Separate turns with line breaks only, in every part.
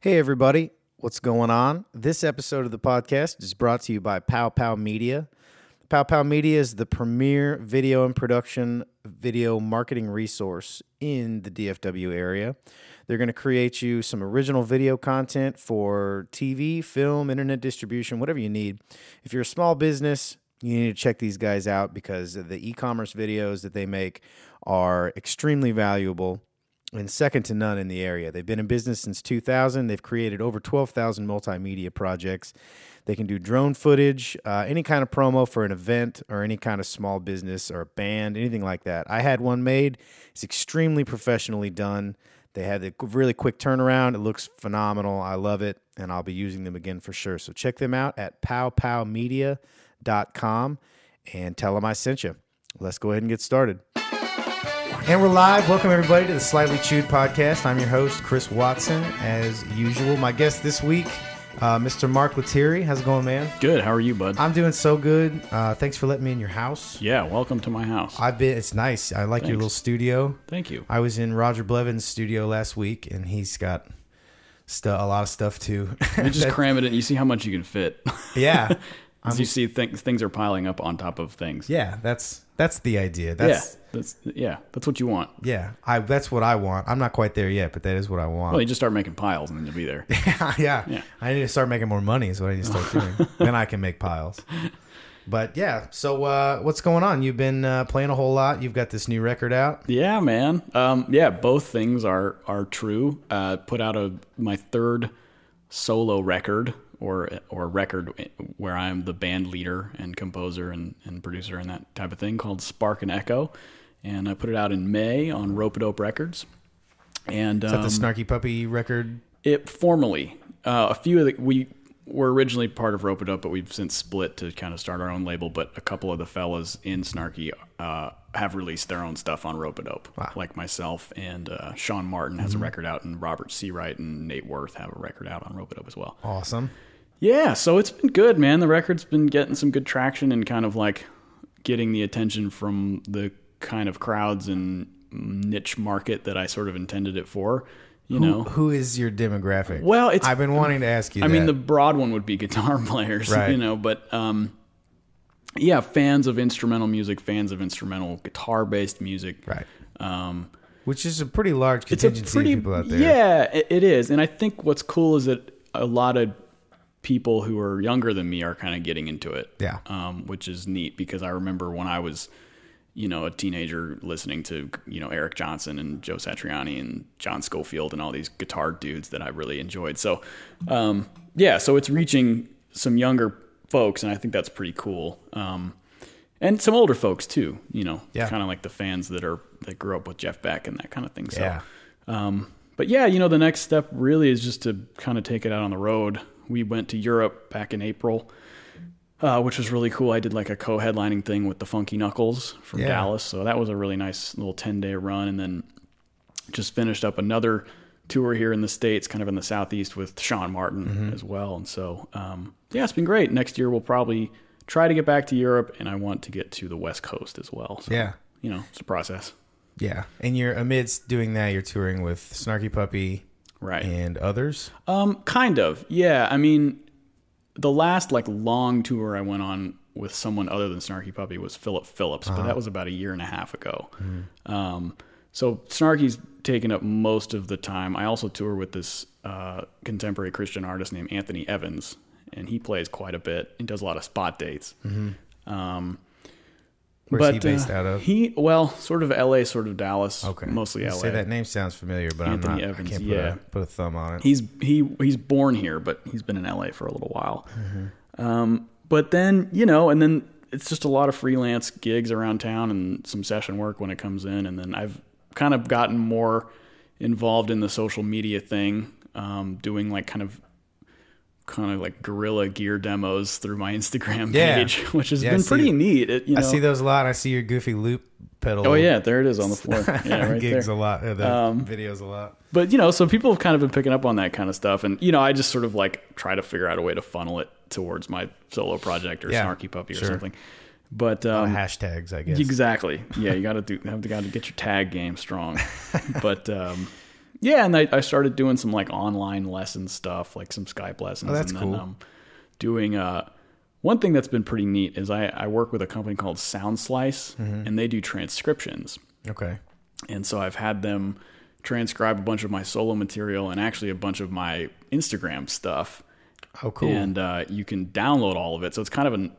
Hey, everybody. What's going on? This episode of the podcast is brought to you by Pow Pow Media. Pow Pow Media is the premier video and production video marketing resource in the DFW area. They're going to create you some original video content for TV, film, internet distribution, whatever you need. If you're a small business, you need to check these guys out because the e commerce videos that they make are extremely valuable and second to none in the area. They've been in business since 2000. They've created over 12,000 multimedia projects. They can do drone footage, uh, any kind of promo for an event or any kind of small business or a band, anything like that. I had one made. It's extremely professionally done. They had a qu- really quick turnaround. It looks phenomenal. I love it, and I'll be using them again for sure. So check them out at powpowmedia.com and tell them I sent you. Let's go ahead and get started. And we're live. Welcome, everybody, to the Slightly Chewed podcast. I'm your host, Chris Watson, as usual. My guest this week, uh, Mr. Mark Lethierry. How's it going, man?
Good. How are you, bud?
I'm doing so good. Uh, thanks for letting me in your house.
yeah. Welcome to my house.
I've been, it's nice. I like your
Thanks.
little studio.
Thank you.
I was in Roger Blevins' studio last week, and he's got stu- a lot of stuff too.
You just cram it in. You see how much you can fit.
yeah.
'Cause you see things things are piling up on top of things.
Yeah, that's that's the idea.
Yeah.
That's
That's yeah. That's what you want.
yeah. I that's what I want. I'm not quite there yet, but that is what I want.
Well, you just start making piles and then you'll be there.
yeah. I need to start making more money is what I need to start doing. then I can make piles. But yeah, so uh, what's going on? You've been uh, playing a whole lot. You've got this new record out.
Yeah, man. Um, yeah, both things are are true. Uh, put out a my third solo record or or record where I am the band leader and composer and, and producer and that type of thing called Spark and Echo, and I put it out in May on Rope Dope Records. And um,
Got the Snarky Puppy record.
It formally. Uh, a few of the we were originally part of Rope It Up, but we've since split to kind of start our own label. But a couple of the fellas in Snarky uh, have released their own stuff on Rope It Up, like myself and uh, Sean Martin has a record out, and Robert Seawright and Nate Worth have a record out on Rope It Up as well.
Awesome.
Yeah, so it's been good, man. The record's been getting some good traction and kind of like getting the attention from the kind of crowds and niche market that I sort of intended it for. You know,
Who is your demographic?
Well, it's-
I've been wanting to ask you.
I mean,
that.
the broad one would be guitar players,
Right.
you know, but um, yeah, fans of instrumental music, fans of instrumental guitar based music.
right,
Um,
which is a pretty large
it's a
contingency
pretty,
of people out there.
yeah, it, it is. And I think what's cool is that a lot of people who are younger than me are kind of getting into it.
Yeah.
Um, which is neat because I remember when I was, you know, a teenager listening to, you know, Eric Johnson and Joe Satriani and John Schofield and all these guitar dudes that I really enjoyed. So, um, yeah, so it's reaching some younger folks and I think that's pretty cool. Um, and some older folks too, you know,
Yeah.
kind of like the fans that are, that grew up with Jeff Beck and that kind of thing. So,
Yeah.
um, but yeah, you know, the next step really is just to kind of take it out on the road. We went to Europe back in April, uh, which was really cool. I did like a co-headlining thing with the Funky Knuckles from
Yeah.
Dallas, so that was a really nice little ten-day run, and then just finished up another tour here in the states, kind of in the southeast with Sean Martin
Mm-hmm.
as well. And so, um, yeah, it's been great. Next year we'll probably try to get back to Europe, and I want to get to the West Coast as well. So,
yeah,
you know, it's a process,
yeah. And you're amidst doing that, you're touring with Snarky Puppy
right?
and others.
Um, kind of. Yeah. I mean, the last like long tour I went on with someone other than Snarky Puppy was Philip Phillips, but
Uh-huh.
that was about a year and a half ago.
Hmm.
Um, so Snarky's taken up most of the time. I also tour with this uh, contemporary Christian artist named Anthony Evans, and he plays quite a bit. He does a lot of spot dates. Um,
Mm-hmm. Where's
but
he based
uh,
out of?
He well, sort of L.A., sort of Dallas.
Okay,
mostly
You
L.A.
Say that name sounds familiar, but I'm
Anthony
not.
Evans,
I can't put,
yeah.
a, put a thumb on it.
he's he he's born here, but he's been in LA for a little while. Um, but then you know, and then it's just a lot of freelance gigs around town and some session work when it comes in, and then I've kind of gotten more involved in the social media thing, um, doing like kind of kind of like guerrilla gear demos through my Instagram
Yeah.
page, which has
Yeah, I
been
see
pretty
it.
neat. It, you know,
I see those a lot. I see your goofy loop pedal.
oh yeah, there it is on the floor. Yeah, right there. Um,
gigs a lot. Or the videos a lot.
but you know, so people have kind of been picking up on that kind of stuff, and you know, I just sort of like try to figure out a way to funnel it towards my solo project or
Yeah,
Snarky Puppy or
sure. Oh,
something. But um,
Hashtags, I guess.
exactly, yeah, you got to do have got to get your tag game strong. but um, Yeah, and I, I started doing some like online lesson stuff, like some Skype lessons.
Oh, that's
and
cool.
Then, um, doing uh, one thing that's been pretty neat is I, I work with a company called SoundSlice,
Mm-hmm.
and they do transcriptions.
Okay.
And so I've had them transcribe a bunch of my solo material and actually a bunch of my Instagram stuff.
Oh, cool.
And uh, you can download all of it. So it's kind of a n-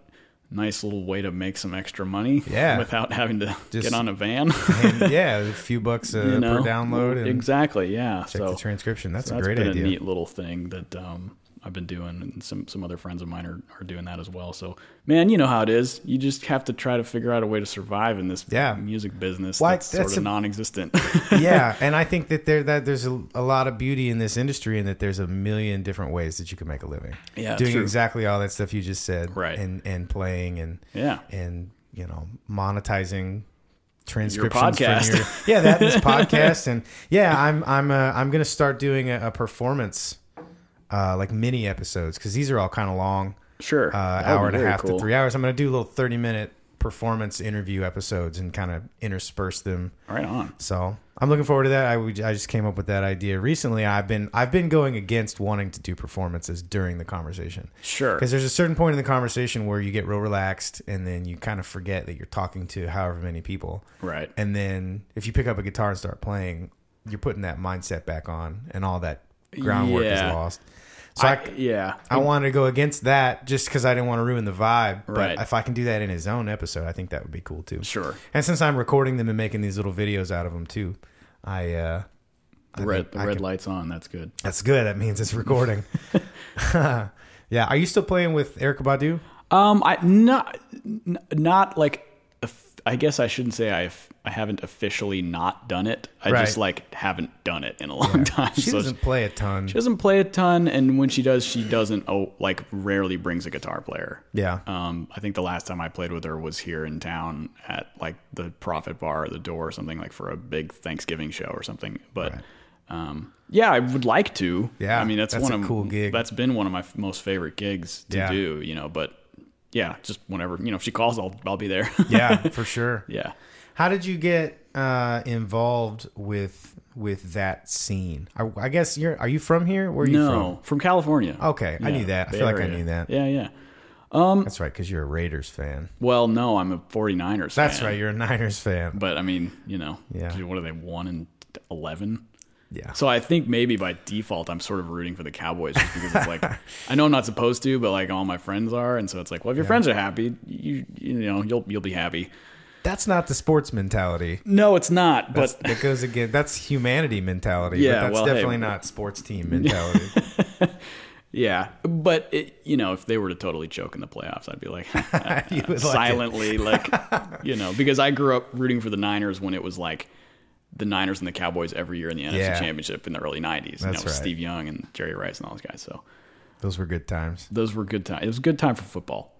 nice little way to make some extra money
Yeah.
without having to
Just-
get on a van.
And, yeah, a few bucks uh,
you know?
per download and
exactly, yeah.
check
so
the transcription. That's a
that's
great
been
idea.
a neat little thing that um, I've been doing, and some some other friends of mine are, are doing that as well. So, man, you know how it is. You just have to try to figure out a way to survive in this
Yeah.
music business
Why,
that's,
that's
sort of
a-
non-existent.
yeah, and I think that there that there's a, a lot of beauty in this industry, and that there's a million different ways that you can make a living.
Yeah,
doing
true.
exactly all that stuff you just said,
Right.
And and playing and
yeah,
and you know monetizing transcriptions
podcast.
from your yeah that this podcast and yeah I'm I'm uh, I'm gonna start doing a, a performance uh, like mini episodes because these are all kind of long
sure.
uh,
That would
hour
be
and a
very
half
cool.
to three hours. I'm gonna do little thirty minute performance interview episodes and kind of intersperse them.
Right on.
So I'm looking forward to that. I, we, I just came up with that idea recently. I've been I've been going against wanting to do performances during the conversation
Sure.
because there's a certain point in the conversation where you get real relaxed and then you kind of forget that you're talking to however many people.
Right.
And then if you pick up a guitar and start playing, you're putting that mindset back on, and all that groundwork
Yeah.
is lost. So I,
I- yeah.
I wanted to go against that just because I didn't want to ruin the vibe.
Right.
But if I can do that in his own episode, I think that would be cool too.
Sure.
And since I'm recording them and making these little videos out of them too, I uh, I
The red
think
the
I
red
can-
lights on. That's good.
that's good. That means it's recording. yeah. Are you still playing with Eric Badu?
Um, I not n- not like of- I guess I shouldn't say I've I haven't officially not done it. I
Right.
just like haven't done it in a long time.
She
so
doesn't play a ton.
she doesn't play a ton, and when she does, she doesn't oh like rarely brings a guitar player.
yeah.
Um, I think the last time I played with her was here in town at like the Profit Bar or the Door or something like for a big Thanksgiving show or something. But um, yeah, I would like to.
Yeah,
I mean that's,
that's
one
a
of
cool gig.
That's been one of my f- most favorite gigs to
Yeah.
do. You know, but yeah, just whenever you know if she calls, I'll I'll be there.
yeah, for sure.
yeah.
How did you get uh, involved with with that scene? I, I guess you're. Are you from here? Where are you
No, from California.
from? Okay, I
Yeah,
knew that. I
Bay
feel like I
Area. Um,
knew that.
Yeah, yeah.
That's right, because you're a Raiders fan.
Well, no, I'm a 49ers.
That's
fan.
right, you're a Niners fan.
But I mean, you know,
Yeah.
dude, what are they one and eleven?
Yeah.
So I think maybe by default I'm sort of rooting for the Cowboys just because it's like I know I'm not supposed to, but like all my friends are, and so it's like, well, if your friends are happy, you you know you'll you'll be happy.
That's not the sports mentality.
No, it's not. But
That goes again. That's humanity mentality. but
Yeah,
that's
well, hey,
definitely
we-
not sports team mentality.
yeah, but it, you know, if they were to totally choke in the playoffs, I'd be like
You would like it.
silently, like you know, because I grew up rooting for the Niners when it was like the Niners and the Cowboys every year in the NFC
Yeah.
Championship in the early '90s. and
That's
that was
right.
Steve Young and Jerry Rice and all those guys. So
Those were good times.
those were good times. It was a good time for football.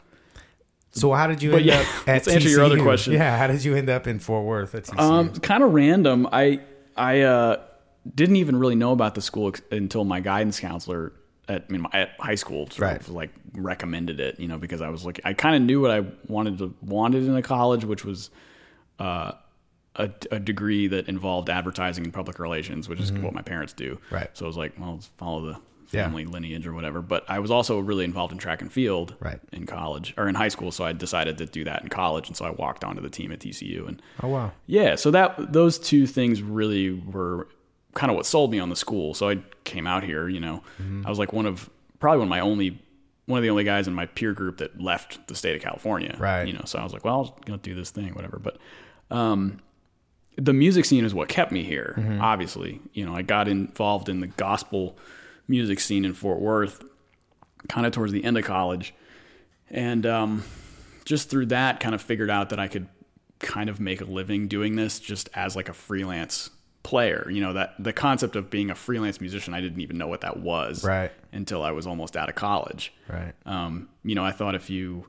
So how did you
But
end
yeah,
up? At
let's answer your other
TCU?
question.
Yeah, how did you end up in Fort Worth at TCU?
Um, kind of random. I I uh, didn't even really know about the school ex- until my guidance counselor at I mean, my, at high school sort
Right.
of like recommended it. You know, because I was like I kind of knew what I wanted to wanted in a college, which was uh, a, a degree that involved advertising and public relations, which is what my parents do.
Mm-hmm. Right.
So I was like, well, let's follow the
Yeah.
family lineage or whatever. But I was also really involved in track and field
Right.
in college or in high school, so I decided to do that in college, and so I walked onto the team at TCU and.
oh wow.
Yeah, so that those two things really were kind of what sold me on the school. So I came out here, you know, I was like one of probably one of my only one of the only guys in my peer group that left the state of California.
Right.
You know, so I was like, well, I'm gonna do this thing, whatever. But um, the music scene is what kept me here. Obviously, you know, I got involved in the gospel music scene in Fort Worth, kind of towards the end of college, and um, just through that, kind of figured out that I could kind of make a living doing this just as like a freelance player. You know, that the concept of being a freelance musician, I didn't even know what that was
Right.
until I was almost out of college.
Right.
Um, you know, I thought if you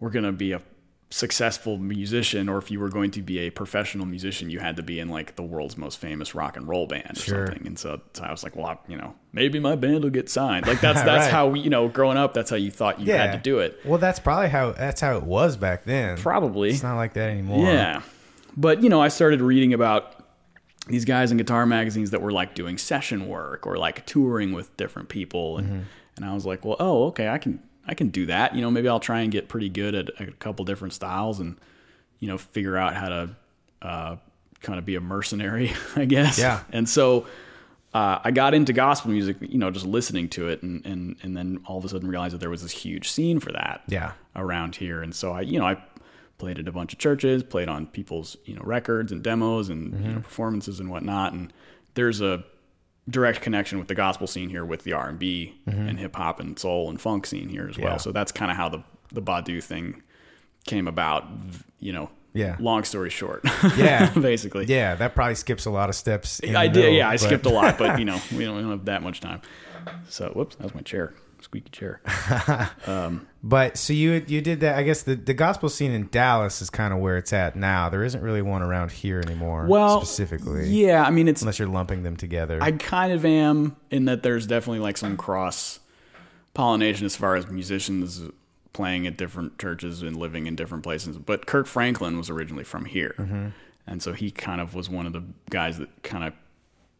were going to be a successful musician or if you were going to be a professional musician, you had to be in like the world's most famous rock and roll band or
Sure.
something. And so, so I was like, well, I, you know, maybe my band will get signed. Like that's, that's
Right.
how, you know, growing up, that's how you thought you had to do it.
Well, that's probably how that's how it was back then.
Probably.
It's not like that anymore.
Yeah. But, you know, I started reading about these guys in guitar magazines that were like doing session work or like touring with different people and and I was like, well, oh, okay, I can I can do that. You know, maybe I'll try and get pretty good at a couple different styles and you know figure out how to uh, kind of be a mercenary, I guess.
Yeah.
And so uh, I got into gospel music, you know, just listening to it, and and and then all of a sudden realized that there was this huge scene for that
Yeah.
around here. And so I, you know, I played at a bunch of churches, played on people's, you know, records and demos and you
Mm-hmm.
know, performances and whatnot. And there's a direct connection with the gospel scene here with the R and B and hip hop and soul and funk scene here as
Mm-hmm. Yeah.
well. So that's kind of how the, the Badu thing came about, you know,
Yeah.
long story short,
Yeah.
basically.
Yeah, that probably skips a lot of steps. in the
I did.
middle,
Yeah. I
but-
skipped a lot, but you know, we don't, we don't have that much time. So whoops, that was my chair. Squeaky chair.
But so you you did that. I guess the, the gospel scene in Dallas is kind of where it's at now. There isn't really one around here anymore.
Well,
specifically,
Yeah. I mean, it's,
unless you're lumping them together.
I kind of am in that there's definitely like some cross pollination as far as musicians playing at different churches and living in different places. But Kirk Franklin was originally from here. And so he kind of was one of the guys that kind of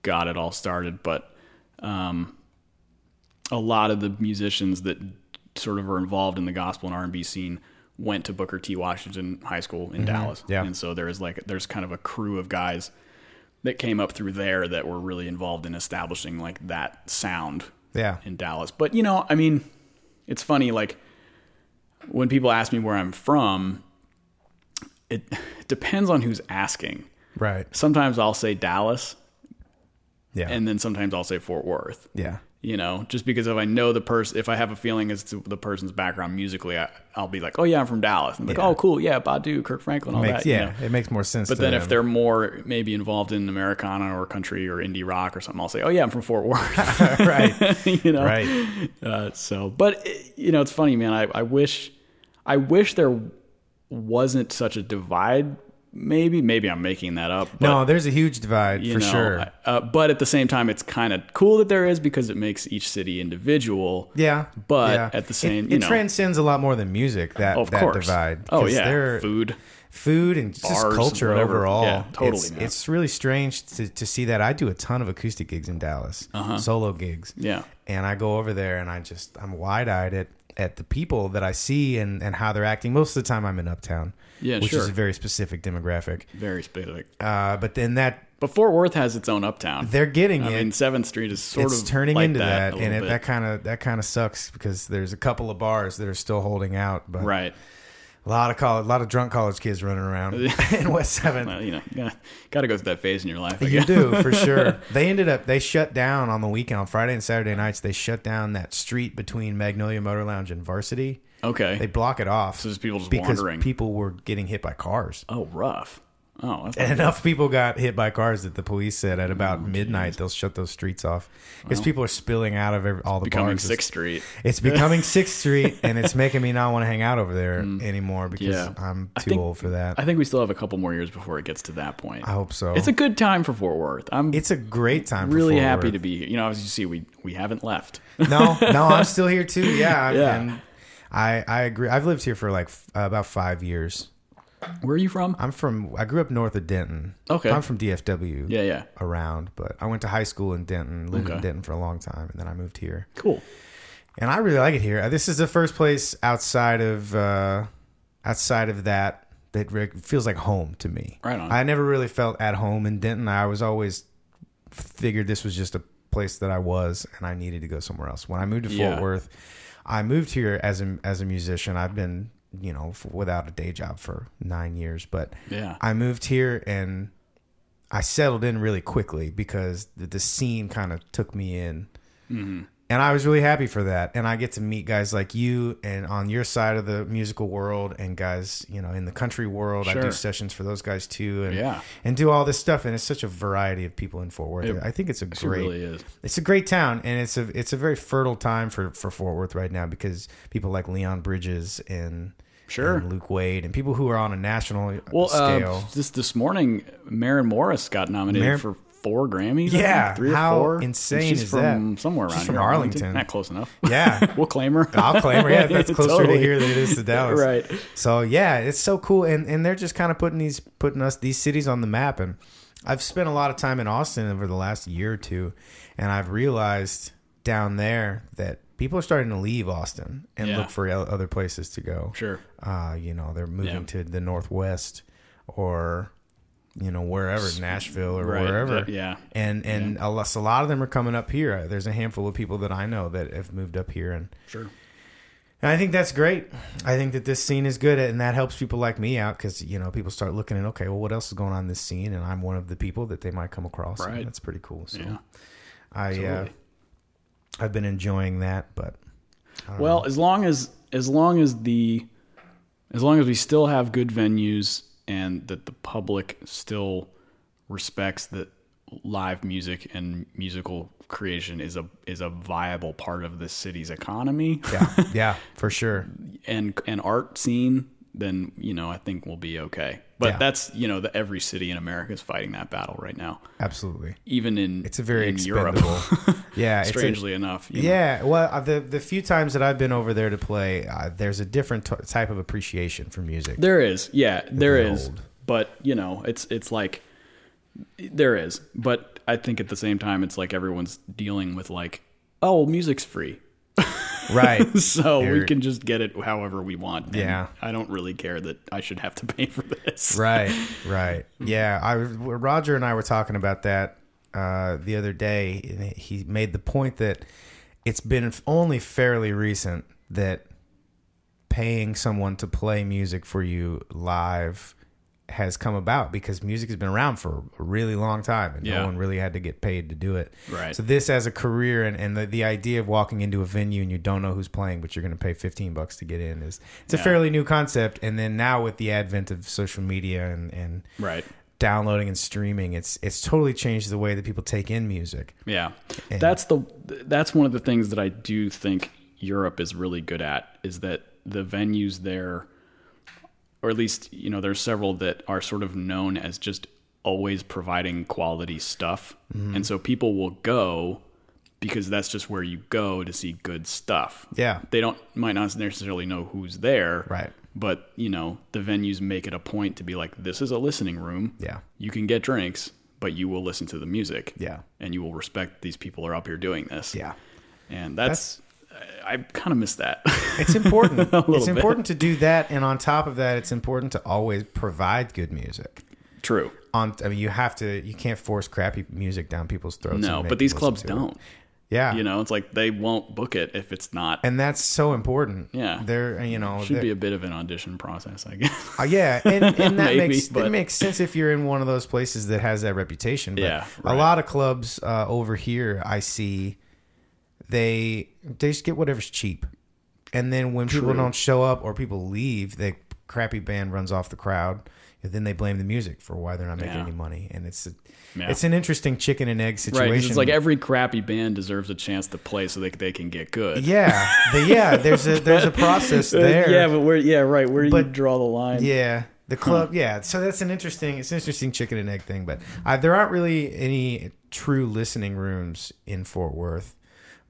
got it all started. But um, a lot of the musicians that sort of were involved in the gospel and R&B scene went to Booker T. Washington High School in Dallas.
Yeah.
And so there is like, there's kind of a crew of guys that came up through there that were really involved in establishing like that sound
yeah,
in Dallas. But you know, I mean, it's funny like when people ask me where I'm from, it depends on who's asking.
right.
Sometimes I'll say Dallas
Yeah,
and then sometimes I'll say Fort Worth.
yeah,
You know, just because if I know the person, if I have a feeling as to the person's background musically, I, I'll be like, "Oh yeah, I'm from Dallas." And I'm like,
Yeah.
"Oh cool, yeah, Badu, Kirk Franklin, all
makes,
that." you
yeah.
know.
It makes more sense.
But
to
then
them.
if they're more maybe involved in Americana or country or indie rock or something, I'll say, "Oh yeah, I'm from Fort Worth."
right,
you know,
right,
Uh, so, but eh, you know, it's funny, man. I, I wish, I wish there wasn't such a divide. Maybe, maybe I'm making that up. But,
no, there's a huge divide
you
for
know,
sure.
I- Uh, but at the same time, it's kind of cool that there is because it makes each city individual.
yeah,
but
yeah.
at the same-
it,
you
it
know.
transcends a lot more than music. That
of
that
course.
divide.
Oh
'Cause
yeah,
they're-
food.
food and just
bars and
culture
whatever.
overall.
Yeah, totally,
It's,
man.
it's really strange to, to see that. I do a ton of acoustic gigs in Dallas, solo gigs.
Uh-huh. Yeah.
And I go over there and I just, I'm wide eyed at, at the people that I see and, and how they're acting. Most of the time I'm in Uptown,
Yeah,
which
sure.
is a very specific demographic.
Very specific.
Uh, but then that,
But Fort Worth has its own uptown.
they're getting
I
it.
mean, Seventh Street is sort
it's
of
turning
like
into that, and
a little
it,
bit.
that kind of that kind of sucks because there's a couple of bars that are still holding out, but
right.
a lot of college, a lot of drunk college kids running around in West Seventh.
Well, you know, you got to go through that phase in your life. I
You
guess.
do for sure. They ended up they shut down on the weekend on Friday and Saturday nights. They shut down that street between Magnolia Motor Lounge and Varsity.
Okay.
They block it off
Oh. so just people just
because
wandering.
people were getting hit by cars.
oh, rough. Oh, that's
And enough people got hit by cars that the police said at
Oh,
about midnight they'll shut those streets off because people are spilling out of every, all the
becoming
bars.
Sixth Street. Mm.
It's becoming Sixth Street, and it's making me not want to hang out over there anymore because
Yeah.
I'm
I
too
think-
old for that.
I think we still have a couple more years before it gets to that point.
I hope so.
It's a good time for Fort Worth. I'm
Oh. it's a great time.
really
for Fort
happy
Worth.
to be here. You know, as you see, we we haven't left.
No, no, I'm still here too. Yeah,
Yeah.
and I I agree. I've lived here for like f- uh, about five years.
Where are you from?
I'm from. I grew up north of Denton.
Okay.
I'm from DFW.
yeah, yeah.
Around, but I went to high school in Denton, lived in
Okay.
Denton for a long time, and then I moved here.
Cool.
And I really like it here. Uh, This is the first place outside of uh, outside of that that re- feels like home to me.
Right on.
I never really felt at home in Denton. I was always figured this was just a place that I was and I needed to go somewhere else. When I moved to Fort
Yeah.
Worth, I moved here as a as a musician. I've been, you know, f- without a day job for 9 years, but
Yeah.
I moved here and I settled in really quickly because the, the scene kind of took me in. And I was really happy for that. And I get to meet guys like you and on your side of the musical world and guys, you know, in the country world. I do
Sure.
sessions for those guys too and
Yeah.
and do all this stuff and it's such a variety of people in Fort Worth. I think it's a
It
great
really is.
it's a great town and it's a it's a very fertile time for for Fort Worth right now because people like Leon Bridges and
Sure.
and Luke Wade and people who are on a national
Well,
scale.
uh, just this morning, Marin Morris got nominated
Maren-
for four Grammys. I think,
Yeah,
three or
how
four. And
insane
she's
is
from
that?
Somewhere
She's
around
from
here,
Arlington.
Not close enough.
yeah.
we'll claim her.
I'll claim her. Yeah, that's closer
Totally.
to here than it is to Dallas.
Right.
So yeah, it's so cool, and and they're just kind of putting these putting us these cities on the map, and I've spent a lot of time in Austin over the last year or two, and I've realized down there that people are starting to leave Austin and
Yeah.
look for o- other places to go.
Sure.
Uh, you know, they're moving
Yeah.
to the Northwest or, you know, wherever, Nashville or
Right.
wherever.
Yeah.
And and a, lot, a lot of them are coming up here. There's a handful of people that I know that have moved up here, and,
Sure.
and I think that's great. I think that this scene is good, and that helps people like me out because you know people start looking at okay, well, what else is going on in this scene, and I'm one of the people that they might come across. and
Right.
that's pretty cool. So
Yeah.
I uh,
Absolutely.
I've been enjoying that, but
Well, as long as as long as the as long as we still have good venues and that the public still respects that live music and musical creation is a is a viable part of this city's economy
yeah, yeah, for sure.
and and art scene, then you know I think we'll be okay. But
Yeah.
that's you know the, every city in America is fighting that battle right now.
Absolutely,
Even in
it's a very
in
expendable. yeah, it's a-
strangely enough. you know.
Yeah, well, uh, the the few times that I've been over there to play, uh, there's a different t- type of appreciation for music.
There is, yeah, there
they're
is.
old.
But you know, it's it's like there is. But I think at the same time, it's like everyone's dealing with like, oh, music's free,
right?
so we
You're-
can just get it however we want. and
Yeah.
I don't really care that I should have to pay for this.
right right yeah i roger and i were talking about that uh the other day and he made the point that it's been only fairly recent that paying someone to play music for you live has come about because music has been around for a really long time and
Yeah.
no one really had to get paid to do it
Right.
so this as a career and, and the, the idea of walking into a venue and you don't know who's playing but you're going to pay 15 bucks to get in is it's a
Yeah.
fairly new concept and then now with the advent of social media and, and
Right.
downloading and streaming it's it's totally changed the way that people take in music
Yeah. That's the that's one of the things that I do think Europe is really good at is that the venues there or at least, you know, there's several that are sort of known as just always providing quality stuff. And so people will go because that's just where you go to see good stuff.
Yeah.
They don't might not necessarily know who's there.
Right.
But, you know, the venues make it a point to be like this is a listening room.
yeah
You can get drinks, but you will listen to the music
yeah
and you will respect these people are up here doing this.
yeah
And that's, I, I kind of miss that.
it's important
little
it's
bit.
important to do that and on top of that it's important to always provide good music
True.
on i mean you have to you can't force crappy music down people's throats
No,
and make
but these
them
clubs
listen to it.
don't.
yeah
You know, it's like they won't book it if it's not.
and that's so important
Yeah.
there you know
Should
there-
be a bit of an audition process, I guess.
Uh, yeah, and, and that
Maybe,
makes that
but-
makes sense if you're in one of those places that has that reputation. But
Yeah,
a
right.
lot of clubs uh, over here, I see, they they just get whatever's cheap, and then when people
True.
don't show up or people leave, the crappy band runs off the crowd, and then they blame the music for why they're not making
Yeah.
any money. And it's a,
Yeah.
it's an interesting chicken and egg situation.
Right. 'cause It's like every crappy band deserves a chance to play so they, they can get good.
yeah, the- yeah. There's a there's a process there.
Uh, Yeah, but where, yeah, right. Where do you
But-
draw the line?
Yeah, the club. Yeah, so that's an interesting. It's an interesting chicken and egg thing. But uh, there aren't really any true listening rooms in Fort Worth.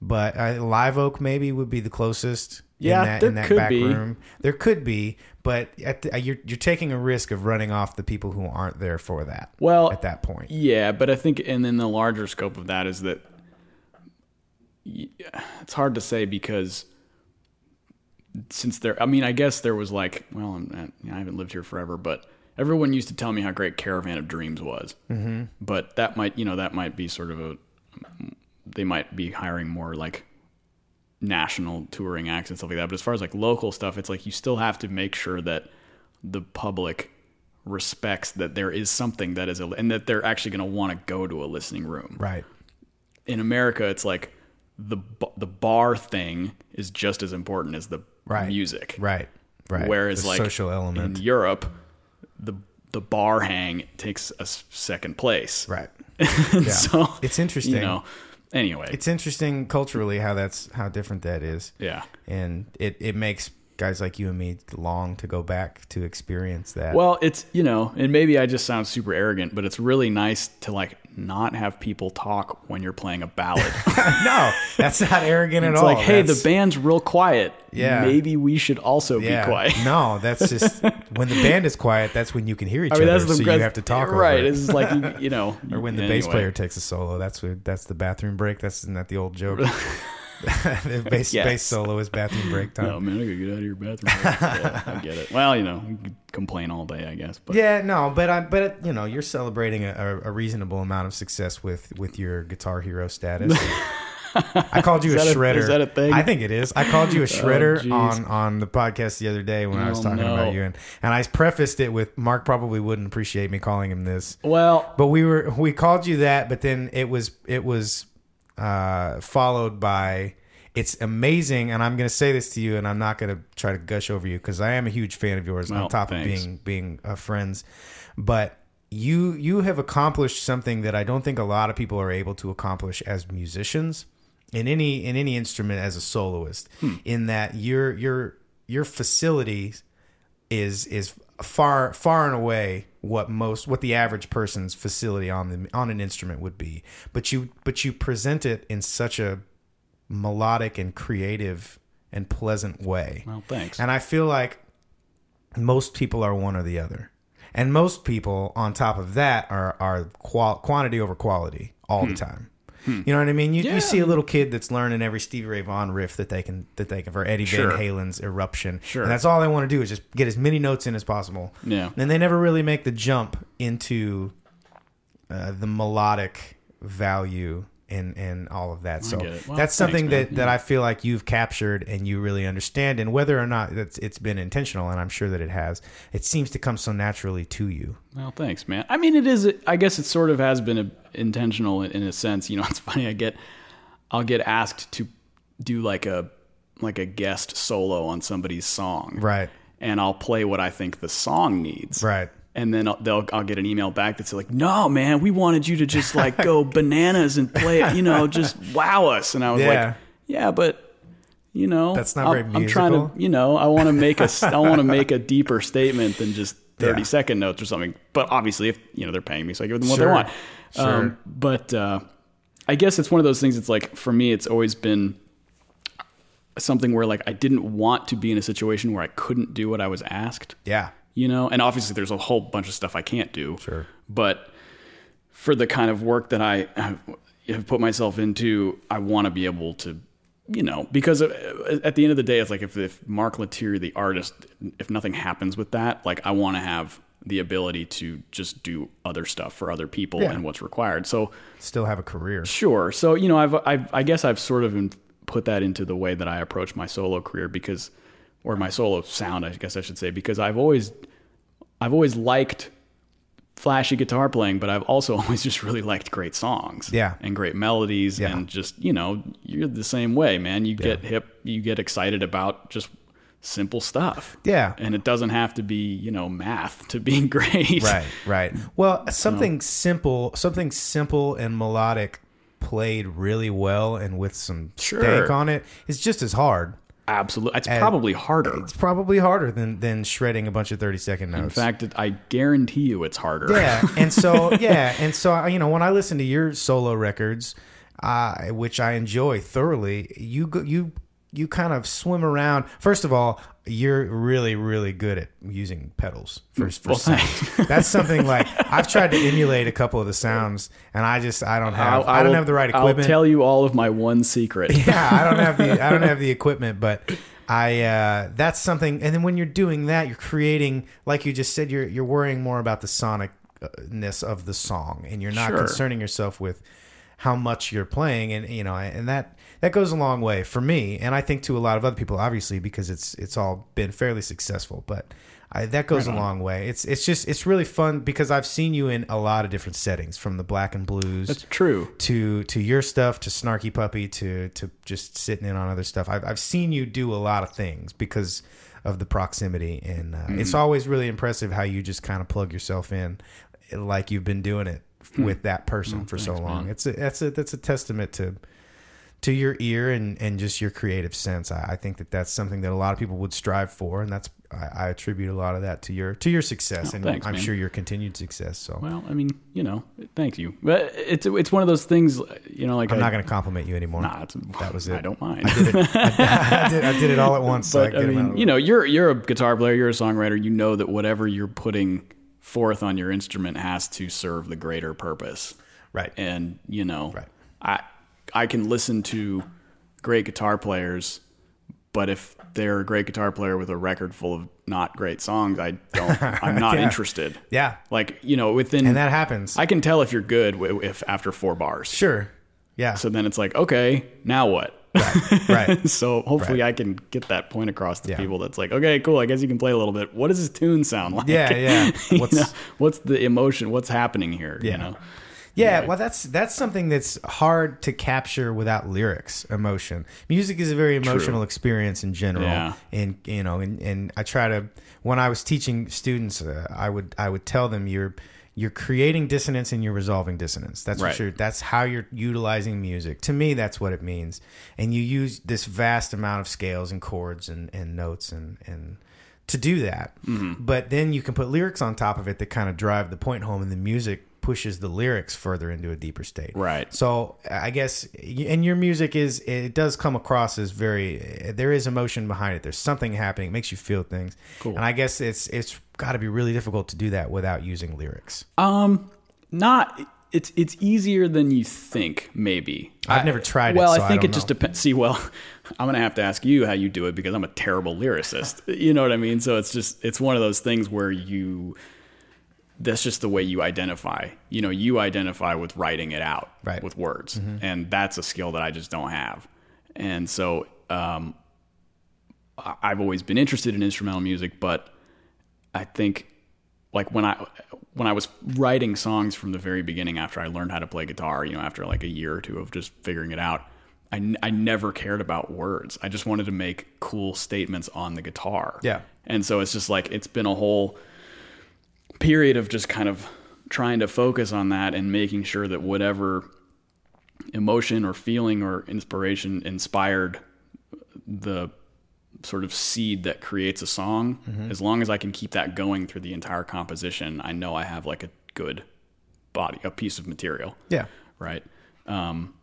But uh, Live Oak maybe would be the closest.
Yeah,
in that,
there
in that
could
back
be.
room. There could be, but at the, uh, you're you're taking a risk of running off the people who aren't there for that.
Well,
at that point,
Yeah, but I think, and then the larger scope of that is that y- it's hard to say because since there, I mean, I guess there was like, well, I'm, not- you know, I haven't lived here forever, but everyone used to tell me how great Caravan of Dreams was. Mm-hmm. But that might, you know, that might be sort of a, they might be hiring more like national touring acts and stuff like that. But as far as like local stuff, it's like you still have to make sure that the public respects that there is something that is a, and that they're actually going to want to go to a listening room.
right?
In America, it's like the b- the bar thing is just as important as the
Right.
music.
Right, right.
Whereas
The
like
social element,
in Europe, the the bar hang takes a s- second place.
right?
yeah. So
It's interesting.
you know, anyway,
It's interesting culturally how that's how different that is.
yeah.
and it, it makes guys like you and me long to go back to experience that.
Well, it's, you know, and maybe I just sound super arrogant, but it's really nice to like not have people talk when you're playing a ballad.
no, that's not arrogant at
It's
all.
like, hey, the
That's-
band's real quiet.
Yeah.
Maybe we should also
yeah.
be quiet.
no, that's just when the band is quiet. That's when you can hear each
I mean,
other.
that's the
so you
that's-
have to talk,
right?
Over it.
It's like you, you know,
Or when the bass
anyway.
player takes a solo, that's where that's the bathroom break. That's isn't that the old joke? the bass,
Yes.
bass solo is bathroom break time.
Oh man, I gotta get out of your bathroom. yeah, I get it. Well, you know, you could complain all day, I guess. But
Yeah, no, but I, but you know, you're celebrating a, a, a reasonable amount of success with with your Guitar Hero status. I called you a
Is that a-
shredder.
is that a thing? Oh,
I think it is. I called you a shredder
jeez.
on on the podcast the other day when I was
Oh,
talking
no.
about you, and and I prefaced it with Mark probably wouldn't appreciate me calling him this,
well,
but we were we called you that, but then it was it was uh, followed by. It's amazing, and I'm going to say this to you, and I'm not going to try to gush over you because I am a huge fan of yours.
Well,
on top of
thanks.
being being uh, friends, but you you have accomplished something that I don't think a lot of people are able to accomplish as musicians in any in any instrument as a soloist.
Hmm.
In that your your your facility is is far far and away what most what the average person's facility on the on an instrument would be. But you but you present it in such a melodic and creative and pleasant way.
well, thanks.
And I feel like most people are one or the other. And most people, on top of that, are are qual- quantity over quality all the time. You know what I mean? You,
Hmm. Yeah.
you see a little kid that's learning every Stevie Ray Vaughan riff that they can that they can for Eddie
Sure.
Van Halen's Eruption.
Sure.
and that's all they want to do is just get as many notes in as possible.
Yeah.
and they never really make the jump into uh, the melodic value and and all of that. So
get it. Well,
that's something
thanks, man.
that that I feel like you've captured and you really understand. And whether or not that's it's been intentional, and I'm sure that it has, it seems to come so naturally to you.
Well, thanks, man. I mean, it is. I guess it sort of has been a, intentional in, in a sense. You know, it's funny. I get, I'll get asked to do like a like a guest solo on somebody's song,
Right.
And I'll play what I think the song needs,
Right.
And then I'll, they'll I'll get an email back that's like, "No, man, we wanted you to just like go bananas and play it, you know, just wow us." And I was
Yeah.
like, "Yeah, but." You know,
That's not
I'm,
very
I'm trying to,
musical.
you know, I want to make a, s- I want to make a deeper statement than just
Yeah.
thirty second notes or something. But obviously, if you know they're paying me, so I give them what
Sure.
they want.
Sure.
Um, but uh, I guess it's one of those things. It's like for me, it's always been something where like I didn't want to be in a situation where I couldn't do what I was asked
Yeah.
you know and obviously there's a whole bunch of stuff i can't do
Sure.
but for the kind of work that i have- have put myself into i want to be able to you know because uh, at the end of the day it's like if, if mark latier the artist if nothing happens with that like i want to have the ability to just do other stuff for other people
Yeah.
and what's required so
Still have a career.
Sure. So you know, I've, I've I guess I've sort of in- put that into the way that I approach my solo career because, or my solo sound, I guess I should say, because I've always, I've always liked flashy guitar playing, but I've also always just really liked great songs,
Yeah.
and great melodies,
Yeah.
and just you know, you're the same way, man. You get hip, you get excited about just simple stuff.
Yeah.
And it doesn't have to be, you know, math to be great.
Right, right. Well, something simple, something simple and melodic played really well and with some
Sure.
steak on it is just as hard.
Absolutely. It's probably harder.
It's probably harder than than shredding a bunch of 30 second notes.
In fact, it, I guarantee you it's harder.
Yeah, and so yeah, and so I- you know when I listen to your solo records, uh, which I enjoy thoroughly, you go, you you kind of swim around. First of all, you're really really good at using pedals for,
Mm,
for sounds. That's something like I've tried to emulate a couple of the sounds, and I just I don't have I, don't
will-
have the right equipment.
I'll tell you all of my one secret.
yeah, I don't have the I don't have the equipment, but I uh, that's something. And then when you're doing that, you're creating, like you just said, you're you're worrying more about the sonicness of the song, and you're not
Sure.
concerning yourself with how much you're playing, and you know, and that that goes a long way for me, and I think to a lot of other people, obviously, because it's it's all been fairly successful, but. I, that goes a long way. It's it's just it's really fun because I've seen you in a lot of different settings, from the black and blues
That's true.
to to your stuff to snarky puppy to to just sitting in on other stuff i've, I've seen you do a lot of things because of the proximity and uh,
Mm-hmm.
it's always really impressive how you just kind of plug yourself in
Hmm. Mm,
like you've been doing it with that person for so long it's a that's a that's a testament to to your ear and, and just your creative sense. I, I think that that's something that a lot of people would strive for, and that's I, I attribute a lot of that to your to your success, and
Oh, thanks,
I'm
man.
sure your continued success. So
Well, I mean, you know, thank you. But it's it's one of those things, you know, like
I'm
I,
not going to compliment you anymore.
Nah, it's,
That was
I
it.
don't mind.
I, did, I did it all at once. so I,
but
get
I
them out of
mean,
the
you know, you're you're a guitar player, you're a songwriter. You know that whatever you're putting forth on your instrument has to serve the greater purpose.
Right.
And you know,
Right.
I I can listen to great guitar players, but if they're a great guitar player with a record full of not great songs, I don't. I'm not
Yeah.
interested.
yeah.
Like you know, within
And that happens.
I can tell if you're good wi- if after four bars.
sure. Yeah.
So then it's like, okay, now what?
right.
so hopefully I can get that point across to
Yeah.
people that's like, okay, cool, I guess you can play a little bit. What does this tune sound like?
Yeah. Yeah.
You
What's
know, what's the emotion? What's happening here? You
Yeah.
know?
Yeah, well, that's that's something that's hard to capture without lyrics. Emotion, music is a very emotional experience in general,
Yeah.
and you know, and, and I try to when I was teaching students, uh, I would I would tell them you're you're creating dissonance and you're resolving dissonance. That's
Right.
what you're, that's how you're utilizing music. To me, that's what it means. And you use this vast amount of scales and chords and, and notes and and to do that. But then you can put lyrics on top of it that kind of drive the point home, and the music pushes the lyrics further into a deeper state.
Right.
So I guess, and your music is it does come across as very there is emotion behind it. There's something happening. It makes you feel things. Cool. And I guess it's it's got to be really difficult to do that without using lyrics.
Um, not it's it's easier than you think, maybe.
I've never tried
well,
it. so
I think
don't
it just
know.
depends. See, well, I'm gonna have to ask you how you do it because I'm a terrible lyricist. You know what I mean? So it's just it's one of those things where you that's just the way you identify. You know, you identify with writing it out
Right. Mm-hmm.
with words, and that's a skill that I just don't have. And so um, I- I've always been interested in instrumental music, but I think like when I when I was writing songs from the very beginning after I learned how to play guitar, you know, after like a year or two of just figuring it out, I, n- I never cared about words. I just wanted to make cool statements on the guitar.
Yeah.
And so it's just like it's been a whole period of just kind of trying to focus on that and making sure that whatever emotion or feeling or inspiration inspired the sort of seed that creates a song as long as i can keep that going through the entire composition i know i have like a good body a piece of material
yeah.
right um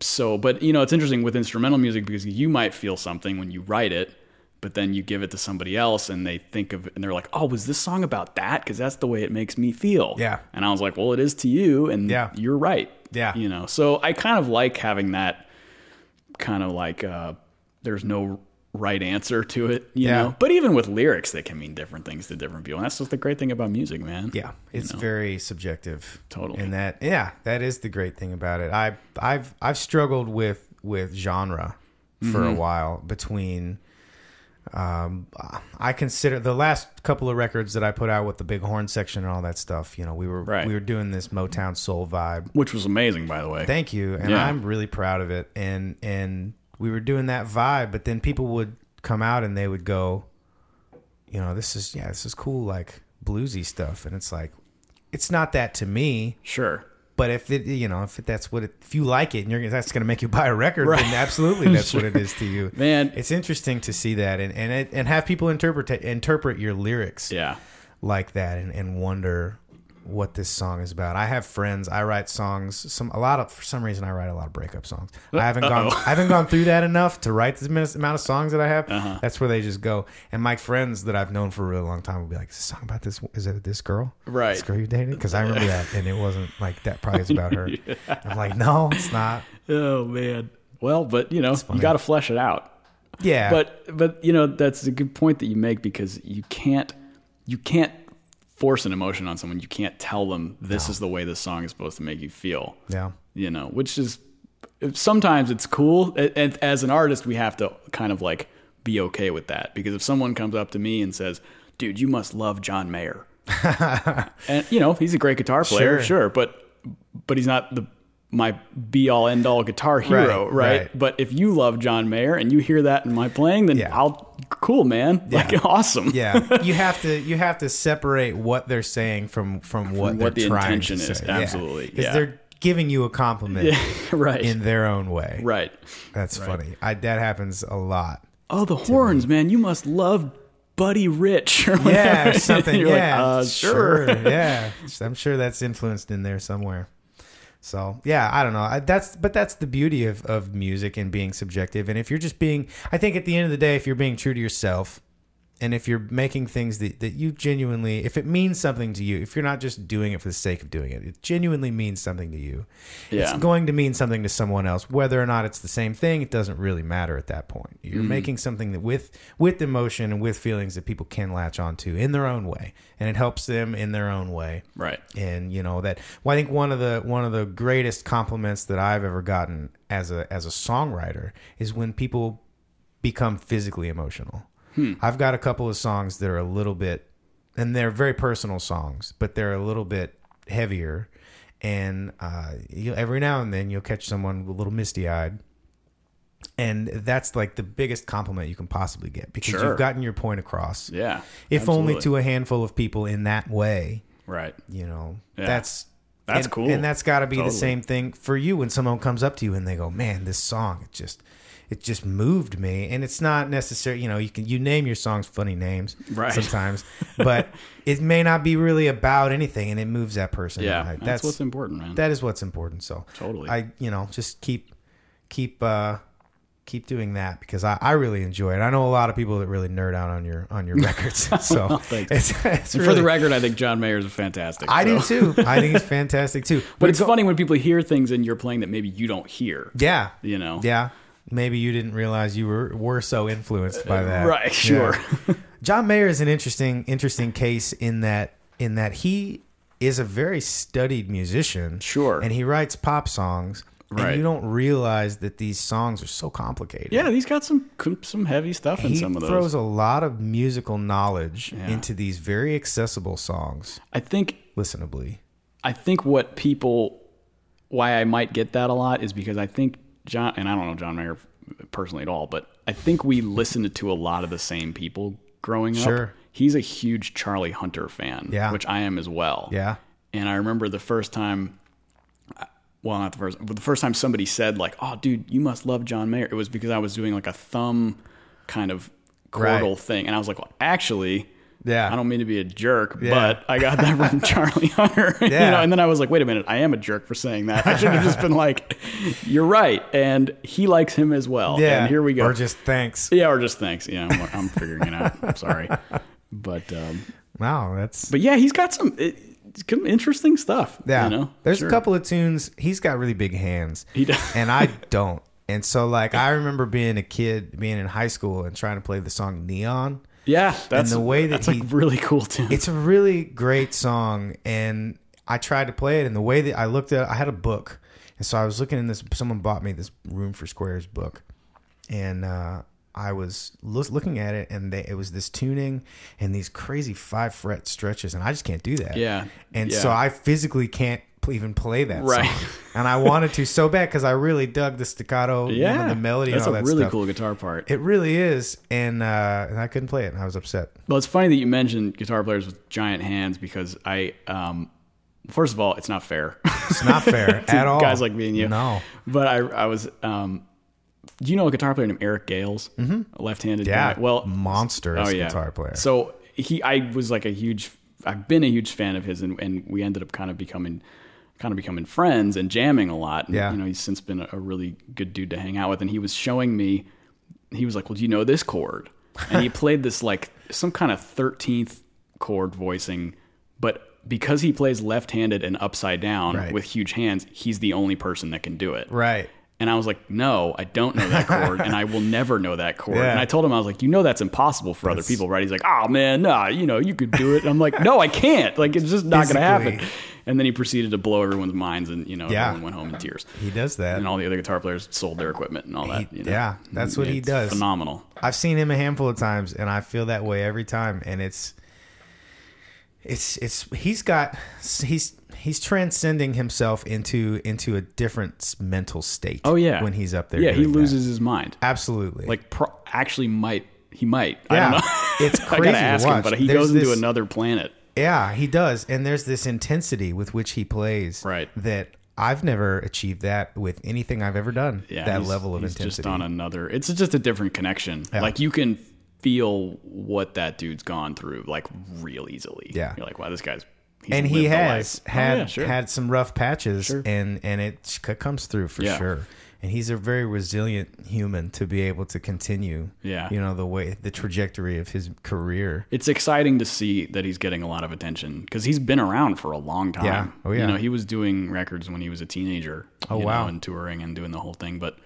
so but you know it's interesting with instrumental music because you might feel something when you write it but then you give it to somebody else and they think of and they're like oh was this song about that because that's the way it makes me feel
Yeah.
and i was like well it is to you and
Yeah.
you're right
Yeah.
you know so i kind of like having that kind of like uh there's no right answer to it you
Yeah.
know but even with lyrics they can mean different things to different people and that's just the great thing about music man
Yeah, it's very subjective.
Totally.
And that yeah, that is the great thing about it. I I've I've struggled with with genre for
Mm-hmm.
a while between um I consider the last couple of records that I put out with the big horn section and all that stuff, you know, we were
Right.
we were doing this Motown soul vibe
which was amazing by the way
Thank you, and
Yeah.
I'm really proud of it. And and we were doing that vibe, but then people would come out and they would go, you know, this is yeah, this is cool, like bluesy stuff, and it's like, it's not that to me.
sure
But if it, you know, if that's what it, if you like it, and you're that's going to make you buy a record, then absolutely that's what it is to you,
Man.
It's interesting to see that and and it, and have people interpret interpret your lyrics
yeah
like that and, and wonder what this song is about. I have friends. I write songs. Some a lot of for some reason I write a lot of breakup songs. I haven't gone. I haven't gone through that enough to write this min- amount of songs that I have.
Uh-huh.
That's where they just go. And my friends that I've known for a really long time will be like, "Is this song about this? Is it this girl?
Right.
This girl you dated? Because I remember that, and it wasn't like that. Probably is about her. I'm like, no, it's not.
Oh man. Well, but you know, you got to flesh it out.
Yeah,
But but you know, that's a good point that you make because you can't you can't force an emotion on someone. You can't tell them this is the way this song is supposed to make you feel.
yeah,
You know, which is sometimes it's cool. A- And as an artist, we have to kind of like be okay with that because if someone comes up to me and says, "Dude, you must love John Mayer," and you know he's a great guitar player,
Sure.
sure, but but he's not the my be all end all guitar hero,
Right,
right,
right.
But if you love John Mayer and you hear that in my playing, then
Yeah.
I'll cool, man, like awesome,
yeah. You have to you have to separate what they're saying from from what
From
they're
what the
trying
intention
to
is.
say.
Absolutely,
because
yeah.
they're giving you a compliment
right.
in their own way.
right.
That's funny. I, that happens a lot.
Oh, the horns, man. You must love Buddy Rich or whatever.
Yeah, something.
You're like,
yeah,
uh, sure.
yeah, I'm sure that's influenced in there somewhere. So yeah, I don't know. I, that's but that's the beauty of of music and being subjective. And if you're just being, I think at the end of the day, if you're being true to yourself, and if you're making things that that you genuinely, if it means something to you, if you're not just doing it for the sake of doing it, it genuinely means something to you.
Yeah.
It's going to mean something to someone else, whether or not it's the same thing. It doesn't really matter at that point. You're making something that with with emotion and with feelings that people can latch onto in their own way, and it helps them in their own way
right.
and you know that well, I think one of the one of the greatest compliments that I've ever gotten as a as a songwriter is when people become physically emotional.
Hmm.
I've got a couple of songs that are a little bit and they're very personal songs, but they're a little bit heavier and uh, you, every now and then you'll catch someone a little misty-eyed and that's like the biggest compliment you can possibly get because
Sure.
you've gotten your point across
Yeah.
if only
absolutely.
to a handful of people in that way
Right.
you know
Yeah.
that's
That's
and-
cool.
and that's got to be the
Totally.
same thing for you when someone comes up to you and they go man this song it just it just moved me and it's not necessary you know you can you name your songs funny names
Right.
sometimes but it may not be really about anything and it moves that person
Yeah.
Like,
That's,
that's
what's important, man.
that is what's important so
Totally.
i you know just keep keep uh keep doing that because I, I really enjoy it i know a lot of people that really nerd out on your on your records so
thanks.
it's, it's
And
really,
for the record, I think John Mayer is fantastic.
I
so.
do too. I think it's fantastic too.
But it's funny when people hear things and you're playing that maybe you don't hear.
yeah,
You know.
yeah. Maybe you didn't realize you were were so influenced by that.
Right. Sure.
Yeah. John Mayer is an interesting interesting case in that in that he is a very studied musician.
Sure.
And he writes pop songs.
Right.
And you don't realize that these songs are so complicated.
Yeah, he's got some some heavy stuff in
He
some of those.
throws a lot of musical knowledge
Yeah.
into these very accessible songs,
I think
listenably.
I think what people why I might get that a lot is because I think John and I don't know John Mayer personally at all, but I think we listened to a lot of the same people growing up.
Sure.
He's a huge Charlie Hunter fan,
Yeah.
which I am as well.
Yeah.
And I remember the first time well, not the first, but the first time somebody said like, "Oh, dude, you must love John Mayer," it was because I was doing like a thumb kind of
Right.
chordal thing, and I was like, "Well, actually,
Yeah.
I don't mean to be a jerk,
Yeah.
but I got that from Charlie Hunter." you
Yeah.
know? And then I was like, wait a minute, I am a jerk for saying that. I should have just been like, you're right. And he likes him as well.
Yeah.
And here we go.
Or just thanks.
yeah, or just thanks. Yeah, I'm, I'm figuring it out. I'm sorry. But um,
Wow, that's
but yeah, he's got some, it, some interesting stuff.
Yeah.
You know?
There's
Sure.
a couple of tunes. He's got really big hands.
He does.
And I don't. And so, like, I remember being a kid, being in high school, and trying to play the song Neon.
Yeah, that's
the way that
that's
he-
like really cool too.
It's a really great song. And I tried to play it. And the way that I looked at I had a book. And so I was looking in this, someone bought me this Room for Squares book. And, uh, I was lo- looking at it, and they, it was this tuning and these crazy five fret stretches, and I just can't do that.
Yeah.
and
Yeah.
so I physically can't pl- even play that
Right.
song. and I wanted to so bad because I really dug the staccato, you know,
yeah,
the melody,
That's
and all
a
that
really
stuff.
cool guitar part.
It really is, and uh, and I couldn't play it, and I was upset.
Well, it's funny that you mentioned guitar players with giant hands because I, um, first of all, it's not fair.
It's not fair at all.
guys like me and you.
No,
but I, I was, um, do you know a guitar player named Eric Gales? Mm-hmm. A left-handed
yeah,
guy. Well, oh,
monstrous guitar player.
so he, I was like a huge, I've been a huge fan of his, and, and we ended up kind of becoming, kind of becoming friends and jamming a lot. And,
Yeah.
you know, he's since been a, a really good dude to hang out with, and he was showing me, he was like, "Well, do you know this chord?" And he played this like some kind of thirteenth chord voicing, but because he plays left-handed and upside down
Right.
with huge hands, he's the only person that can do it.
right,
And I was like, no, I don't know that chord, and I will never know that chord.
Yeah.
And I told him, I was like, you know, that's impossible for other people, right? He's like, oh man, nah, you know, you could do it. And I'm like, no, I can't. Like, it's just not going to happen.
Physically.
And then he proceeded to blow everyone's minds, and you know,
Yeah.
everyone went home in tears.
he does that.
And all the other guitar players sold their equipment and all that. you know?
yeah, that's what he
It's
does.
Phenomenal.
I've seen him a handful of times, and I feel that way every time. And it's, it's, it's. He's got, he's, he's transcending himself into into a different s- mental state.
Oh yeah,
when he's up there.
yeah, he
doing that.
loses his mind.
Absolutely.
Like, pro- actually, might he might? I
yeah,
don't know.
it's
I
crazy.
gotta ask
to watch.
him, but he
There's
goes into
this-
another planet.
Yeah, he does, and there's this intensity with which he plays.
Right.
That I've never achieved that with anything I've ever done.
Yeah,
that
he's-
level of
he's
intensity.
Just on another. It's just a different connection. Like you can feel what that dude's gone through, like real easily.
Yeah.
you're like, wow, this guy's. he's
and he
lived a
has
life. Oh,
had
yeah, sure.
had some rough patches, and and it c- comes through for
Yeah.
sure. And he's a very resilient human to be able to continue.
Yeah.
you know the way the trajectory of his career.
It's exciting to see that he's getting a lot of attention because he's been around for a long time.
Yeah. Oh, yeah.
You know, he was doing records when he was a teenager.
Oh,
you know,
wow.
and touring and doing the whole thing. But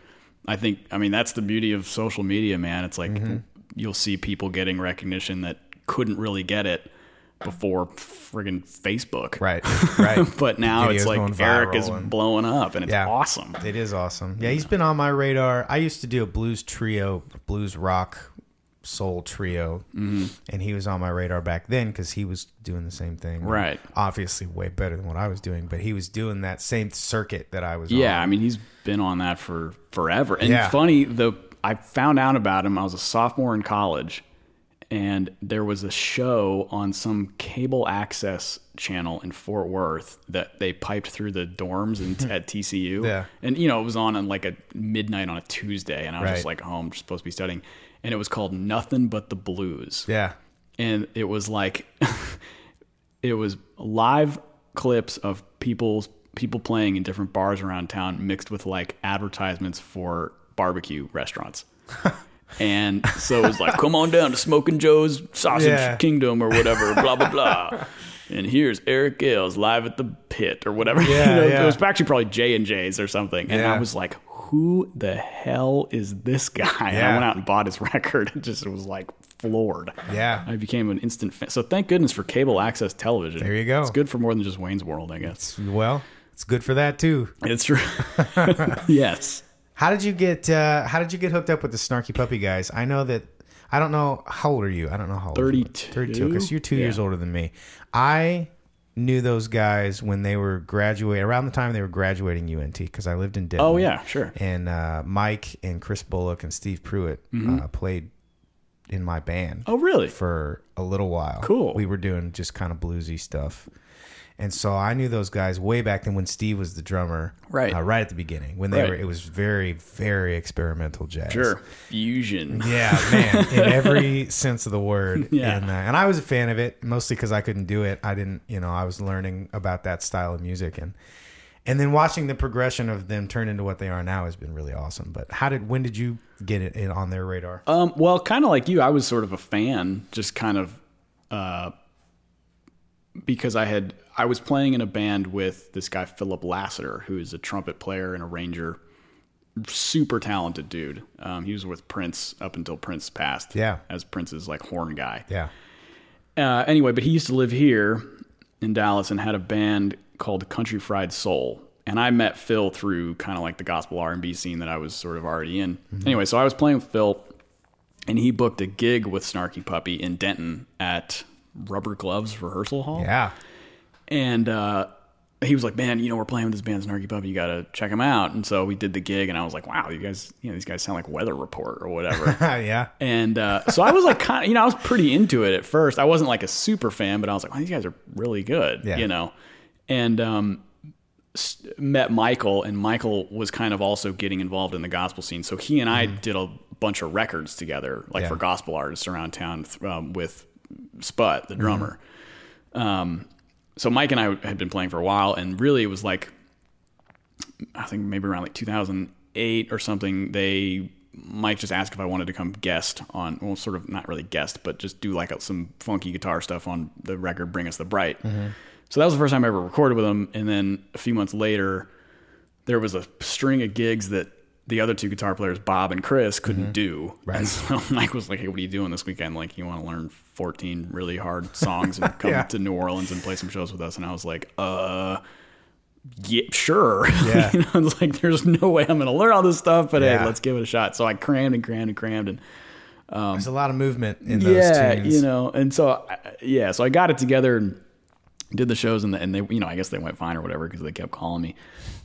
I think, I mean, that's the beauty of social media, man. It's like
Mm-hmm.
you'll see people getting recognition that couldn't really get it before friggin' Facebook.
Right, right.
But now
Videos
it's
going
like Eric is
viral and-
blowing up and it's
Yeah.
awesome.
It is awesome. Yeah, he's been on my radar. I used to do a blues trio, blues rock, soul trio,
Mm-hmm.
and he was on my radar back then because he was doing the same thing.
Right.
Obviously, way better than what I was doing, but he was doing that same circuit that I was on.
Yeah, I mean he's been on that for forever. And
Yeah.
funny, the I found out about him. I was a sophomore in college, and there was a show on some cable access channel in Fort Worth that they piped through the dorms in, at TCU.
Yeah.
and you know it was on on like a midnight on a Tuesday, and I was just
Right.
like, oh, I'm supposed to be studying, and it was called Nothing But the Blues
Yeah.
and it was like it was live clips of people's people playing in different bars around town mixed with like advertisements for barbecue restaurants and so it was like come on down to smoking joe's sausage
Yeah.
kingdom or whatever blah blah blah and here's eric gales live at the pit or whatever You
Yeah,
know,
yeah.
it was actually probably j&j's or something and
Yeah.
i was like who the hell is this guy and
Yeah.
i went out and bought his record and just was like floored
Yeah.
I became an instant fan. So thank goodness for cable access television.
There you go.
It's good for more than just Wayne's World, I guess.
Well, it's good for that too.
It's true. yes.
How did you get? Uh, how did you get hooked up with the Snarky Puppy guys? I know that. I don't know how old are you. I don't know how old.
Thirty-two.
Thirty-two. Because you're two
Yeah.
years older than me. I knew those guys when they were graduate around the time they were graduating UNT because I lived in Denver.
Oh yeah, sure.
And uh, Mike and Chris Bullock and Steve Pruitt
Mm-hmm.
uh, played in my band
Oh really?
for a little while.
Cool.
We were doing just kind of bluesy stuff. And so I knew those guys way back then when Steve was the drummer.
Right.
Uh, right at the beginning. When they
Right.
were it was very, very experimental jazz.
Sure. Fusion.
Yeah, man, in every sense of the word.
Yeah.
And, uh, and I was a fan of it mostly because I couldn't do it. I didn't, you know, I was learning about that style of music and and then watching the progression of them turn into what they are now has been really awesome. But how did when did you get it in on their radar?
Um, well, kind of like you, I was sort of a fan, just kind of uh, because I had I was playing in a band with this guy Philip Lassiter, who is a trumpet player and arranger, super talented dude. Um, he was with Prince up until Prince passed.
Yeah.
as Prince's like horn guy.
Yeah.
uh, anyway, but he used to live here in Dallas and had a band called Country Fried Soul. And I met Phil through kind of like the gospel R and B scene that I was sort of already in. Anyway, so I was playing with Phil, and he booked a gig with Snarky Puppy in Denton at Rubber Gloves Rehearsal Hall.
Yeah.
And uh, he was like, "Man, you know, we're playing with this band Snarky Puppy. You gotta check them out." And so we did the gig, and I was like, "Wow, you guys, you know, these guys sound like Weather Report or whatever."
yeah.
And uh, so I was like, kind of, you know, I was pretty into it at first. I wasn't like a super fan, but I was like, wow, these guys are really good,
Yeah.
you know. And um, s- met Michael, and Michael was kind of also getting involved in the gospel scene. So he and I did a bunch of records together, like
Mm-hmm. Yeah.
for gospel artists around town th- um, with Sput,
Mm-hmm.
the drummer. Um, so Mike and I had been playing for a while, and really it was like I think maybe around like 2008 or something, they Mike just asked if I wanted to come guest on, well, sort of not really guest, but just do like some funky guitar stuff on the record "Bring Us the Bright." So that was the first time I ever recorded with him, and then a few months later, there was a string of gigs that the other two guitar players, Bob and Chris, couldn't
Mm-hmm.
do. Right. And so Mike was like, "Hey, what are you doing this weekend? Like, you want to learn 14 really hard songs and come
Yeah.
to New Orleans and play some shows with us?" And I was like, "Uh." yeah, sure.
Yeah.
you know, it's like there's no way I'm going to learn all this stuff, but
Yeah.
hey, let's give it a shot. So I crammed and crammed and crammed and
There's a lot of movement in those
yeah,
tunes.
you know, and so I- yeah, so I got it together and did the shows and, the, and they, you know, I guess they went fine or whatever because they kept calling me.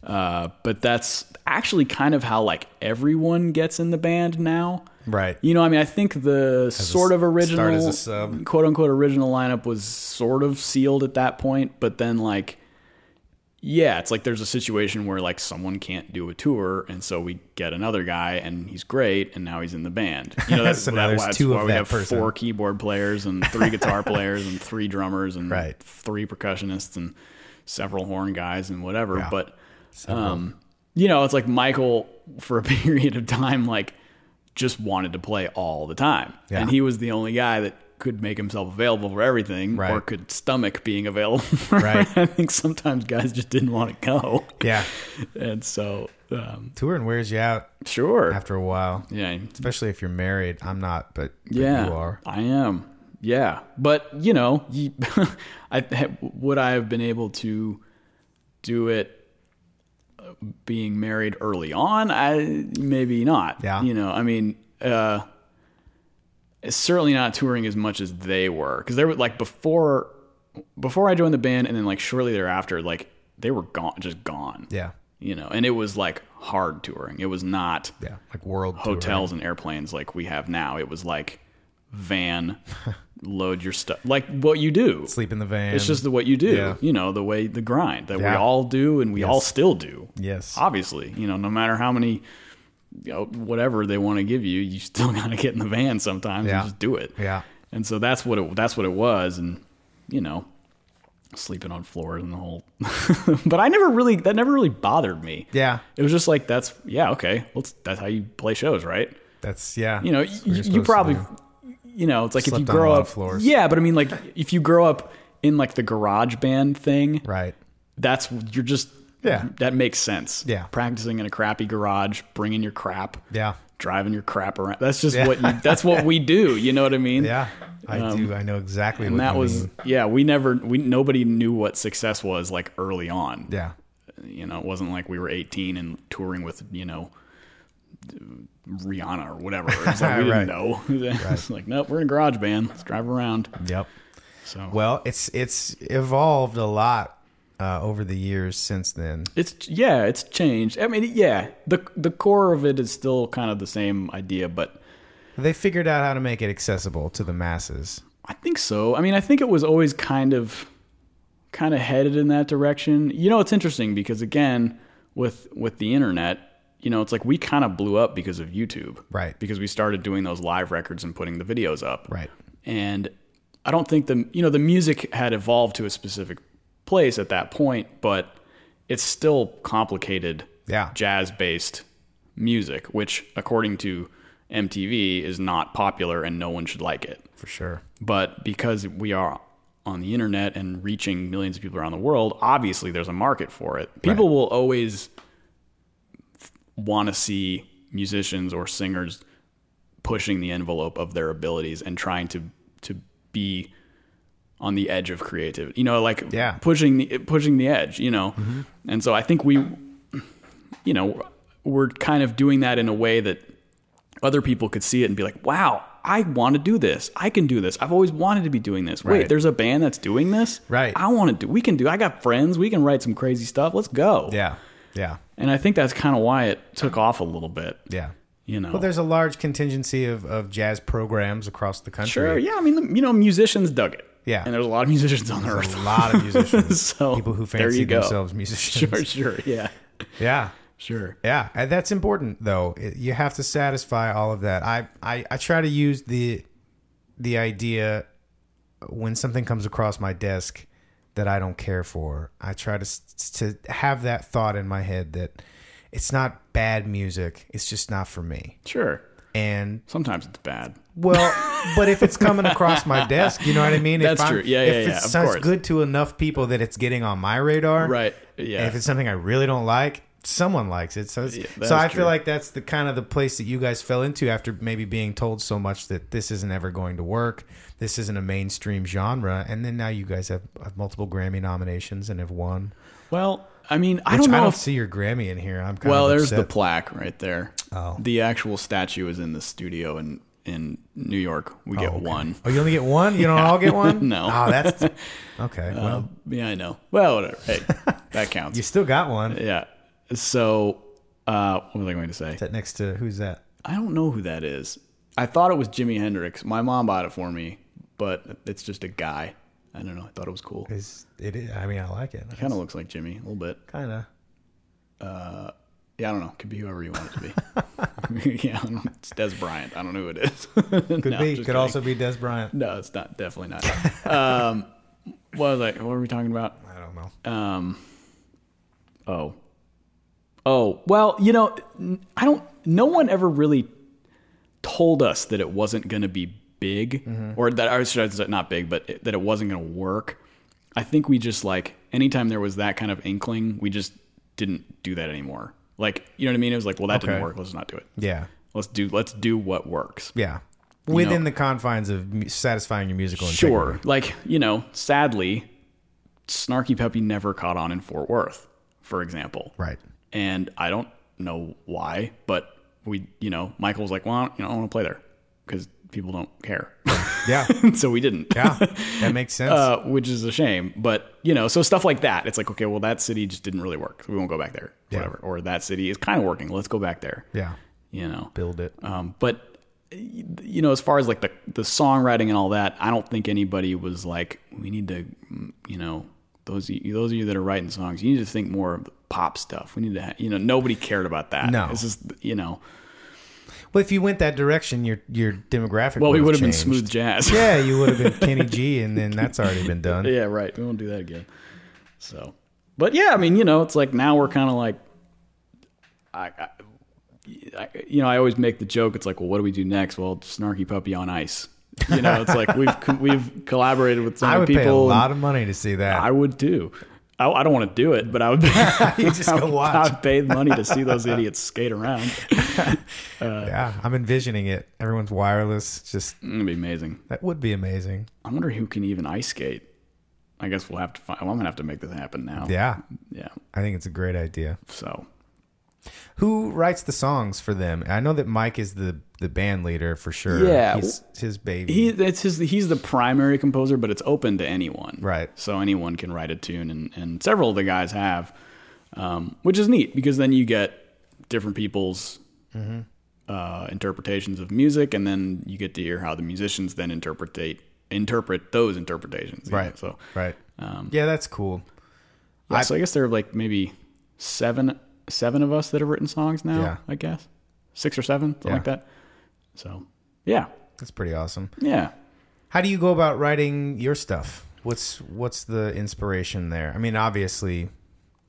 Uh, but that's actually kind of how like everyone gets in the band now.
Right.
You know, I mean, I think the sort of original,
start as a sub.
quote unquote, original lineup was sort of sealed at that point, but then like yeah, it's like there's a situation where like someone can't do a tour, and so we get another guy, and he's great, and now he's in the band. You know, that's,
So
that-
now there's
that's
two
why
of
we
that
have
person.
four keyboard players and three guitar players and three drummers and
Right.
three percussionists and several horn guys and whatever.
Yeah.
But um, you know, it's like Michael for a period of time, like just wanted to play all the time,
Yeah.
and he was the only guy that could make himself available for everything
Right.
or could stomach being available. for
Right.
I think sometimes guys just didn't want to go,
Yeah.
and so um,
Touring wears you out
sure,
after a while,
yeah,
especially if you're married. I'm not, but, but
yeah,
you are.
I am, yeah. But you know, you, I would I have been able to do it uh, being married early on? I maybe not.
Yeah.
you know, I mean. uh certainly not touring as much as they were because they were like before before I joined the band and then like shortly thereafter like they were gone just gone
Yeah.
you know and it was like hard touring it was not
Yeah. Like world touring.
hotels and airplanes like we have now it was like van load your stuff like what you do
Sleep in the van.
it's just the what you do
Yeah.
you know the way the grind that we
Yeah.
all do and we all still do
Yes.
obviously you know no matter how many you know, whatever they want to give you you still gotta get in the van sometimes
Yeah.
and just do it
Yeah.
and so that's what it that's what it was and you know sleeping on floors and the whole but i never really that never really bothered me
Yeah.
it was just like that's yeah okay. Well, it's- that's how you play shows, right?
That's, yeah.
You know,
you're
you, you
supposed to
probably,
do.
you know, it's like if you
Slept on a
grow
lot
up,
of floors.
yeah. But I mean, like if you grow up in like the garage band thing,
Right.
that's you're just
Yeah.
That makes sense.
Yeah.
practicing in a crappy garage, bringing your crap,
Yeah.
driving your crap around. That's just
Yeah.
what you, that's what we do. You know what I mean?
Yeah. I do. I know exactly what
Um, And that
you
was
mean.
yeah. We never we nobody knew what success was like early on.
Yeah.
you know, it wasn't like we were 18 and touring with, you know, Rihanna or whatever. It was like we
Right.
didn't know. it's like, nope, we're in a garage band. Let's drive around.
Yep.
So
Well, it's it's evolved a lot uh, over the years since then.
it's, yeah, it's changed. I mean, yeah, the, the core of it is still kind of the same idea, but
They figured out how to make it accessible to the masses.
I think so. I mean, I think it was always kind of, kind of headed in that direction. You know, it's interesting because again, with, with the internet, you know, it's like we kind of blew up because of YouTube.
Right.
Because we started doing those live records and putting the videos up.
Right.
and I don't think the you know the music had evolved to a specific place at that point, but it's still complicated
Yeah.
jazz based music, which according to MTV is not popular and no one should like it.
For sure.
But because we are on the internet and reaching millions of people around the world, obviously there's a market for it. People will always want to see musicians or singers pushing the envelope of their abilities and trying to to be on the edge of creativity. You know, like
Yeah.
pushing the pushing the edge, you know. And so I think we you know, we're kind of doing that in a way that other people could see it and be like, "Wow, I want to do this. I can do this. I've always wanted to be doing this. Wait,
Right.
there's a band that's doing this?
Right.
I want to do. We can do. I got friends. We can write some crazy stuff. Let's go."
Yeah. Yeah.
And I think that's kind of why it took off a little bit,
Yeah.
you know.
Well, there's a large contingency of, of jazz programs across the country.
Sure. Yeah. I mean, the- you know, musicians dug it.
Yeah.
And there's a lot of musicians on
There's
earth.
a lot of musicians,
so
people who
there
fancy
you go.
themselves musicians.
Sure. Sure. Yeah.
Yeah.
Sure.
Yeah, and that's important though. It- You have to satisfy all of that. I, I I try to use the the idea when something comes across my desk that I don't care for. I try to s- to have that thought in my head that it's not bad music. It's just not for me.
Sure.
And
Sometimes it's bad.
well, but if it's coming across my desk, you know what I mean.
That's
if I'm-
true. Yeah,
if
yeah,
it
yeah, of
sounds
course.
good to enough people that it's getting on my radar,
Right.
and
Yeah.
if it's something I really don't like, someone likes it. So, it's,
that
so
is
I
true.
feel like that's the kind of the place that you guys fell into after maybe being told so much that this isn't ever going to work. This isn't a mainstream genre, and then now you guys have, have multiple Grammy nominations and have won.
well, I mean, I
Which
don't know. if,
see your Grammy in here. I'm kind
well,
of
there's the
upset.
plaque right there.
Oh.
The actual statue is in the studio in in New York. We get
okay.
one.
Oh, you only get one. You don't all get one.
No. Uh,
Oh, that's okay. Well,
Yeah, I know. Well, whatever. Hey, that counts.
you still got one.
Yeah. So, uh, what was I going to say?
That next to who's that?
I don't know who that is. I thought it was Jimi Hendrix. My mom bought it for me, but it's just a guy. I don't know. I thought it was cool. It
Is it? Is, I mean, I like it.
kind of looks like Jimmy a little bit.
Kind of.
Yeah, I don't know. Could be whoever you want it to be. yeah, I don't know. it's Des Bryant. I don't know who it is.
Could be. Could also be Des Bryant.
No, it's not. Definitely not. um, what was I? What were we talking about?
I don't know.
Um. Oh. Oh well, you know, n- I don't. No one ever really told us that it wasn't going to be big, or that I should say not big, but it- that it wasn't going to work. I think we just like anytime there was that kind of inkling, we just didn't do that anymore. Like you know what I mean? It was like, well, that
Okay.
didn't work. Let's not do it.
Yeah.
Let's do let's do what works.
Yeah. Within the confines of mu- satisfying your musical
Sure.
integrity.
Like, you know, sadly, Snarky Puppy never caught on in Fort Worth, for example.
Right.
And I don't know why, but we, you know, Michael was like, well, I don't, you know, I don't want to play there because people don't care.
Yeah.
so we didn't.
Yeah. that makes sense.
Uh, which is a shame, but you know, so stuff like that. It's like, okay, well, that city just didn't really work, so we won't go back there, whatever. Or that city is kind of working, let's go back there.
yeah.
You know,
Build it.
um, but you know, as far as like the the songwriting and all that, I don't think anybody was like, we need to, mm, you know, those of you, those of you that are writing songs, you need to think more of the pop stuff. We need to, ha-, you know, nobody cared about that.
No.
this is you know,
Well, if you went that direction, your your demographic.
well, we would have been
changed.
smooth jazz.
Yeah, you would have been Kenny G, and then that's already been done.
yeah, right. We won't do that again. So, but yeah, I mean, you know, it's like now we're kind of like, I, I, I, you know, I always make the joke. It's like, well, what do we do next? Well, Snarky Puppy on Ice. You know, it's like we've co- we've collaborated with some
I would
people.
pay a
and
lot of money to see that.
I would too. I, I don't want to do it, but I would.
you just go
I
watch.
would pay money to see those idiots skate around.
yeah, I'm envisioning it. Everyone's wireless. Just
It'd be amazing.
that would be amazing.
I wonder who can even ice skate. I guess we'll have to find. Well, I'm gonna have to make this happen now.
Yeah,
Yeah.
I think it's a great idea.
So
Who writes the songs for them? I know that Mike is the the band leader for sure.
Yeah.
he's his baby.
He it's his he's the primary composer, but it's open to anyone.
Right.
So anyone can write a tune, and and several of the guys have, um, which is neat because then you get different people's.
Mm-hmm.
Uh, interpretations of music, and then you get to hear how the musicians then interpretate interpret those interpretations. you know,
right.
So,
right.
Um,
yeah, that's cool.
yeah, so I guess there are like maybe seven seven of us that have written songs now.
Yeah.
I guess six or seven, something
Yeah.
like that. So, yeah,
That's pretty awesome.
yeah.
How do you go about writing your stuff? What's what's the inspiration there? I mean, obviously,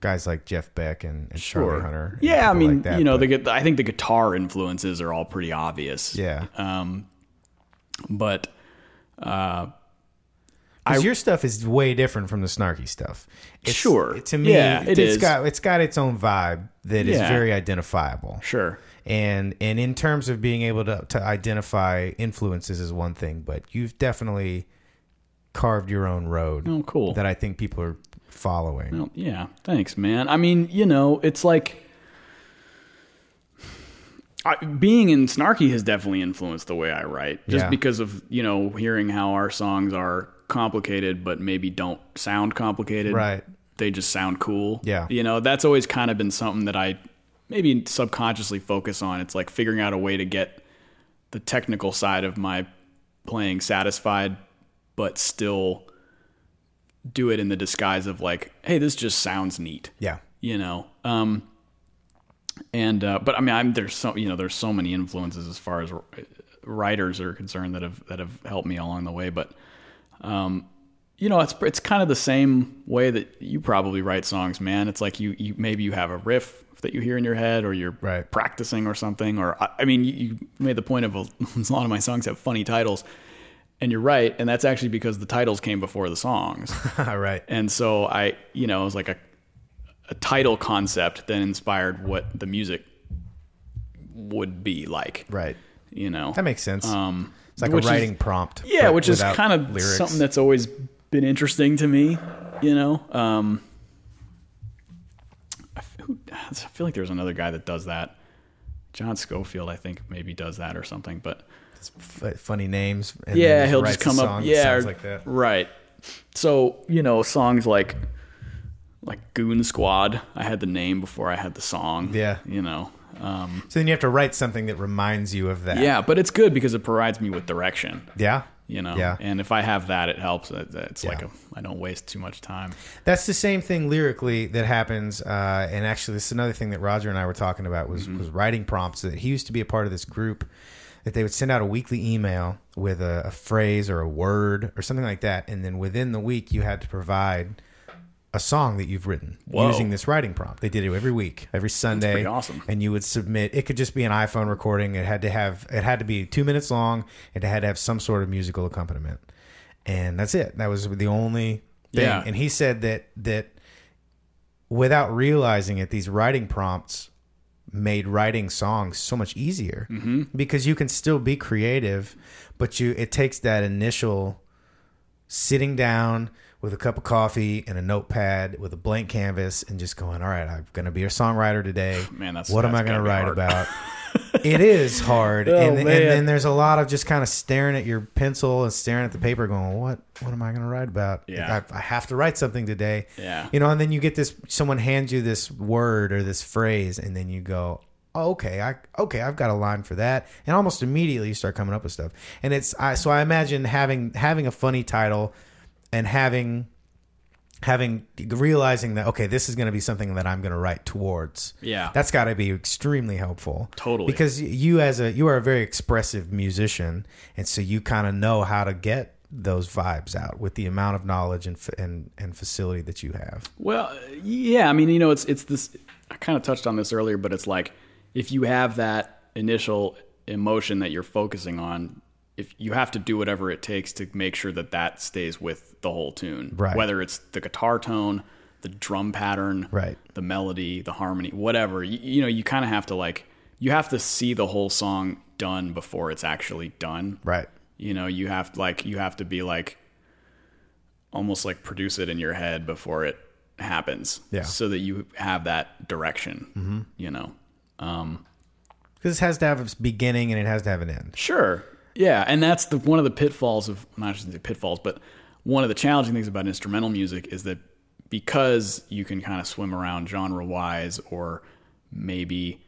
guys like Jeff Beck and, and Charlie Hunter. and
Yeah,
people
I mean,
like that,
you know,
but-
the gu- I think the guitar influences are all pretty obvious.
yeah,
Um, but
because your stuff is way different from the snarky stuff. It's,
Sure.
to me,
Yeah, it
it's
is.
got it's got its own vibe that is
Yeah.
very identifiable.
sure,
and and in terms of being able to, to identify influences is one thing but you've definitely carved your own road
oh, cool.
that i think people are following
Well, yeah, thanks, man. I mean, you know, it's like I, being in Snarky has definitely influenced the way I write, just
Yeah.
because of you know hearing how our songs are complicated, but maybe don't sound complicated.
Right.
They just sound cool.
Yeah.
You know, that's always kind of been something that I maybe subconsciously focus on. It's like figuring out a way to get the technical side of my playing satisfied, but still do it in the disguise of like, hey, this just sounds neat,
yeah
you know. Um, and uh, but I mean, I'm there's so you know there's so many influences as far as r- writers are concerned that have that have helped me along the way, but um, you know, it's it's kind of the same way that you probably write songs, man. It's like you, you maybe you have a riff that you hear in your head, or you're
Right.
practicing or something. Or I, I mean, you, you made the point of a, a lot of my songs have funny titles, and you're right, and that's actually because the titles came before the songs.
all right
And so I, you know, it was like a, a title concept that inspired what the music would be like.
right
You know,
that makes sense
um,
it's like a
which is-
writing prompt
yeah,
but
which is
without
kind of
lyrics
something that's always been interesting to me. You know, um, I f- who- I feel like there's another guy that does that. John Schofield, I think, maybe does that or something. But
It's f- funny names and
yeah,
then
he'll
writes
just
a
come up.
song that
Yeah,
sounds
or-
like that
Right. So you know, songs like like Goon Squad. I had the name before I had the song.
Yeah.
You know. Um,
so then you have to write something that reminds you of that
yeah, but it's good because it provides me with direction.
yeah
you know.
Yeah.
And if I have that, it helps. It- It's like
Yeah.
a, I don't waste too much time.
That's the same thing lyrically that happens, uh, and actually, this is another thing that Roger and I were talking about was
Mm-hmm.
was writing prompts. That he used to be a part of this group that they would send out a weekly email with a, a phrase or a word or something like that, and then within the week you had to provide a song that you've written
Whoa.
using this writing prompt. They did it every week, every Sunday.
pretty awesome.
And you would submit. It could just be an iPhone recording. It had to have. It had to be two minutes long. It had to have some sort of musical accompaniment, and that's it. That was the only thing.
Yeah.
And he said that that without realizing it, these writing prompts made writing songs so much easier because you can still be creative, but you it takes that initial sitting down with a cup of coffee and a notepad with a blank canvas and just going, all right, I'm going to be a songwriter today.
Man, that's-
what am
that's
I going to
gotta be
write
hard. Oh,
about? it is hard, and, and
man.
then there's a lot of just kind of staring at your pencil and staring at the paper, going, what What am I going to write about?
Yeah.
I, I have to write something today.
Yeah.
you know, and then you get this. Someone hands you this word or this phrase, and then you go. "Oh, Okay, I okay, I've got a line for that, and almost immediately you start coming up with stuff. And it's I so I imagine having having a funny title, and having having realizing that okay this is going to be something that i'm going to write towards
Yeah.
that's got to be extremely helpful
Totally.
because you as a you are a very expressive musician and so you kind of know how to get those vibes out with the amount of knowledge and fa- and, and facility that you have
Well, yeah, I mean, you know, it's it's this. I kind of touched on this earlier, but it's like if you have that initial emotion that you're focusing on, if you have to do whatever it takes to make sure that that stays with the whole tune,
Right.
Whether it's the guitar tone, the drum pattern,
Right.
the melody, the harmony, whatever. You, you know, you kind of have to like you have to see the whole song done before it's actually done,
right
you know you have like you have to be like almost like produce it in your head before it happens
Yeah.
so that you have that direction mm-hmm. you know
because it has to have a beginning and it has to have an end
Sure. Yeah, and that's the one of the pitfalls of not just the pitfalls, but one of the challenging things about instrumental music is that because you can kind of swim around genre wise or maybe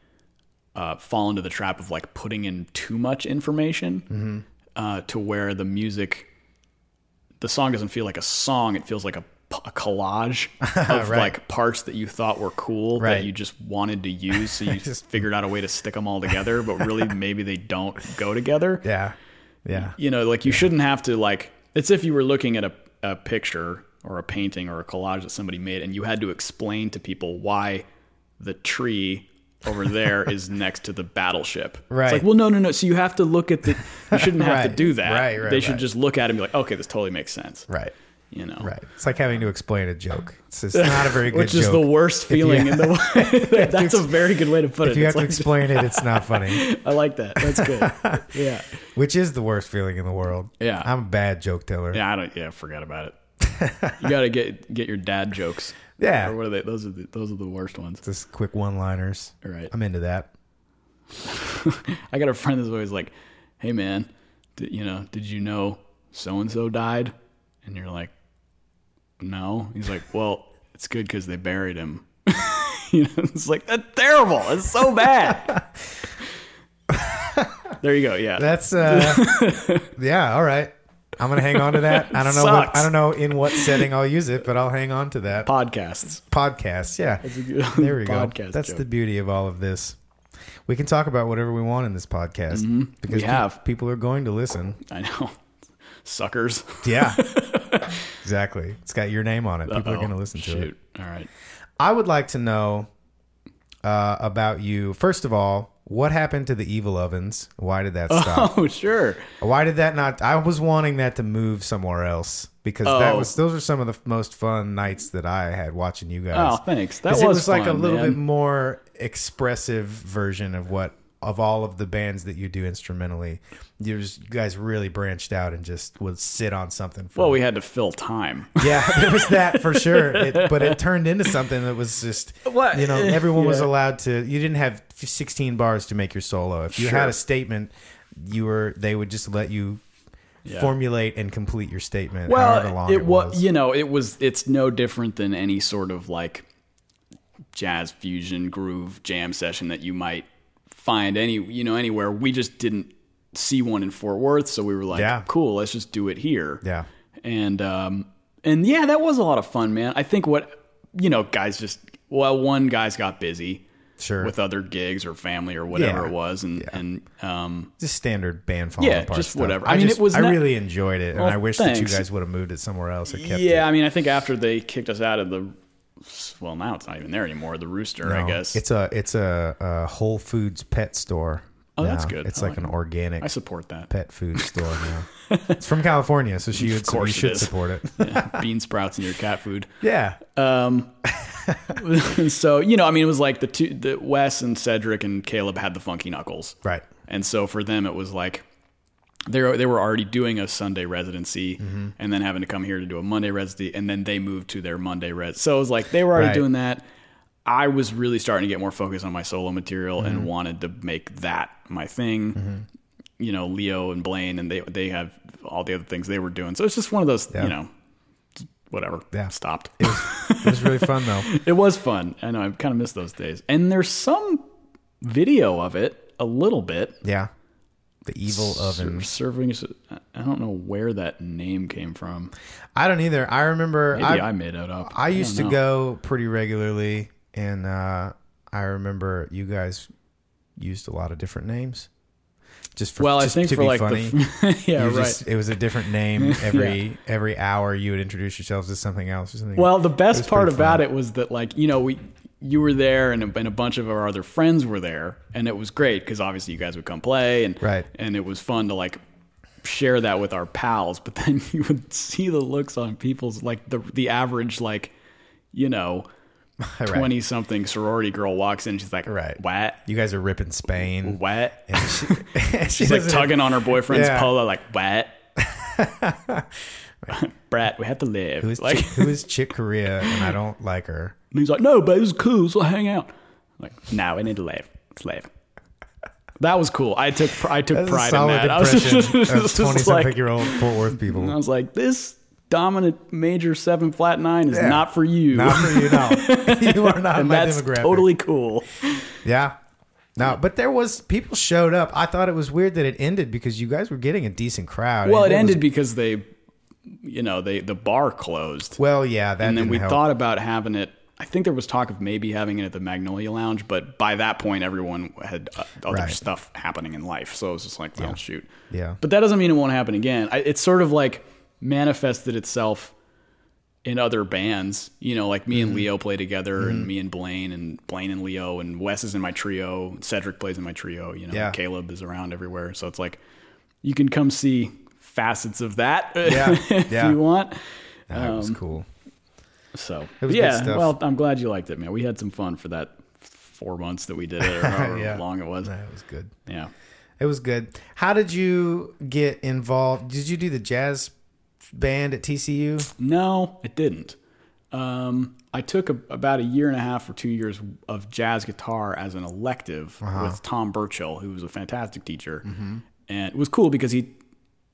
uh, fall into the trap of like putting in too much information
Mm-hmm.
uh, to where the music, the song doesn't feel like a song. It feels like a, p- a collage of
Right.
like parts that you thought were cool
Right.
that you just wanted to use. So you figured out a way to stick them all together, but really maybe they don't go together.
yeah yeah
You know, like you shouldn't have to like. It's if you were looking at a, a picture or a painting or a collage that somebody made, and you had to explain to people why the tree over there is next to the battleship.
Right.
It's like, well, no, no, no. So you have to look at the. You shouldn't have to
Right.
do that.
Right, right,
They should
right.
just look at it and be like, okay, this totally makes sense.
right
You know.
right it's like having to explain a joke it's, just not a very good
Which
joke
is the worst feeling in the world. That's a very good way to put it.
if you
It's
have to
like-
explain it it's not funny
I like that. That's good. yeah.
Which is the worst feeling in the world.
Yeah.
I'm a bad joke teller.
Yeah, I don't. Yeah, forget about it. you gotta get get your dad jokes.
Yeah.
or what are they? Those are the, those are the worst ones.
Just quick one liners.
Right.
I'm into that.
I got a friend that's always like, "Hey man, d- you know, did you know so and so died?" And you're like, "No." He's like, "Well, it's good because they buried him." you know, it's like that's terrible. It's so bad. there you go. Yeah,
That's uh Yeah, all right. I'm gonna hang on to that. I don't know what,
Sucks.
I don't know in what setting I'll use it, but I'll hang on to that.
podcasts.
Podcasts, yeah. There
there
we go.
Podcast
That's
joke.
the beauty of all of this. We can talk about whatever we want in this podcast because
We
pe-
have.
people are going to listen.
I know, suckers.
Yeah, exactly. It's got your name on it. People are
Uh-oh.
going to listen to it.
Oh, Shoot. All right.
I would like to know uh, about you. First of all, what happened to the evil ovens? Why did that stop?
Oh, sure.
Why did that not? I was wanting that to move somewhere else because that
Oh.
was those are some of the most fun nights that I had watching you
Oh,
guys.
thanks. That
'Cause
was,
it was like a
fun,
little
man.
bit more expressive version of what of all of the bands that you do instrumentally. You, just, you guys really branched out and just would sit on something. For
Well, we had to fill time.
yeah, there was that for sure. It, but it turned into something that was just,
What?
you know, everyone was
Yeah.
allowed to. You didn't have 16 bars to make your solo. If you had
Sure.
a statement, you were they would just let you
Yeah.
formulate and complete your statement. however
Well,
long
it,
it,
wa-
was.
You know, it was. It's no different than any sort of like jazz fusion groove jam session that you might find any you know anywhere. We just didn't see one in Fort Worth, so we were like,
Yeah.
cool, let's just do it here.
Yeah.
And um and yeah, that was a lot of fun, man. I think what you know, guys just well, one guy's got busy
Sure.
with other gigs or family or whatever
Yeah.
it was and and um
just standard band falling
Yeah,
apart
just
stuff.
whatever.
I, mean, it was. I
not-
really enjoyed it, and
Well,
I wish that
thanks.
you guys would have moved it somewhere else or kept it.
yeah, I mean, I think after they kicked us out of the well, now it's not even there anymore, the Rooster, I
No,
guess.
it's a it's a, a Whole Foods pet store.
Oh, that's
now.
good.
It's
I
like
like
an organic
I support that.
pet food store now. it's from California, so she would, you
course it
should
is.
support it.
Yeah, bean sprouts in your cat food.
yeah,
Um, so you know, I mean, it was like the two, the Wes and Cedric and Caleb had the funky knuckles,
right.
and so for them it was like they were, they were already doing a Sunday residency,
Mm-hmm.
and then having to come here to do a Monday residency, and then they moved to their Monday res. So it was like they were already
Right.
doing that. I was really starting to get more focused on my solo material
Mm-hmm.
and wanted to make that my thing. You know, Leo and Blaine, and they they have all the other things they were doing. So it's just one of those, you know, whatever.
Yeah.
stopped.
It was really fun though.
It was fun. I know I kind of miss those days. And there's some video of it, a little bit.
Yeah, the evil oven.
Ser- Serving, I don't know where that name came from.
I don't either. I remember.
Maybe I, made it up.
I
don't
used to
know.
go pretty regularly, and uh, I remember you guys used a lot of different names. Just for
Well, I
just
think
to
for
be
like
funny,
the yeah
you
right.
just- it was a different name every every hour. You would introduce yourselves to something else or something.
Well, the best part
pretty
about it was that like you know we you were there and a, and a bunch of our other friends were there and it was great because obviously you guys would come play and
Right.
and it was fun to like share that with our pals but then you would see the looks on people's like the the average like you know
Right.
twenty something sorority girl walks in and she's like
Right.
what
you guys are ripping Spain.
what
And she- she
she's like
doesn't-
tugging on her boyfriend's
Yeah.
polo like what Brett we have to live
Who is,
like
Chick, who is Chick Korea? And I don't like her.
And he's like, no, but it was cool, so hang out. I'm like, no, we need to leave. Let's leave. That was cool. I took I took
That's a
pride in
solid
that. I was
impression
just,
of
just
twenty something
like,
year old Fort Worth people.
I was like, this dominant major seven flat nine is
Yeah.
not for you.
Not for you, no. you are not
and
my
that's
demographic.
totally cool.
yeah. No, but there was people showed up. I thought it was weird that it ended because you guys were getting a decent crowd.
Well, it
was-
ended because they, you know, they the bar closed,
well, yeah, that
and then
didn't
we
help.
thought about having it. I think there was talk of maybe having it at the Magnolia Lounge, but by that point, everyone had uh, other
Right.
stuff happening in life, so it was just like, well, shoot.
Yeah,
But that doesn't mean it won't happen again. I, it's sort of like manifested itself in other bands. You know, like me
Mm-hmm.
and Leo play together, and me and Blaine, and Blaine and Leo, and Wes is in my trio. and Cedric plays in my trio. You know,
Yeah.
Caleb is around everywhere. So it's like you can come see facets of that
Yeah.
if
Yeah.
you want.
that was
um,
cool.
So
was good
yeah,
stuff.
well, I'm glad you liked it, man. We had some fun for that four months that we did it, or however
Yeah.
long it was.
That was good.
Yeah.
It was good. How did you get involved? Did you do the jazz band at TCU?
No, it didn't. Um, I took a, about a year and a half or two years of jazz guitar as an elective
Uh-huh.
with Tom Burchill, who was a fantastic teacher,
Mm-hmm.
and it was cool because he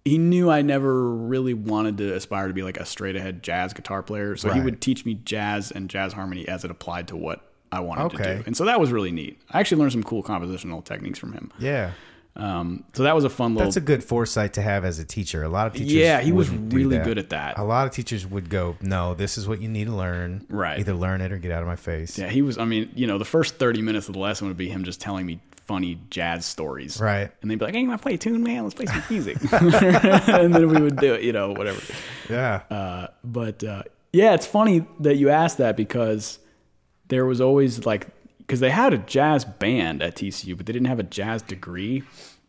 he knew I never really wanted to aspire to be like a straight ahead jazz guitar player, so he
Right.
would teach me jazz and jazz harmony as it applied to what I wanted to
Okay.
do, and so that was really neat. I actually learned some cool compositional techniques from him.
Yeah.
Um, so that was a fun little.
That's a good foresight to have as a teacher. A lot of teachers,
yeah, he was
wouldn't do
really
that.
good at that.
A lot of teachers would go, "No, this is what you need to learn.
Right.
Either learn it or get out of my face."
Yeah, he was. I mean, you know, the first thirty minutes of the lesson would be him just telling me funny jazz stories,
Right.
And they'd be like, "Hey, you want to play a tune, man? Let's play some music." and then we would do it, you know, whatever.
Yeah.
Uh, but uh, yeah, it's funny that you asked that because there was always like, because they had a jazz band at TCU, but they didn't have a jazz degree.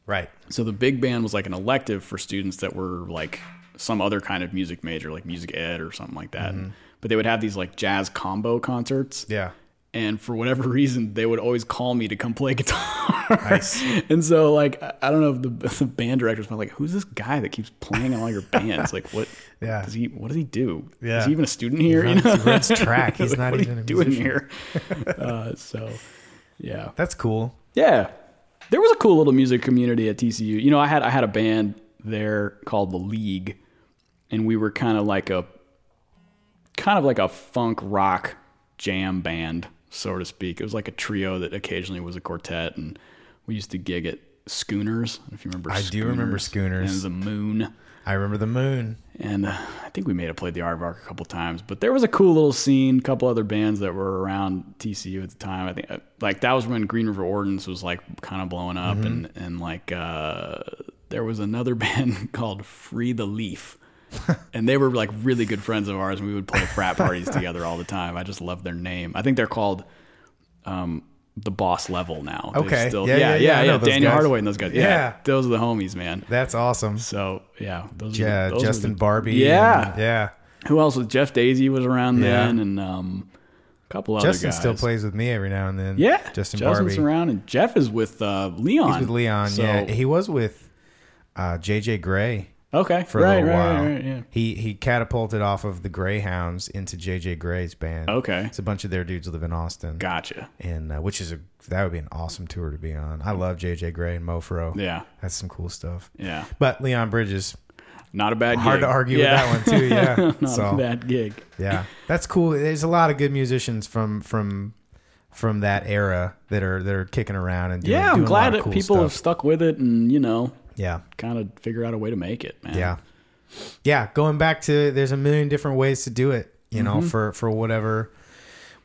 right.
So the big band was like an elective for students that were like some other kind of music major, like music ed or something like that. But they would have these like jazz combo concerts.
Mm-hmm. Yeah.
And for whatever reason, they would always call me to come play guitar.
Nice.
and so, like, I I don't know if the, the band directors were like, "Who's this guy that keeps playing in all your bands? Like, what?
Yeah.
Does he? What does he do?
Yeah.
Is he even a student here? You know?
He runs track. He's not
what
even
are
a
you doing
musician.
here? uh, so, yeah.
That's cool.
Yeah. There was a cool little music community at TCU. You know, I had I had a band there called The League and we were kind of like a kind of like a funk rock jam band, so to speak. It was like a trio that occasionally was a quartet and we used to gig at Schooners. I don't know If you remember,
I do remember Schooners.
and the Moon.
I remember the moon.
And uh, I think we may have played the Aardvark a couple times, but there was a cool little scene. A couple other bands that were around TCU at the time. I think uh, like that was when Green River Ordnance was like kind of blowing
Mm-hmm.
up, and and like uh, there was another band called Free the Leaf, and they were like really good friends of ours, and we would play frat parties together all the time. I just love their name. I think they're called. Um, the boss level now. They've
Okay.
Still,
Yeah,
yeah,
yeah,
yeah,
yeah. I
yeah.
know those
Daniel
guys.
Hardaway and those guys. Yeah,
Yeah.
Those are the homies, man.
That's awesome.
So yeah, those are the-
Yeah,
those are
Justin
the-
Barbie.
Yeah.
and- yeah.
Who else was Jeff Daisy was around
Yeah.
then, and um, a couple other
Justin
guys.
still plays with me every now and then.
Yeah,
Justin
Justin's
Barbie.
around, and Jeff is with uh, Leon.
He's with Leon.
So-
Yeah, he was with uh, JJ Gray
okay,
for
right,
a little
right,
while.
Right, right, yeah.
He he catapulted off of the Greyhounds into JJ Gray's band.
Okay.
it's a bunch of their dudes live in Austin,
Gotcha.
and uh, which is a that would be an awesome tour to be on. I love JJ Gray and Mofro.
Yeah,
that's some cool stuff.
yeah.
But Leon Bridges,
Not a bad.
hard
gig.
to argue
Yeah.
with that one too. Yeah,
Not a bad gig.
yeah that's cool there's a lot of good musicians from from from that era that are that are kicking around and doing,
Yeah, I'm
doing a lot
glad
of
that
cool
people have
stuff.
stuck with it, and you know,
yeah
kind of figure out a way to make it, man.
yeah yeah going back to there's a million different ways to do it you
Mm-hmm.
know for for whatever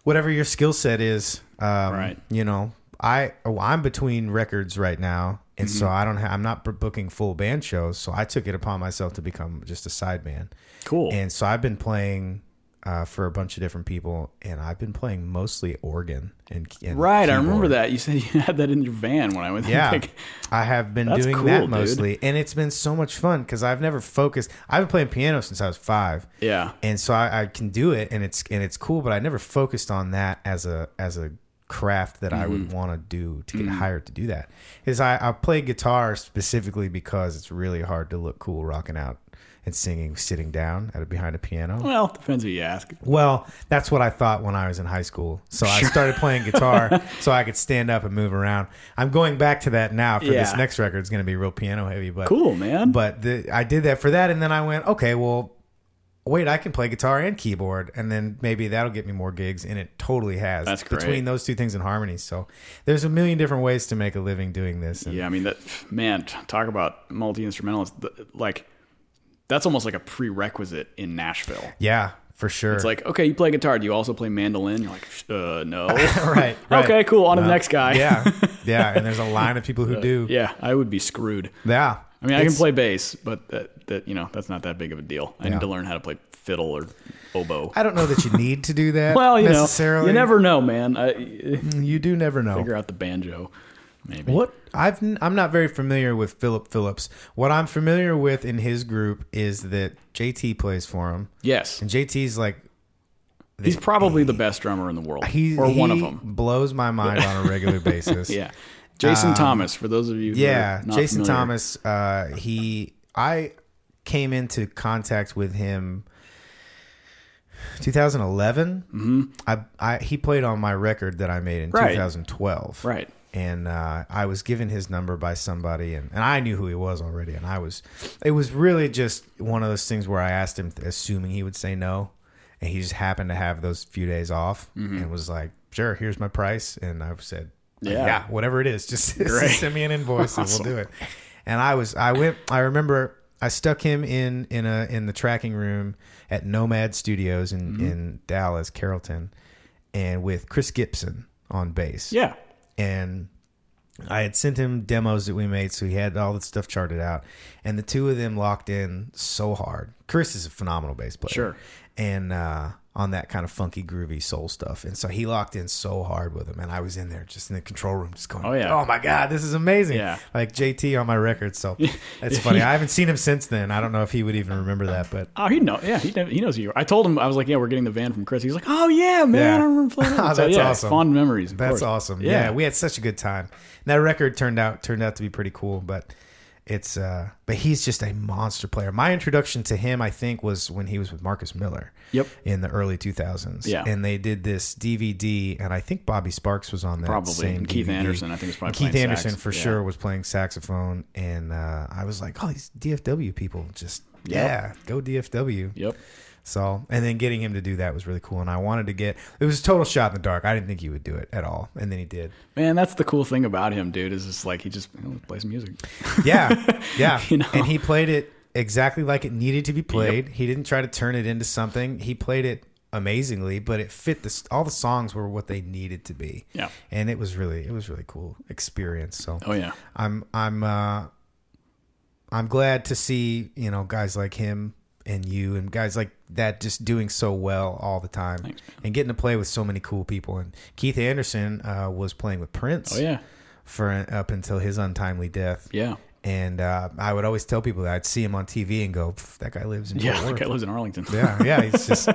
whatever your skill set is um
Right.
you know i oh, i'm between records right now and
Mm-hmm.
so i don't have i'm not booking full band shows so i took it upon myself to become just a side man
Cool.
and so I've been playing uh, for a bunch of different people, and I've been playing mostly organ and, and
right. I remember
keyboard.
that you said you had that in your van when I went.
Yeah,
Like,
I have been
That's
doing
cool,
that
dude.
mostly, and it's been so much fun because I've never focused. I've been playing piano since I was five,
yeah.
and so I, I can do it, and it's and it's cool. But I never focused on that as a as a craft that I
Mm-hmm.
would want to do to get hired to do that. Is I, I play guitar specifically because it's really hard to look cool rocking out and singing sitting down at a, behind a piano.
Well, depends who you ask.
Well, that's what I thought when I was in high school. So I started playing guitar so I could stand up and move around. I'm going back to that now for this
Yeah.
next record. It's going to be real piano heavy, but
Cool, man.
But the, I did that for that, and then I went, okay, well, wait, I can play guitar and keyboard, and then maybe that'll get me more gigs. And it totally has.
That's great.
between those two things in harmony. So there's a million different ways to make a living doing this. And
Yeah, I mean that man, t- talk about multi instrumentalist like that's almost like a prerequisite in Nashville.
yeah, for sure.
It's like, okay, you play guitar, do you also play mandolin? You're like, uh no.
right, right.
Okay, cool, on to the next guy.
yeah, yeah. And there's a line of people who do.
Yeah, I would be screwed.
Yeah.
I mean, I can
It's-
play bass, but that, that you know, that's not that big of a deal. I
Yeah.
need to learn how to play fiddle or oboe.
I don't know that you need to do that.
well, you know,
necessarily. Mm,
you never know, man. I
You do never know.
figure out the banjo, maybe.
What I've n- I'm not very familiar with Philip Phillips. What I'm familiar with in his group is that JT plays for him,
Yes,
and JT's like
he's probably the best drummer in the world,
he
or one of
he
them.
blows my mind on a regular basis.
Yeah, Jason Thomas. For those of you, who are
Um, yeah.
not
Jason
familiar.
Thomas. Uh, he I came into contact with him 2011. Mm-hmm. I I he played on my record that I made in
Right.
2012.
Right.
and uh, I was given his number by somebody, and, and I knew who he was already, and I was, it was really just one of those things where I asked him, assuming he would say no, and he just happened to have those few days off, and was like, "Sure, here's my price," and I said, "Yeah,
Yeah.
whatever it is, just,
Great.
send me an invoice, and we'll do it." And I was, I went, I remember. I stuck him in in a in the tracking room at Nomad Studios in, in Dallas, Carrollton, and with Chris Gibson on bass
Yeah.
and I had sent him demos that we made, so he had all the stuff charted out. And the two of them locked in so hard. Chris is a phenomenal bass player,
Sure.
and uh, on that kind of funky, groovy soul stuff. And so he locked in so hard with him, and I was in there just in the control room, just going, "Oh
Oh, yeah.
my god, this is amazing!"
Yeah.
like JT on my record. So that's funny. I haven't seen him since then. I don't know if he would even remember that, but
Oh, he know. Yeah, he, kn- he knows who you. are. I told him I was like, yeah, we're getting the van from Chris. He's like, oh yeah, man,
Yeah.
I remember playing. that.
That's
yeah,
awesome.
Fond memories. of
That's
course.
awesome. Yeah. we had such a good time. And that record turned out turned out to be pretty cool, but it's uh but he's just a monster player. My introduction to him I think was when he was with Marcus Miller.
Yep.
In the early 2000s.
Yeah.
And they did this DVD and I think Bobby Sparks was on that
Probably.
same
And Keith
DVD.
Anderson, I think, was probably
And Keith
playing
Anderson
sax.
for
Yeah.
sure was playing saxophone and uh I was like, "Oh, these DFW people just Yeah, go DFW.
Yep.
So, and then getting him to do that was really cool. And I wanted to get it was a total shot in the dark. I didn't think he would do it at all, and then he did.
Man, that's the cool thing about him, dude. Is it's like he just you know, plays music.
Yeah, yeah.
You know?
And he played it exactly like it needed to be played. He didn't try to turn it into something. He played it amazingly, but it fit the all the songs were what they needed to be.
Yeah.
and it was really it was really cool experience. So
Oh yeah.
I'm I'm uh I'm glad to see, you know, guys like him and you and guys like that just doing so well all the time
Thanks,
and getting to play with so many cool people and Keith Anderson uh was playing with Prince
Oh yeah.
for uh, up until his untimely death.
Yeah.
And uh, I would always tell people that I'd see him on TV and go, "Pff, "That guy lives in
Yeah.
Fort
That
Worth."
guy lives in Arlington.
Yeah, yeah. He's just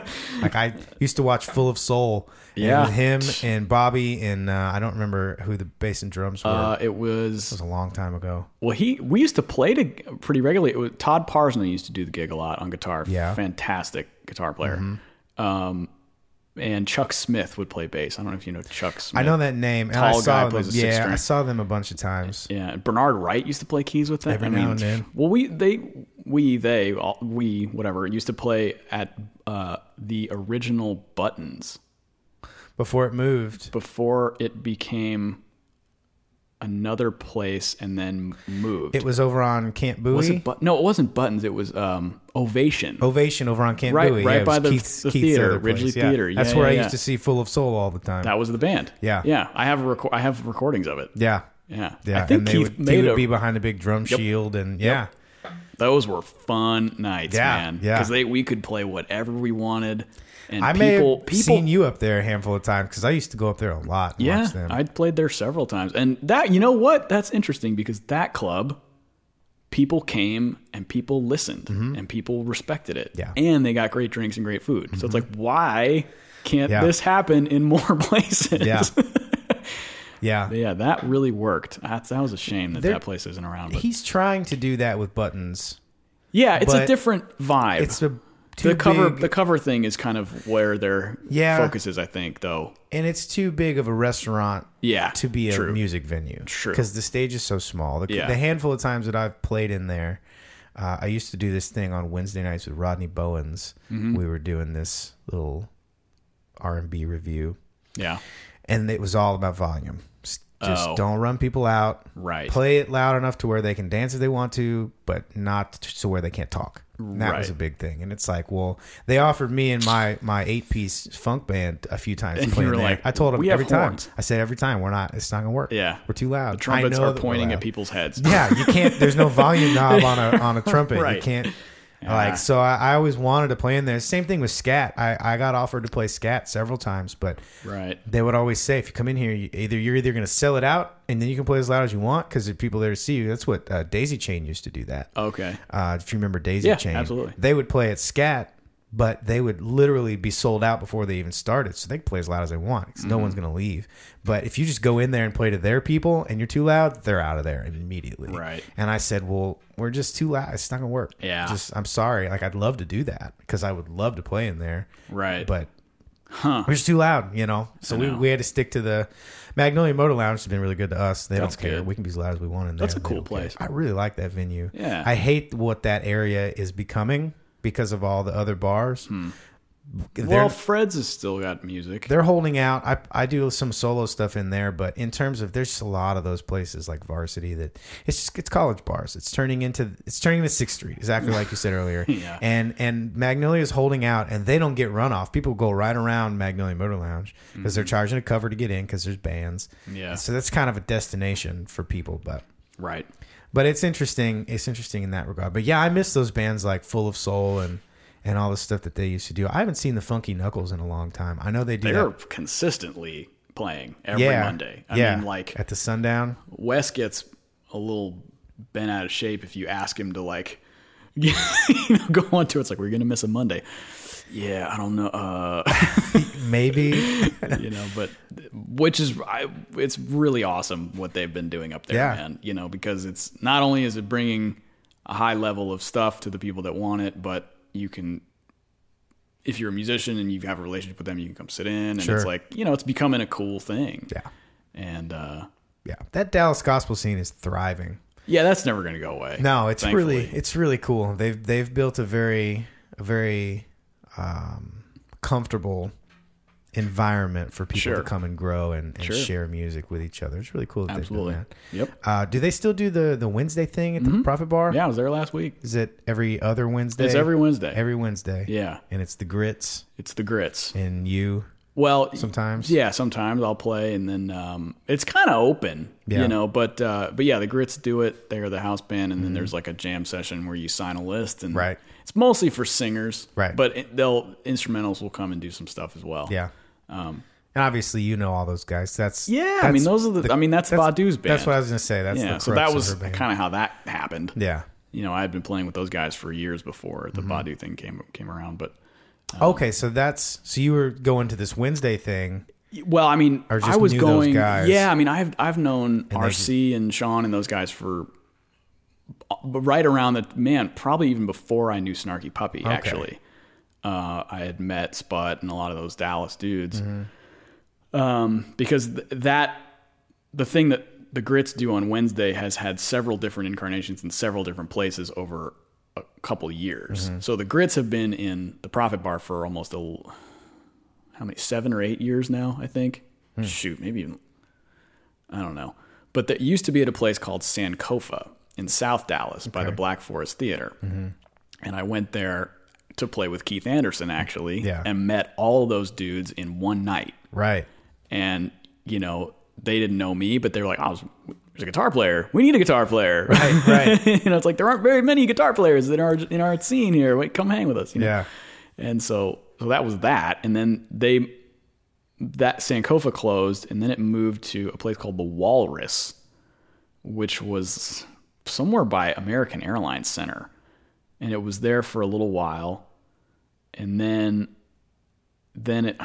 like I used to watch Full of Soul. and
Yeah.
him and Bobby and uh, I don't remember who the bass and drums were.
Uh, it
it was
was
a long time ago.
well. He we used to play to pretty regularly. It was, Todd Parsons used to do the gig a lot on guitar.
Yeah. Mm-hmm.
fantastic guitar player. Um, and Chuck Smith would play bass. I don't know if you know Chuck Smith.
I know that name. And I
Tall
saw
guy
them.
plays a
yeah,
six-string.
I saw them a bunch of times.
Yeah, and Bernard Wright used to play keys with them.
Every
I
now and then.
Well, we they we they all, we whatever used to play at uh, the original Buttons
Before it moved,
before it became another place and then moved.
it was over on Camp Bowie.
was it but no, it wasn't Buttons. It was um, Ovation.
Ovation over on Camp
Right-
Bowie.
right
it
by
was
the- the theater,
other place.
Ridgely
yeah.
Theater. Yeah,
That's where
yeah,
I
yeah.
used to see Full of Soul all the time.
That was the band.
Yeah.
yeah. I have reco- I have recordings of it.
yeah,
Yeah,
yeah.
I think
and they
Keith
would, he
made
would
a
be behind a big drum shield, and yeah,
those were fun nights,
Yeah,
man.
yeah.
Because they we could play whatever we wanted, and
I may
people
have
people
seen you up there a handful of times because I used to go up there a lot. And
yeah,
watch them.
I'd played there several times, and that you know what? That's interesting because that club, people came and people listened and people respected it,
Mm-hmm. Yeah. Mm-hmm.
and they got great drinks and great food. So it's like, why can't
Yeah.
this happen in more places?
yeah, yeah.
yeah, that really worked. That's, that was a shame that
There-
that place isn't around. But
He's trying to do that with buttons.
yeah, it's a
but
different vibe.
It's a too
the cover
big-
the cover thing is kind of where their
Yeah.
focus is, I think, though.
and it's too big of a restaurant
Yeah,
to be a
true.
music venue.
True.
Because the stage is so small. The,
Yeah.
the handful of times that I've played in there, uh, I used to do this thing on Wednesday nights with Rodney Bowens.
Mm-hmm.
We were doing this little R and B review,
Yeah,
and it was all about volume. S- Just
Oh.
don't run people out.
Right.
Play it loud enough to where they can dance if they want to, but not t- to where they can't talk. And That was
Right.
a big thing, and it's like, well, they offered me and my my eight piece funk band a few times.
And
to
you
play in
were
there.
like,
I told them
"We have
every time.
horns."
I said every time we're not. It's not gonna work.
Yeah.
we're too loud. I
trumpets
know
are
that we're
pointing at
loud."
people's heads.
Yeah, you can't. There's no volume knob on a on a trumpet. You
Right.
can't. Like so, I, I always wanted to play in there. Same thing with scat. I, I got offered to play scat several times, but
right.
they would always say, if you come in here, you either you're either going to sell it out, and then you can play as loud as you want because the people there to see you. That's what uh, Daisy Chain used to do. That
Okay.
uh, if you remember Daisy
Oh. Yeah,
Chain,
absolutely.
They would play at Scat, but they would literally be sold out before they even started. So they could play as loud as they want 'cause
Mm-hmm.
no one's going to leave. But if you just go in there and play to their people and you're too loud, they're out of there immediately.
Right.
And I said, well, we're just too loud. It's not going to work.
Yeah.
Just I'm sorry. Like I'd love to do that because I would love to play in there.
Right.
But
Huh.
we're just too loud, you know. So we,
know.
we had to stick to the Magnolia Motor Lounge. Has been really good to us. They
That's
don't care.
good.
We can be as loud as we want in there.
That's a
They
cool
don't care.
place.
I really like that venue.
Yeah.
I hate what that area is becoming because of all the other bars. They're,
Hmm. Well, Fred's has still got music.
they're holding out. I I do some solo stuff in there, but in terms of there's just a lot of those places like Varsity that it's just it's college bars. It's turning into it's turning into Sixth Street exactly like you said earlier.
Yeah.
And and Magnolia is holding out, and they don't get runoff. People go right around Magnolia Motor Lounge because they're charging a cover to get in because there's bands.
Mm-hmm. Yeah.
So that's kind of a destination for people, but.
Right.
But it's interesting. It's interesting in that regard. But yeah, I miss those bands like Full of Soul and and all the stuff that they used to do. I haven't seen the Funky Knuckles in a long time. I know they do. that
They're consistently playing every Monday. I mean, like
at the sundown.
Wes gets a little bent out of shape if you ask him to like you know, go on tour. It's like we're gonna miss a Monday. Yeah, I don't know. Uh,
Maybe
you know, but which is I, it's really awesome what they've been doing up there,
Yeah.
man. You know, because it's not only is it bringing a high level of stuff to the people that want it, but you can, if you're a musician and you have a relationship with them, you can come sit in, and
Sure.
it's like you know, it's becoming a cool thing.
Yeah.
and uh,
yeah. That Dallas gospel scene is thriving.
Yeah, that's never going to go away.
No, it's
thankfully.
really it's really cool. They've they've built a very a very um, comfortable environment for people to
Sure.
come and grow and, and
Sure.
share music with each other. It's really cool. That
Absolutely.
They've done
Yep.
that. Uh, do they still do the the Wednesday thing at the Profit Bar?
Yeah, I was there last week.
Is it every other Wednesday?
It's every Wednesday.
every Wednesday.
yeah,
And it's the grits
it's the grits.
and you
Well,
sometimes.
yeah, sometimes I'll play, and then um, it's kind of open,
Yeah.
you know. But uh, but yeah, the grits do it. They're the house band, and then there's like a jam session where you sign a list, and
Mm-hmm. Right.
It's mostly for singers,
Right.
But it, they'll instrumentals will come and do some stuff as well.
Yeah.
Um,
And obviously you know all those guys. That's
yeah. I
that's-
mean, those are the. I mean, that's, Badu's band.
That's what I was gonna say. That's
yeah.
the
So
crux
that
of
was
her band.
kind of how that happened.
Yeah. Mm-hmm.
You know, I had been playing with those guys for years before the Badu thing came came around, but Um,
Okay, so that's so you were going to this Wednesday thing.
Well, I mean,
Or just
I was
knew those
going.
guys.
Yeah, I mean, I've I've known RC and Sean and those guys for uh, right around the man, probably even before I knew Snarky Puppy. Actually, uh, I had met Spud and a lot of those Dallas dudes,
Mm-hmm.
um, because th- that the thing that the Grits do on Wednesday has had several different incarnations in several different places over a couple years. So the Grits have been in the Profit Bar for almost a l- how many seven or eight years now i think shoot maybe even i don't know but that used to be at a place called sankofa in south dallas by the black forest theater and i went there to play with keith anderson actually
Yeah.
and met all those dudes in one night
Right.
and you know they didn't know me but they were like oh there's a guitar player we need a guitar player right
right.
you know it's like there aren't very many guitar players in our in our scene here wait come hang with us you know?
Yeah.
And so, so that was that. And then they, that Sankofa closed, and then it moved to a place called the Walrus, which was somewhere by American Airlines Center. And it was there for a little while. And then, then it,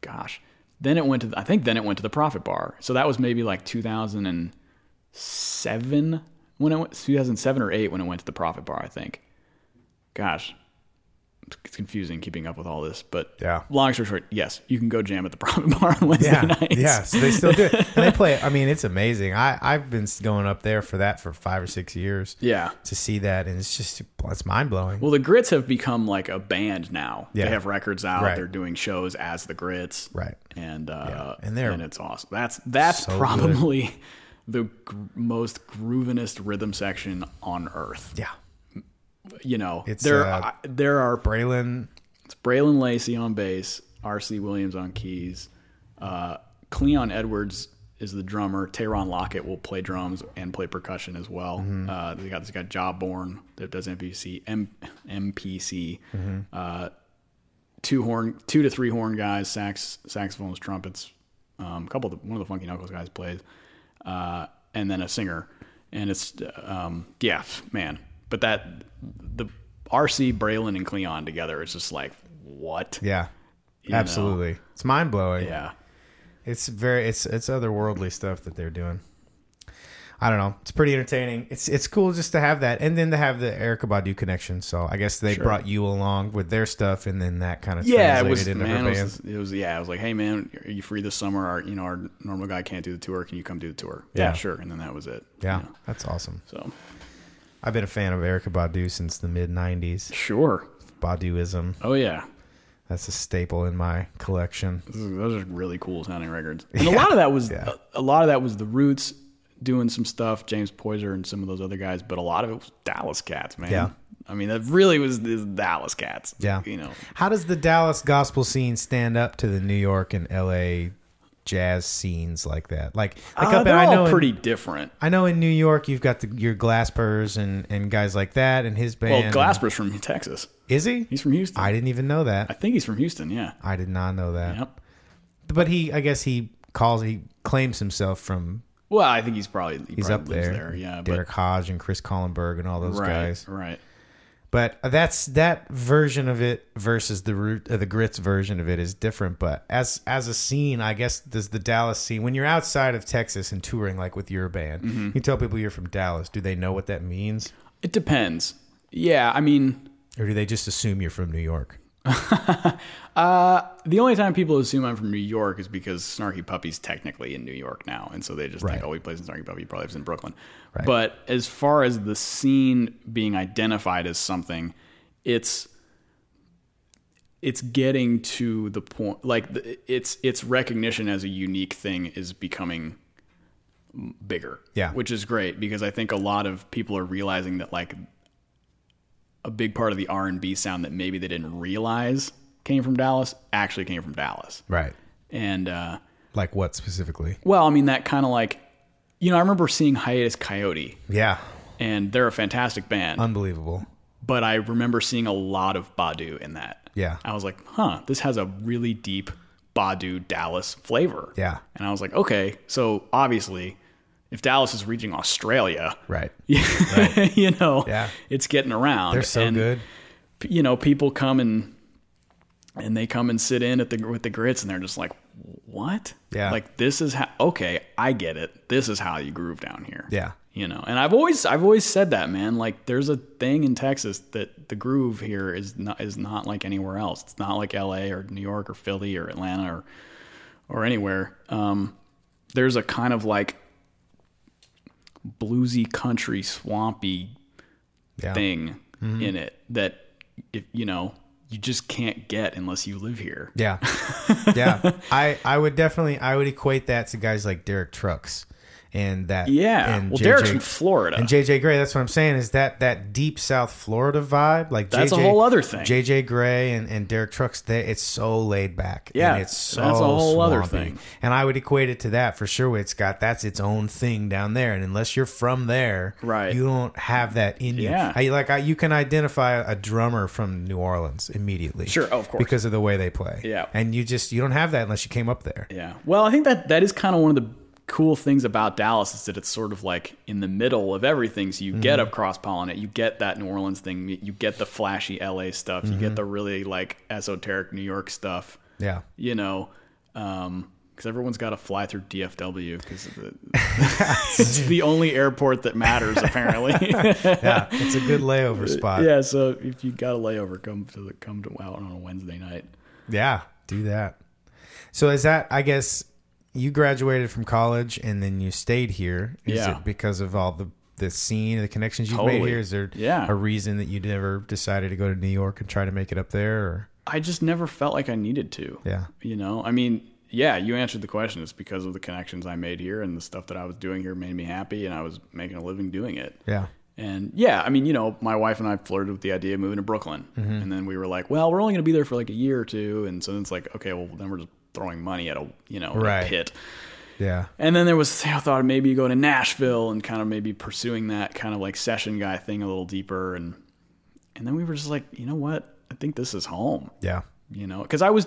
gosh, then it went to, the, I think then it went to the Profit Bar. So that was maybe like 2007 when it went, 2007 or 8 when it went to the Profit Bar, I think. Gosh, it's confusing keeping up with all this, but
Yeah.
Long story short, yes, you can go jam at the Profit Bar on Wednesday
Yeah.
nights.
Yeah. So they still do it. And they play it. I mean, it's amazing. I, I've been going up there for that for five or six years
yeah.
to see that. And it's just, it's mind blowing.
Well, the Grits have become like a band now.
Yeah.
They have records out.
Right.
They're doing shows as the Grits.
right.
And uh,
Yeah. And
and,
they're
it's awesome. That's that's
so
probably the gr- most groovinest rhythm section on earth.
Yeah.
You know,
It's,
there
uh,
I- there are
Braylon.
It's Braylon Lacey on bass, R.C. Williams on keys. Uh, Cleon Edwards is the drummer. Tayron Lockett will play drums and play percussion as well. Uh, they got this guy Jawborn that does MPC, M- MPC, uh, two horn, two to three horn guys, sax, saxophones, trumpets. Um, a couple, of the, one of the Funky Knuckles guys plays, uh, and then a singer. And it's um, yeah, man. But that the RC Braylon and Cleon together is just like what?
Yeah.
know.
Absolutely. It's mind blowing.
Yeah.
It's very, it's, it's otherworldly stuff that they're doing. I don't know. It's pretty entertaining. It's it's cool just to have that, and then to have the Erica Badu connection. So I guess they brought you along with their stuff, and then that kind of
yeah, it
translated
was
into
man.
her
It
band.
was, it was yeah. I was like, hey man, are you free this summer? Our you know our normal guy can't do the tour. Can you come do the tour?
Yeah.
sure. And then that was it.
yeah,
You know,
that's awesome.
so
I've been a fan of Erica Badu since the mid '90s.
sure.
Baduism.
Oh yeah,
That's a staple in my collection.
This is- those are really cool sounding records. And a lot of that was a, a lot of that was the Roots doing some stuff, James Poyser and some of those other guys. But a lot of it was Dallas Cats, man.
Yeah.
I mean, that really was the Dallas Cats.
Yeah.
you know,
How does the Dallas gospel scene stand up to the New York and LA jazz scenes like that? Like, like
Uh,
up in,
they're
I
all
know in-
pretty different.
I know in New York you've got the, your Glaspers and, and guys like that and his
Well,
band.
Glasper's from Texas.
is he?
He's from Houston.
I didn't even know
I
that.
think he's from Houston. Yeah.
I did not know that.
Yep.
But he, I guess he calls he claims himself from
Well, I think he's probably he
he's
probably
up
lives
there.
Yeah,
Derek Hodge and Chris Collenberg and all those
but right,
guys.
right.
but that's that version of it versus the root uh, the grits version of it is different but as as a scene i guess does the dallas scene when you're outside of texas and touring like with your band
Mm-hmm.
you tell people you're from dallas do they know what that means
It depends. Yeah, I mean,
or do they just assume you're from new york
uh, the only time people assume I'm from New York is because Snarky Puppy's technically in New York now, and so they just
Right.
think, "Oh, he plays in Snarky Puppy. He probably lives in Brooklyn." But as far as the scene being identified as something, it's it's getting to the point like the, it's its recognition as a unique thing is becoming bigger.
Yeah.
Which is great because I think a lot of people are realizing that like a big part of the R&B sound that maybe they didn't realize came from Dallas actually came from Dallas.
Right.
And uh
Like what specifically?
well, I mean that kind of like you know, I remember seeing Hiatus Coyote
Yeah.
and they're a fantastic band,
Uh-huh. Unbelievable.
but I remember seeing a lot of Badu in that.
Yeah.
I was like, "Huh, this has a really deep Badu Dallas flavor."
Yeah.
And I was like, "Okay, so obviously if Dallas is reaching Australia,
Right.
you know,
Yeah.
it's getting around.
They're so
and,
good.
p- You know, people come and and they come and sit in at the with the grits, and they're just like, "What?
Yeah.
like this is how? Okay, I get it. This is how you groove down here.
Yeah.
you know. And I've always I've always said that, man. Like, there's a thing in Texas that the groove here is not is not like anywhere else. It's not like L.A. or New York or Philly or Atlanta or or anywhere. Um, there's a kind of like bluesy country swampy
Yeah. Mm-hmm.
thing in it that if you know you just can't get unless you live here.
Yeah. Yeah. I I would definitely I would equate that to guys like Derek Trucks and that
Yeah.
and
well,
JJ
Derek's from Florida.
And JJ Gray, that's what I'm saying, is that that deep South Florida vibe. Like
That's a
JJ
whole other thing.
JJ Gray and, and Derek Trucks, they, it's so laid back.
Yeah,
And it's so
that's a whole other
swampy.
thing.
And I would equate it to that for sure. It's got that's its own thing down there. And unless you're from there,
Right.
you don't have that in you.
Yeah.
I, like I, you can identify a drummer from New Orleans immediately.
Sure, oh, of course.
Because of the way they play.
Yeah.
And you just you don't have that unless you came up there.
yeah. Well, I think that that is kind of one of the cool things about Dallas is that it's sort of like in the middle of everything. So you get
Mm-hmm.
a cross pollinate. You get that New Orleans thing. You get the flashy LA stuff. You
Mm-hmm.
get the really like esoteric New York stuff.
Yeah.
You know. Um, because everyone's got to fly through DFW because the, it's the only airport that matters, apparently.
Yeah. it's a good layover spot.
Yeah, so if you got a layover, come to the come to out on a Wednesday night.
Yeah, do that. So is that I guess you graduated from college and then you stayed here. Is
Yeah.
it because of all the the scene, the connections you've made
Totally.
here? Is there
Yeah.
a reason that you never decided to go to New York and try to make it up there? Or
I just never felt like I needed to.
yeah,
You know, I mean, yeah, you answered the question. It's because of the connections I made here and the stuff that I was doing here made me happy and I was making a living doing it.
yeah,
And yeah, I mean, you know, my wife and I flirted with the idea of moving to Brooklyn. And then we were like, well, we're only going to be there for like a year or two. And so then it's like, okay, well, then we're just throwing money at a, you know, at a
Right.
pit.
yeah,
And then there was I thought of maybe going to Nashville and kind of maybe pursuing that kind of like session guy thing a little deeper and and then we were just like, you know what? I think this is home,
yeah,
you know, cuz I was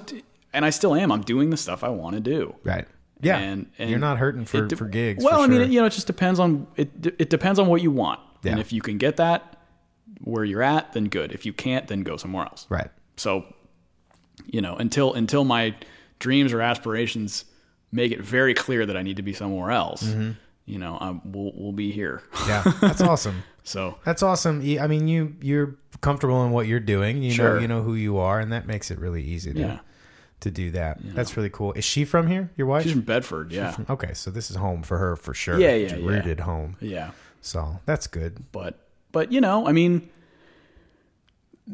and I still am. I'm doing the stuff I want to do.
right, yeah.
And- and
You're not hurting for
It de-
for gigs.
Well,
for
I mean,
sure.
it, you know, it just depends on it de- it depends on what you want. And
Yeah.
if you can get that where you're at, then good. If you can't, then go somewhere else
right,
so you know until until my dreams or aspirations make it very clear that i need to be somewhere else
Mm-hmm.
you know i we'll, we'll be here
yeah, that's awesome.
so
That's awesome. You- I mean, you you're comfortable in what you're doing. You know,
Sure.
you know who you are, and that makes it really easy to
Yeah.
to do that. That's really cool. Is she from here? Your wife?
she's from bedford yeah
okay, so this is home for her for sure.
Yeah, yeah,
She's
yeah.
Rooted home.
yeah
So that's good.
but but you know i mean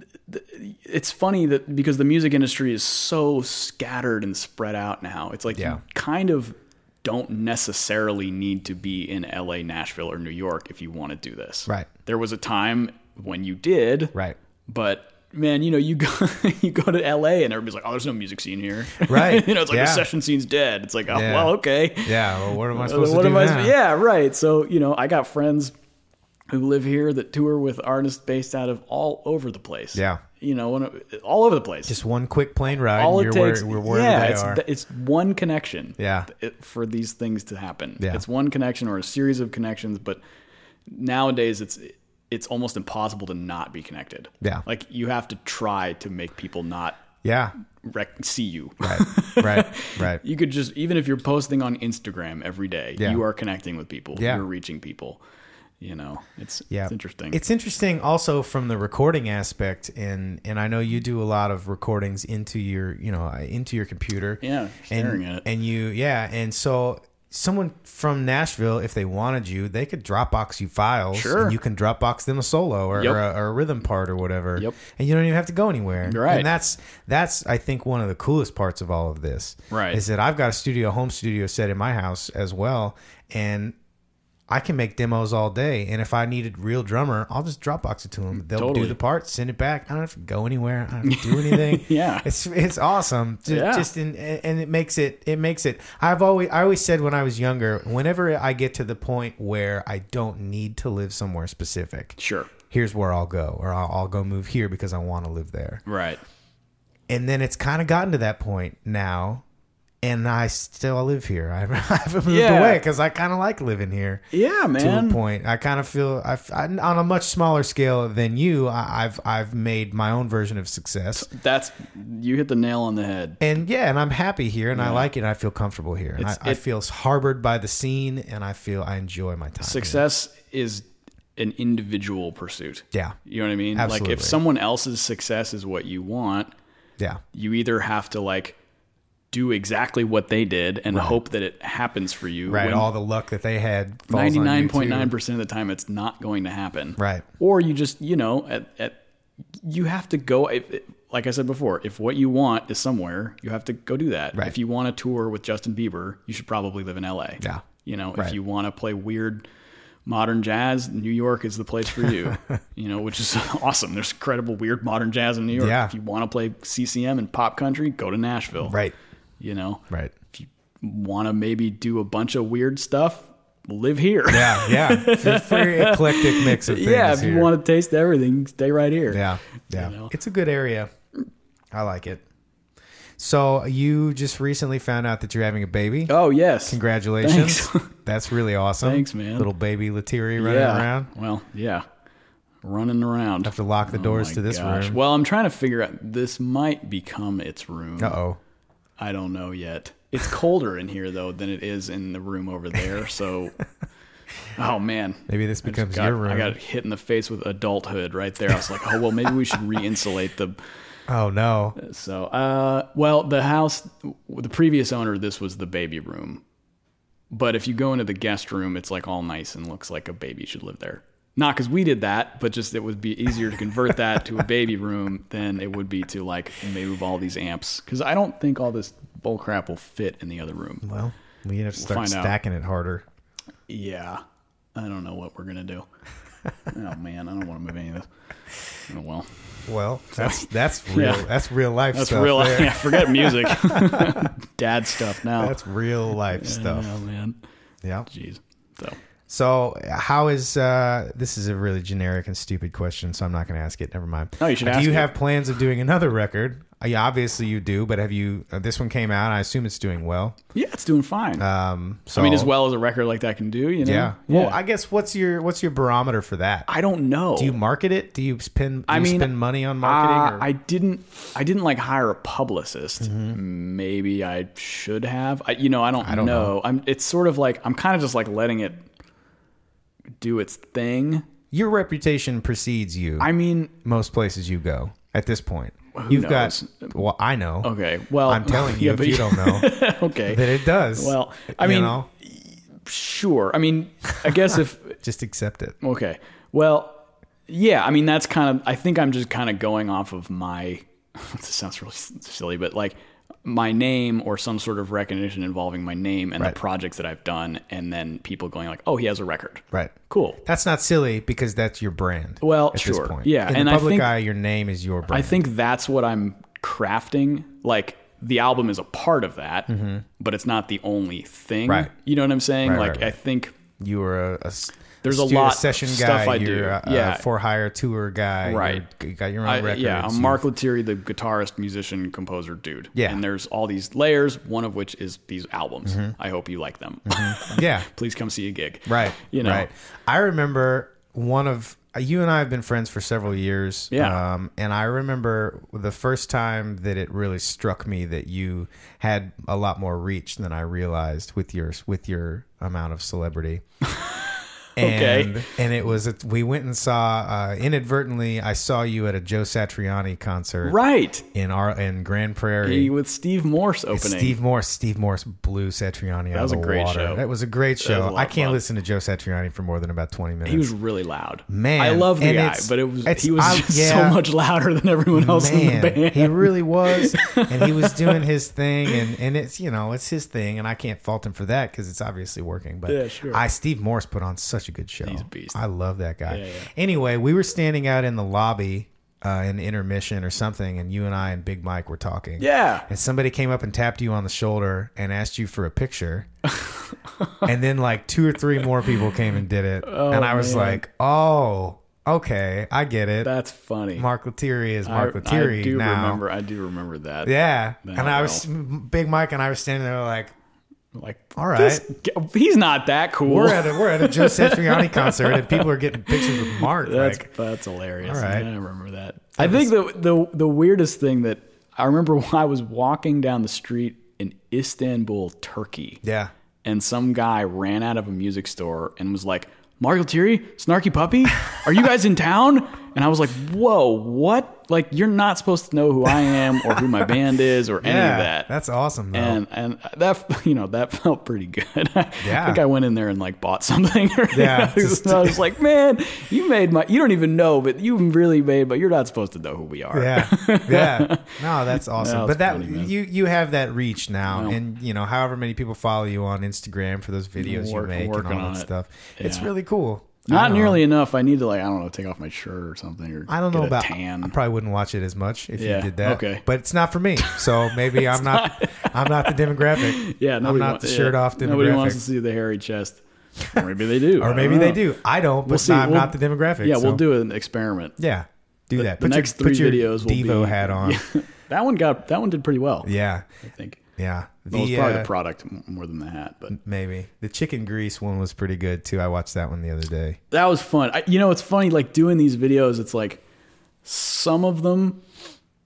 th- th- it's funny that because the music industry is so scattered and spread out now it's like
Yeah.
you kind of don't necessarily need to be in la nashville or new york if you want to do this
Right.
there was a time when you did
Right.
But man, you know, you go you go to LA and everybody's like, "Oh, there's no music scene here."
Right.
you know, it's like
Yeah.
the session scene's dead. It's like, "Oh,
Yeah.
well, okay."
Yeah. Well, what am I supposed
What
to do
am I?
now?
Yeah, right. So, you know, I got friends who live here that tour with artists based out of all over the place.
Yeah.
You know, when it- all over the place.
Just one quick plane ride.
all
and
it
you're where-
takes,
we're wherever
yeah,
they
it's,
are.
th- it's one connection.
Yeah.
it- for these things to happen.
Yeah.
It's one connection or a series of connections, but nowadays it's it's almost impossible to not be connected.
Yeah.
Like you have to try to make people not
yeah.
rec- see you.
Right. Right. Right.
You could just even if you're posting on Instagram every day,
Yeah.
you are connecting with people.
Yeah.
You're reaching people. you know, it's
Yeah.
it's interesting.
It's interesting also from the recording aspect and and I know you do a lot of recordings into your, you know, uh, into your computer.
yeah, staring
And,
at it.
and you yeah, and so someone from Nashville if they wanted you, they could Dropbox you files
Sure.
and you can Dropbox them a solo or,
Yep.
or, a, or a rhythm part or whatever.
Yep.
And you don't even have to go anywhere.
Right.
And that's that's I think one of the coolest parts of all of this.
Right.
Is that I've got a studio home studio set in my house as well and I can make demos all day, and if I needed real drummer, I'll just Dropbox it to them. They'll
Totally.
do the part, send it back. I don't have to go anywhere. I don't have to do anything.
Yeah.
it's it's awesome. Ju-
Yeah.
Just in, and it makes it it makes it. I've always I always said when I was younger, whenever I get to the point where I don't need to live somewhere specific,
sure.
here's where I'll go, or I'll, I'll go move here because I want to live there
Right.
and then it's kind of gotten to that point now and i still live here i haven't moved away 'cause
Yeah.
away because i kind of like living here
Yeah,
to a
man.
point i kind of feel I, I- on a much smaller scale than you I, i've i've made my own version of success
That's you hit the nail on the head.
and yeah and i'm happy here and i like it and i feel comfortable here and I,
It's-
I
it-
feel harbored by the scene and i feel i enjoy my time here.
Success is an individual pursuit.
yeah
You know what I mean? Like
Absolutely.
if someone else's success is what you want,
yeah
you either have to like do exactly what they did and hope that it happens for you.
right
when
all the luck that they had falls on you, too.
99.9% of the time it's not going to happen.
Right.
Or you just, you know, at, at you have to go if, like I said before, if what you want is somewhere, you have to go do that.
Right.
If you want to tour with Justin Bieber, you should probably live in LA.
Yeah.
You know,
Right.
if you want to play weird modern jazz, New York is the place for you. you know, which is awesome. There's incredible weird modern jazz in New York.
Yeah.
If you want to play CCM and pop country, go to Nashville.
right
You know.
right
If you want to maybe do a bunch of weird stuff, live here.
yeah yeah Very- very eclectic mix of things
yeah, if
here.
you want to taste everything, stay right here.
Yeah, yeah.
know?
It's a good area. I like it. So you just recently found out that you're having a baby.
Oh yes.
Congratulations.
Thanks.
That's really awesome.
Thanks, man.
Little baby Latiri running
yeah.
around.
Well, yeah. Running around.
Have to lock the doors
Oh My
to this
gosh.
room.
Well, I'm trying to figure out this might become its room.
Uh oh.
I don't know yet. It's colder in here though than it is in the room over there, so Oh man.
Maybe this
I just
becomes
got-
your room.
I got hit in the face with adulthood right there. I was like, oh well, maybe we should re-insulate the
Oh no.
So, uh, well, the house, the previous owner, this was the baby room. But if you go into the guest room, it's like all nice and looks like a baby should live there. Not because we did that, but just it would be easier to convert that to a baby room than it would be to like move all these amps. Because I don't think all this bull crap will fit in the other room.
Well, we have to start
find out.
stacking it harder.
Yeah, I don't know what we're gonna do. oh man, I don't want to move any of this. Oh well,
Well, that's that's real. That's real life
that's
stuff.
real.
there.
Yeah, forget music, dad stuff now.
That's real life stuff.
Oh man.
Yeah.
Jeez. So
So how is uh this is a really generic and stupid question, so I'm not gonna ask it. Never mind. Uh,
No, you should
Do
ask
you
it.
have plans of doing another record? Uh, yeah, obviously you do, but have you uh, this one came out, I assume it's doing well.
yeah, it's doing fine.
Um so
I mean, as well as a record like that can do, you know.
Yeah.
Well,
Well, I
I,
guess what's your what's your barometer for that?
I don't know.
Do you market it? Do you spend do
I
you
mean,
spend money on
Uh,
marketing or
I didn't. I didn't like hire a publicist. Maybe I should have. I, you know, I don't,
Mm-hmm. don't
know. I'm. It's sort of like I'm kind of just like letting it do its thing.
your reputation precedes you
I mean,
most places you go at this point.
who
You've
knows?
got well, I know.
okay. Well,
I'm telling you
yeah,
if
but-
you don't know
okay.
that it does.
Well, I
you
mean,
know,
sure. I mean, I guess if
just accept it.
Okay. Well, yeah, I mean that's kind of I think I'm just kind of going off of my this sounds really s- silly, but like my name or some sort of recognition involving my name and
Right.
the projects that I've done and then people going like, "Oh, he has a record."
Right.
Cool.
That's not silly because that's your brand.
Well,
at
sure.
This point.
Yeah,
in
and
the
I
public
think-
eye, your name is your brand.
I think that's what I'm crafting. Like the album is a part of that, but it's not the only thing.
Mm-hmm. Right.
You know what I'm saying?
Right,
like
right,
I
right.
think
you are a, a s-
There's a
studio
lot of
session
stuff
guy.
I do.
you're a,
Yeah.
for hire tour guy.
Right.
You're, you got your own
I-
records.
Yeah, I'm
you-
Mark Lettieri, the guitarist, musician, composer, dude.
Yeah.
And there's all these layers, one of which is these albums. I hope you like them.
Yeah.
Please come see a gig.
Mm-hmm. Right.
You know.
Right. I remember one of you and I have been friends for several years.
Yeah.
Um, and I remember the first time that it really struck me that you had a lot more reach than I realized with your with your amount of celebrity. And,
Okay.
And it was we went and saw uh, inadvertently. I saw you at a Joe Satriani concert
Right.
in our in Grand Prairie.
He- with Steve Morse opening.
Steve Morse. Steve Morse blew Satriani out
was
of
a
the
great
water.
show.
That was a great
was a
show.
lot
I
of
can't
fun.
listen to Joe Satriani for more than about twenty minutes.
he was really loud.
Man,
I love the
and
guy,
it's-
but it was
it's-
he was
I-
just
yeah.
so much louder than everyone else in the band.
he really was, and he was doing his thing, and and it's you know it's his thing, and I can't fault him for that because it's obviously working. But
Yeah, sure.
I Steve Morse put on such a good show. He's
a beast.
I love that guy.
yeah.
Anyway, we were standing out in the lobby uh, in intermission or something, and you and I and Big Mike were talking.
yeah.
And somebody came up and tapped you on the shoulder and asked you for a picture. and then like two or three more people came and did it. and I was
man.
like, oh, okay, I get it.
That's funny.
Mark Lettieri is
I-
Mark Lettieri
I do
now.
remember I do remember that.
Yeah.
Now
and
I
I was Big Mike and I were standing there like
Like
All right.
this g- he's not that cool.
we're at a we're at a Joe Satriani concert and people are getting pictures with Mark.
That's
like
that's hilarious.
All right.
Yeah, I remember that. I think the the the weirdest thing that I remember when I was walking down the street in Istanbul, Turkey,
Yeah.
and some guy ran out of a music store and was like, "Mario Thierry, Snarky Puppy, are you guys in town?" And I was like, "Whoa, what? Like you're not supposed to know who I am or who my band is or any
Yeah.
of that."
That's awesome though.
and and that you know that felt pretty good.
Yeah.
I think I went in there and like bought something. Or
Yeah, just-
and I was like, man, you made my. You don't even know, but you really made. But you're not supposed to know who we are.
yeah. Yeah. No, that's awesome.
No,
but
it's
that
funny, man.
you you have that reach now
Wow.
and you know however many people follow you on Instagram for those videos
Work-
you make and
working
all
on
that
it.
stuff. It's
Yeah.
really cool. I
Not
don't know.
nearly enough. I need to like I don't know, take off my shirt or something. Or
I don't know
get a
about I
tan.
probably wouldn't watch it as much if you
Yeah,
did that.
okay.
But it's not for me. So maybe I'm not, I'm not the demographic.
yeah,
I'm
nobody
not
wants,
the shirt off demographic.
Nobody wants to see the hairy chest. Or maybe they do, I
or
don't
maybe they
know.
do. I don't, but
We'll see.
I'm
We'll-
not the demographic.
Yeah, we'll
so-
do an experiment.
Yeah. Do that.
The
put
next
your,
three
put your
videos will
Devo
be,
hat on. Yeah.
that one got that one did pretty well.
Yeah.
I think.
The,
Well, it was probably
uh,
the product m- more than the hat, but
maybe. The chicken grease one was pretty good too. I watched that one the other day.
that was fun. I, you know, it's funny, like doing these videos, it's like some of them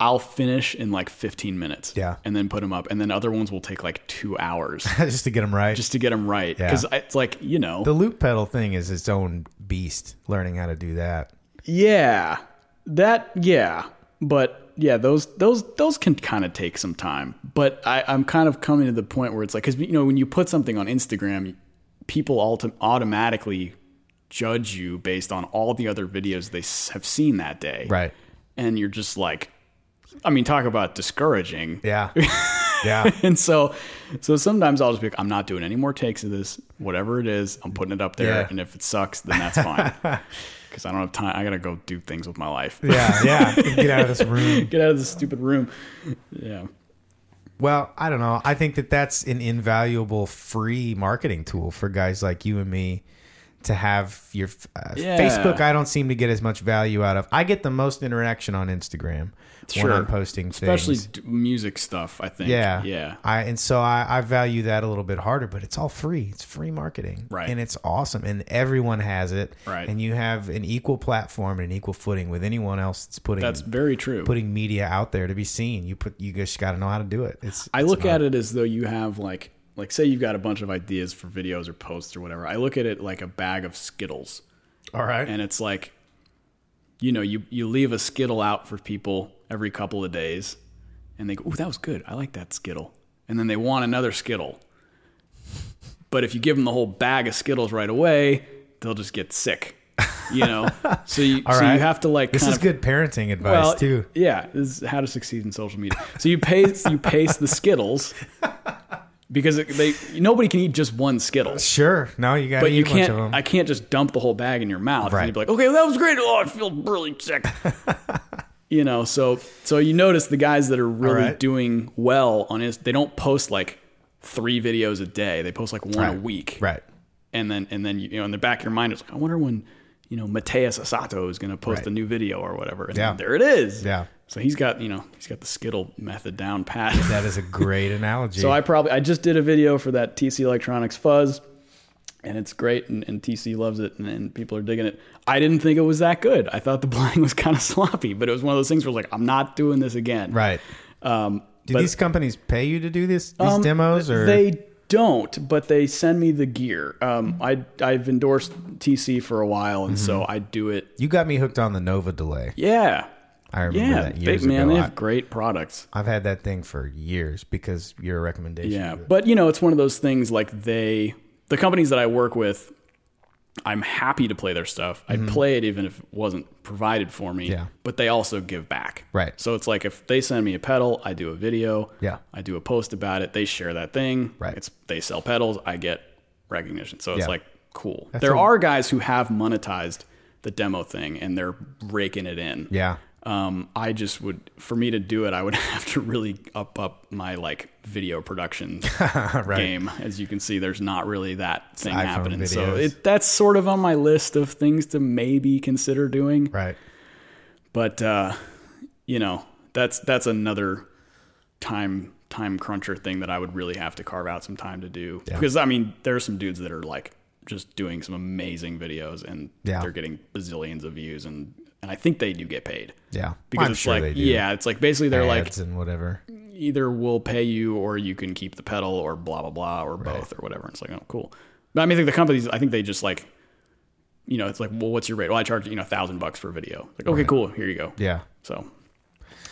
I'll finish in like 15 minutes.
Yeah.
And then put them up. And then other ones will take like two hours
Just to get them right.
just to get them right.
Yeah.
Because it's like, you know,
the loop pedal thing is its own beast. Learning how to do that.
yeah, that, yeah. But yeah, those, those, those can kind of take some time. But I, I'm kind of coming to the point where it's like, because, you know, when you put something on Instagram, people autom- automatically judge you based on all the other videos they s- have seen that day.
Right.
and you're just like i mean talk about discouraging
Yeah. yeah.
and so so sometimes i'll just be like i'm not doing any more takes of this whatever it is i'm putting it up there
Yeah.
and if it sucks then that's fine because i don't have time i gotta go do things with my life
Yeah. Yeah. Get out of this room.
get out of this stupid room yeah
Well, I don't know. I think that that's an invaluable free marketing tool for guys like you and me to have your uh,
Yeah.
Facebook. I don't seem to get as much value out of. I get the most interaction on Instagram
Sure.
when I'm posting
especially
things.
d- music stuff i think
Yeah,
yeah
I and so I, I value that a little bit harder, but it's all free. It's free marketing,
Right.
And it's awesome, and everyone has it,
Right.
And you have an equal platform and an equal footing with anyone else that's putting
that's very true
putting media out there to be seen. You put you just got to know how to do it. It's
I look at it as though you have like like say you've got a bunch of ideas for videos or posts or whatever. I look at it like a bag of Skittles.
all right.
and it's like you know you you leave a skittle out for people every couple of days and they go ooh that was good i like that skittle and then they want another skittle but if you give them the whole bag of skittles right away they'll just get sick you know so you so
right.
you have to like
This
kind
is
of,
good parenting advice
well,
too.
Yeah, this is how to succeed in social media. So you pace you pace the Skittles because it, they nobody can eat just one Skittle.
Sure. No, you got to
But
eat
you
a bunch of
can't.
them.
I can't just dump the whole bag in your mouth.
Right.
And you'd be like, okay, well, that was great. Oh, I feel really sick. you know, so so you notice the guys that are really
right.
doing well on Inst- they don't post like three videos a day. They post like one a
Right.
week.
right.
And then and then you know in the back of your mind it's like I wonder when you know Mateus Asato is going to post
Right.
a new video or whatever. And
Yeah.
there it is.
Yeah.
So he's got you know he's got the Skittle method down pat.
That is a great analogy.
So I probably I just did a video for that TC Electronics fuzz, and it's great, and, and TC loves it, and, and people are digging it. I didn't think it was that good. I thought the blind was kind of sloppy, but it was one of those things where like I'm not doing this again.
right.
Um,
Do
but Um,
these companies pay you to do this these demos or
they don't, but they send me the gear. Um, I I've endorsed TC for a while,
Mm-hmm.
and so I do it.
You got me hooked on the Nova delay.
Yeah,
I remember
yeah,
that
they-
years
man,
ago.
they
I-
have great products.
I've had that thing for years because your recommendation.
Yeah, but you know, it's one of those things like they, the companies that I work with, I'm happy to play their stuff. I'd play it even if it wasn't provided for me.
Mm-hmm. Yeah.
But they also give back.
Right.
So it's like if they send me a pedal, I do a video.
Yeah.
I do a post about it. They share that thing.
Right.
It's they sell pedals. I get recognition. So it's
Yeah.
like cool. there
a-
are guys who have monetized the demo thing and they're raking it in
Yeah.
um, I just would, for me to do it, I would have to really up up my like video production game. As you can see, there's not really that thing
iPhone
happening. So
videos.
it, that's sort of on my list of things to maybe consider doing.
Right.
But uh, you know, that's that's another time time cruncher thing that I would really have to carve out some time to do. Because I mean, there are some dudes that are like just doing some amazing videos and
Yeah.
they're getting bazillions of views and and I think they do get paid
Yeah.
because
I'm
it's
sure they
like
do.
yeah, it's like basically they're like Mm.
Ads and whatever.
either we'll pay you or you can keep the pedal or blah blah blah or both or whatever. It's like oh cool, but I mean I think the companies I think they just like you know it's like well what's your rate? Well I charge you know a thousand bucks for a video. Like okay cool here you go.
Yeah.
So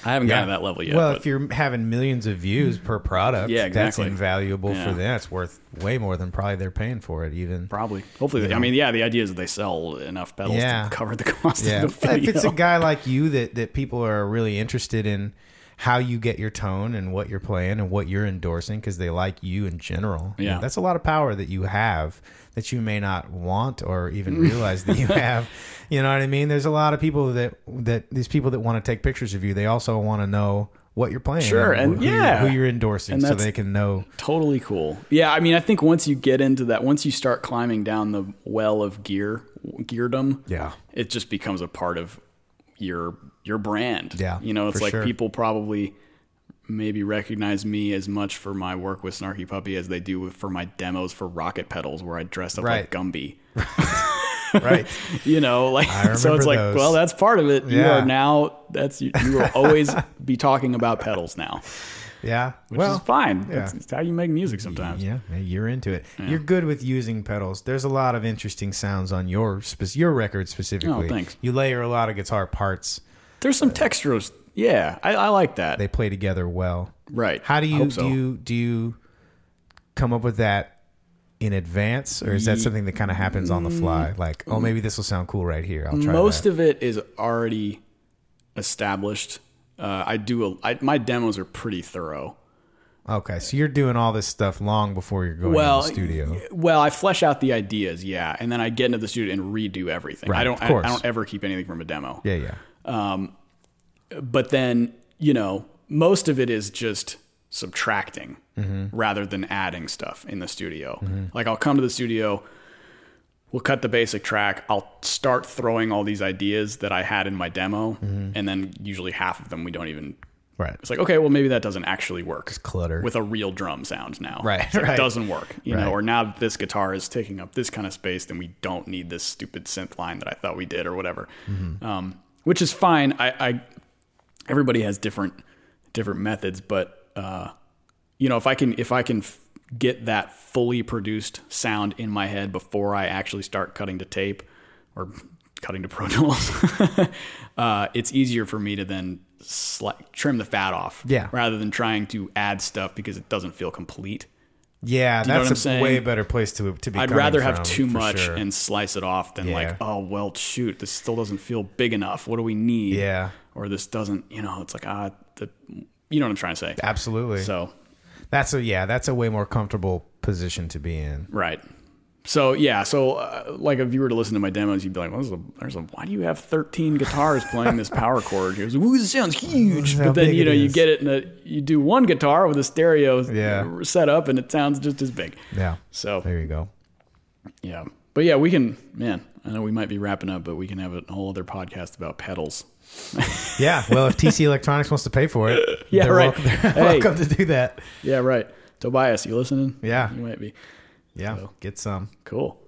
I haven't gotten to that level yet.
well,
but Mm.
if you're having millions of views per product,
Yeah,
that's
exactly.
invaluable
Yeah.
for them. It's worth way more than probably they're paying for it, even.
probably hopefully they, I mean yeah the idea is that they sell enough pedals
Yeah.
to cover the cost
Yeah.
of the
If
video.
it's a guy like you that, that people are really interested in how you get your tone and what you're playing and what you're endorsing because they like you in general.
Yeah.
That's a lot of power that you have that you may not want or even realize that you have. You know what I mean? There's a lot of people that, that these people that want to take pictures of you, they also want to know what you're playing.
Sure, and
who you're-
yeah.
who you're endorsing
And
so
that's-
they can know.
Totally cool. Yeah, I mean, I think once you get into that, once you start climbing down the well of gear, geardom,
Yeah.
it just becomes a part of your your brand.
Yeah,
you know, it's
for
like
sure.
people probably maybe recognize me as much for my work with Snarky Puppy as they do with, for my demos for Rocket Pedals, where I dressed up
Right.
like Gumby.
Right.
You know, like so,
remember
it's like,
those.
well, that's part of it. You
Yeah.
are now that's you, you will always be talking about pedals now,
Yeah.
which
well,
is fine.
yeah.
That's, it's how you make music sometimes.
Yeah, yeah, you're into it. You're good with using pedals. There's a lot of interesting sounds on your spec- your record specifically.
Oh, thanks.
You layer a lot of guitar parts.
There's some textures. Yeah, I, I like that.
They play together well.
right.
How do
I
you
hope so.
do you do you come up with that in advance or is that something that kind of happens on the fly? Like, oh, maybe this will sound cool right here. I'll try
Mm. most
that.
of it is already established. Uh, I do a, I, my demos are pretty thorough.
okay, so you're doing all this stuff long before you're going
Well,
to the studio.
Well, I flesh out the ideas, yeah, and then I get into the studio and redo everything. I
Right,
don't,
of
I,
course.
I don't ever keep anything from a demo.
Yeah, yeah.
But then, you know, most of it is just subtracting
Mm-hmm.
rather than adding stuff in the studio. Like I'll come to the studio, we'll cut the basic track. I'll start throwing all these ideas that I had in my demo,
Mm-hmm.
and then usually half of them we don't even
Right.
It's like, okay, well, maybe that doesn't actually work.
clutter.
With a real drum sound now.
Right,
It's like,
right.
It doesn't work. You
Right.
know, or now that this guitar is taking up this kind of space, then we don't need this stupid synth line that I thought we did or whatever.
Mm-hmm.
Um, which is fine. I, I everybody has different different methods, but uh, you know, if I can if I can f- get that fully produced sound in my head before I actually start cutting to tape or cutting to Pro Tools, uh, it's easier for me to then sli- trim the fat off,
Yeah.
rather than trying to add stuff because it doesn't feel complete.
Yeah,
know what
that's
I'm
a
saying?
way better place to to be.
I'd
coming
rather have
from,
too
for
much
sure.
and slice it off than
Yeah.
like, oh well, shoot, this still doesn't feel big enough. What do we need?
Yeah.
or this doesn't. You know, it's like ah, the, you know what I'm trying to say.
Absolutely.
So
That's a yeah. That's a way more comfortable position to be in.
Right. So yeah, so uh, like if you were to listen to my demos, you'd be like, well, this is a, there's a, why do you have 13 guitars playing this power chord? He goes, ooh, this sounds huge.
How
But then
big
you
it
know you
is.
get it, and you do one guitar with a stereo
Yeah.
set up, and it sounds just as big.
Yeah.
So
There you go.
yeah, but yeah, we can, man. I know we might be wrapping up, but we can have a whole other podcast about pedals.
Yeah. Well, if TC Electronics wants to pay for it,
Yeah,
they're,
right.
welcome, they're
Hey.
welcome to do that.
Yeah, right. Tobias, you listening?
Yeah.
you might be.
Yeah. Get some.
Cool.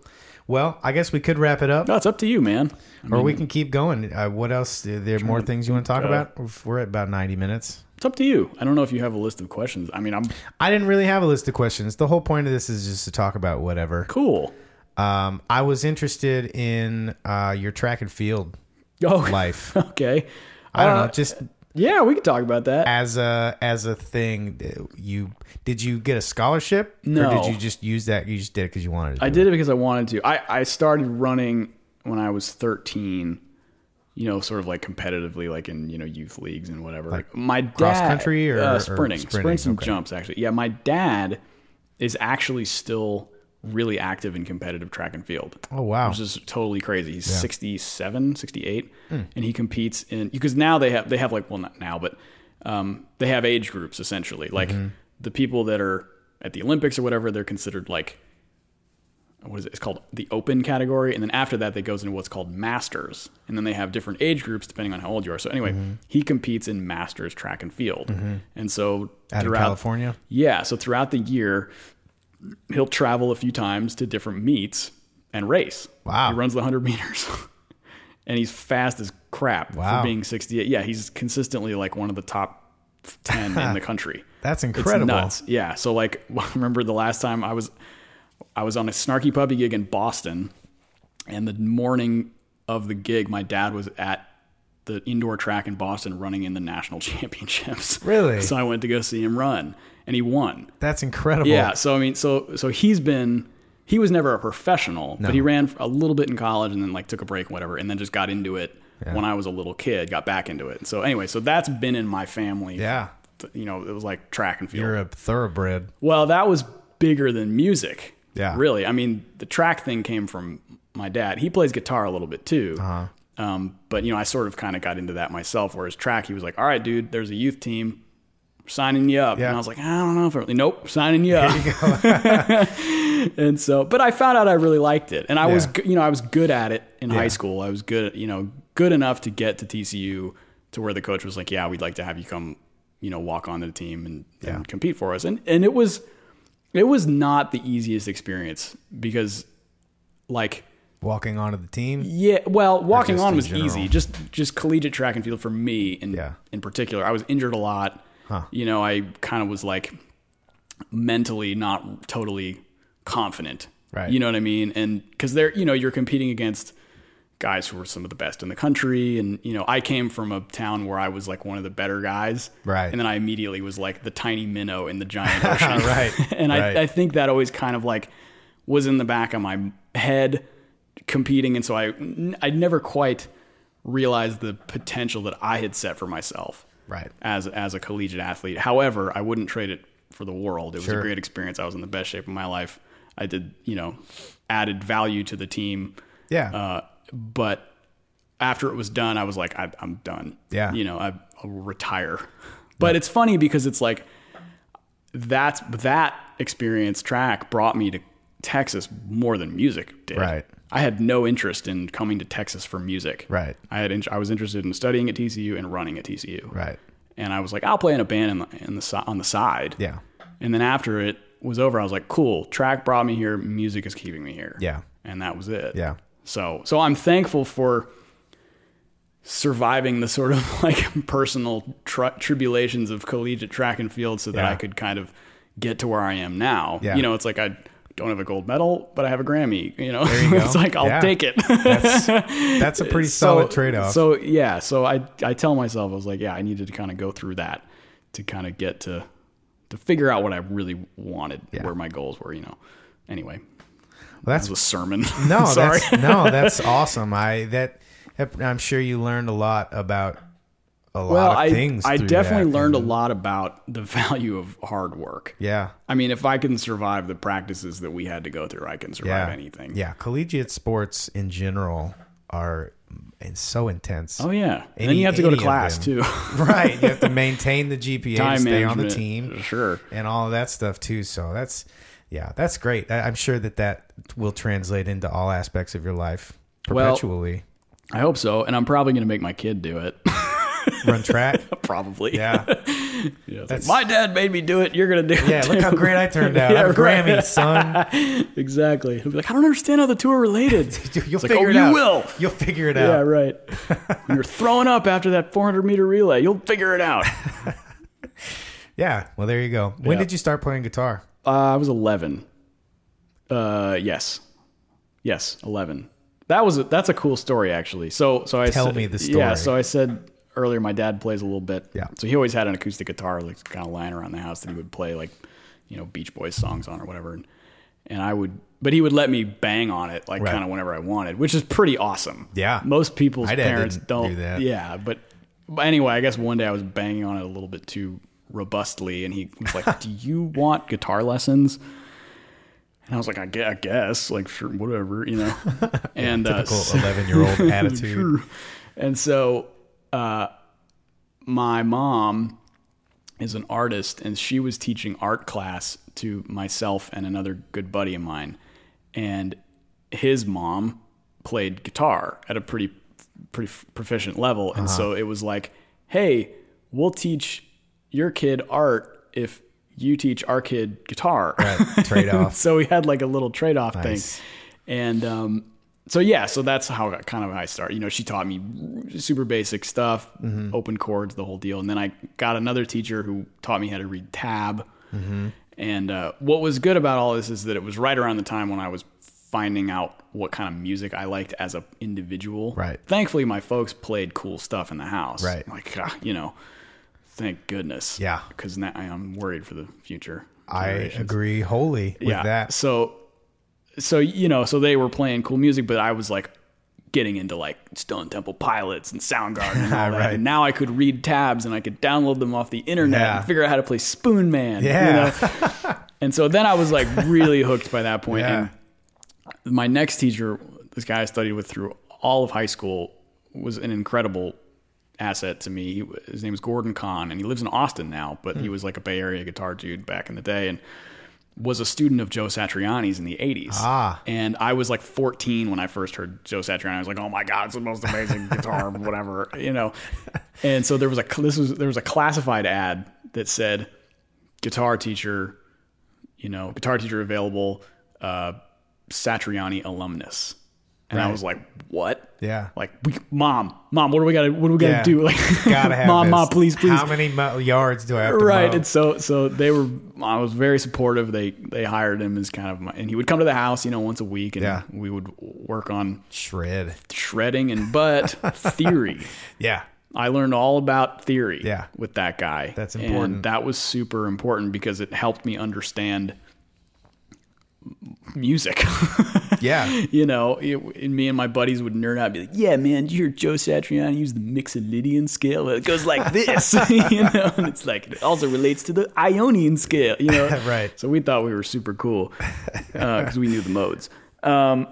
Well, I guess we could wrap it up,
No, it's up to you, man.
or we can keep going. Uh, what else? Are there more things you want to talk
uh,
about? We're at about ninety minutes.
It's up to you. I don't know if you have a list of questions. I mean, I'm
I didn't really have a list of questions. The whole point of this is just to talk about whatever.
cool.
Um, I was interested in uh, your track and field
Oh,
life.
okay.
I don't
Uh,
know, just
Yeah, we can talk about that.
as a as a thing. You did you get a scholarship? or
No.
did you just use that? You just did it because you wanted to.
I
do
did it because I wanted to. I, I started running when I was 13, you know, sort of like competitively, like in, you know, youth leagues and whatever. my dad,
cross country or-
uh,
or
sprinting,
sprinting,
sprints and
okay.
jumps, actually. Yeah, my dad is actually still really active in competitive track and field.
Oh wow!
which is totally crazy. He's 67, 68,
Hmm.
and he competes in because now they have they have like well not now but um, they have age groups essentially. Like
Mm-hmm.
the people that are at the Olympics or whatever, they're considered like what is it? It's called the open category, and then after that, they goes into what's called masters, and then they have different age groups depending on how old you are. So anyway,
Mm-hmm.
he competes in masters track and field, and so
Out of
throughout
California.
yeah, so throughout the year, he'll travel a few times to different meets and race.
Wow.
He runs the 100 meters. and he's fast as crap
Wow.
for being 68. Yeah, he's consistently like one of the top 10 in the country.
That's
It's
incredible.
nuts. Yeah, so like I remember the last time I was I was on a snarky puppy gig in Boston and the morning of the gig my dad was at the indoor track in Boston running in the national championships.
Really?
So I went to go see him run and he won.
That's incredible.
Yeah. So I mean, so so he's been he was never a professional, but he ran a little bit in college and then like took a break, whatever, and then just got into it when I was a little kid. Got back into it. So anyway, so that's been in my family.
Yeah.
Th- You know, it was like track and field.
You're a thoroughbred.
Well, that was bigger than music.
Yeah.
Really. I mean, the track thing came from my dad. He plays guitar a little bit too. Uh-huh. Um, but, you know, I sort of kind of got into that myself. Whereas track, he was like, all right, dude, there's a youth team. Signing you up.
Yeah.
And I was like, I don't know if I really, nope, signing you up. and so, but I found out I really liked it. And I was,
Yeah.
go- you know, I was good at it in high school. I was good, at, you know, good enough to get to TCU to where the coach was like, yeah, we'd like to have you come, you know, walk onto the team and, and compete for us. And, and it was, it was not the easiest experience because, like,
Walking onto the team.
yeah, well, walking
just
on
in
was
general?
easy. Just just collegiate track and field for me, in
Yeah.
in particular, I was injured a lot. You know, I kind of was like mentally not totally confident.
Right.
You know what I mean? And because they're you know you're competing against guys who were some of the best in the country, and you know I came from a town where I was like one of the better guys.
Right.
And then I immediately was like the tiny minnow in the giant ocean.
Right.
and
Right.
I, I think that always kind of like was in the back of my head competing and so i i never quite realized the potential that i had set for myself
Right.
as as a collegiate athlete however i wouldn't trade it for the world it was
Sure.
a great experience i was in the best shape of my life i did you know added value to the team
Yeah.
uh, but after it was done, I was like, I, I'm done.
Yeah.
You know, I, I'll retire. But it's funny because it's like that's that experience track brought me to Texas more than music did.
Right.
I had no interest in coming to Texas for music.
Right.
I had int- I was interested in studying at TCU and running at TCU.
right.
And I was like, I'll play in a band in the, in the si- on the side.
Yeah.
And then after it was over, I was like, cool, track brought me here, music is keeping me here.
Yeah.
And that was it.
Yeah.
So so I'm thankful for surviving the sort of like personal tri- tribulations of collegiate track and field so that
Yeah.
I could kind of get to where I am now.
Yeah.
You know, it's like I don't have a gold medal, but I have a Grammy, you know.
you
it's
go.
like I'll
Yeah.
take it.
That's a pretty
So-
solid trade off.
So yeah, so I I tell myself I was like, yeah, I needed to kind of go through that to kind of get to to figure out what I really wanted, where my goals were, you know. Anyway,
that's
that was a sermon.
No,
sorry.
That's, no, that's awesome. I that I'm sure you learned a lot about a lot
well,
of
I
things.
I
through
definitely
that.
learned a lot about the value of hard work.
Yeah,
I mean, if I can survive the practices that we had to go through, I can survive
yeah,
anything.
Yeah, collegiate sports in general are mm, so intense.
Oh yeah. And then
Any-
you have to go to
any of
class
them.
too.
right. You have to maintain the GPA to
Time
stay on the
management,
team
Sure.
and all of that stuff too. So that's yeah, that's great. I, I'm sure that that will translate into all aspects of your life
Well-
perpetually.
I hope so, and I'm probably going to make my kid do it.
Run track.
probably.
Yeah.
Yeah, it's
That's-
like, my dad made me do it. You're gonna do it.
Yeah, look how
too."
great I turned out.
Yeah,
I'm a
right.
Grammy, son.
exactly. He'll be like, I don't understand how the two are related.
You'll
like,
figure
"Oh,
it
you
out.
will."
You'll figure it
yeah,
out.
right. When you're throwing up after that 400 meter relay. You'll figure it out.
Yeah. Well, there you go. When
Yeah.
did you start playing guitar?
Uh, I was 11. Uh, yes, yes, 11. That was a, that's a cool story actually. So so I
Tell
said-
me the
Yeah,
story.
so I said earlier my dad plays a little bit.
Yeah.
So he always had an acoustic guitar like kind of lying around the house that he would play like you know Beach Boys songs on or whatever, and and I would but he would let me bang on it like
Right.
kind of whenever I wanted, which is pretty awesome.
Yeah.
Most people's
My dad
parents
didn't
don't
do that.
Yeah, but, but anyway, I guess one day I was banging on it a little bit too robustly, and he was like, "Do you want guitar lessons?" And I was like, "I guess, I guess like sure, whatever, you know." and uh,
Typical eleven-year-old attitude.
and so uh, my mom is an artist and she was teaching art class to myself and another good buddy of mine and his mom played guitar at a pretty pretty proficient level and so it was like hey we'll teach your kid art if you teach our kid guitar
Trade off.
so we had like a little trade off
Nice.
thing. And um, so, yeah, so that's how kind of how I start. You know, she taught me super basic stuff,
Mm-hmm.
open chords, the whole deal. And then I got another teacher who taught me how to read tab.
Mm-hmm.
And uh, what was good about all this is that it was right around the time when I was finding out what kind of music I liked as a individual.
Right.
Thankfully, my folks played cool stuff in the house.
Right.
Like, ah, you know, thank goodness.
Yeah.
Because now I'm worried for the future.
I
generations
agree wholly with that.
so so you know so they were playing cool music but i was like getting into like stone temple pilots and soundgarden and all that
Right.
and now i could read tabs and i could download them off the internet
Yeah.
and figure out how to play spoon man you
Yeah.
know? and so then i was like really hooked by that point
Yeah.
and my next teacher this guy i studied with through all of high school was an incredible asset to me. He, his name is Gordon Kahn, and he lives in Austin now, but
Hmm.
he was like a Bay Area guitar dude back in the day and was a student of Joe Satriani's in the 80s.
Ah.
And I was like 14 when I first heard Joe Satriani. I was like, oh my God, it's the most amazing guitar, whatever, you know. And so there was a, this was, there was a classified ad that said, guitar teacher, you know, guitar teacher available, uh, Satriani alumnus. And I was like, what?
Yeah.
Like, we, mom, mom, what do we got to, what do we got to
Yeah.
do? Like,
Gotta have
mom,
this.
mom, please, please.
How many mo- yards do I have to
right.
mow?
And so, so they were, I was very supportive. They, they hired him as kind of my, and he would come to the house, you know, once a week and
Yeah.
we would work on
shred.
shredding and but theory.
Yeah.
I learned all about theory
Yeah.
with that guy.
That's
And
important.
that was super important because it helped me understand music.
Yeah.
you know, it, and me and my buddies would nerd out and be like, yeah, man, did you hear Joe Satriani use the Mixolydian scale? Well, it goes like this, you know, and it's like, it also relates to the Ionian scale, you know?
Right.
So we thought we were super cool because we knew the modes. Um,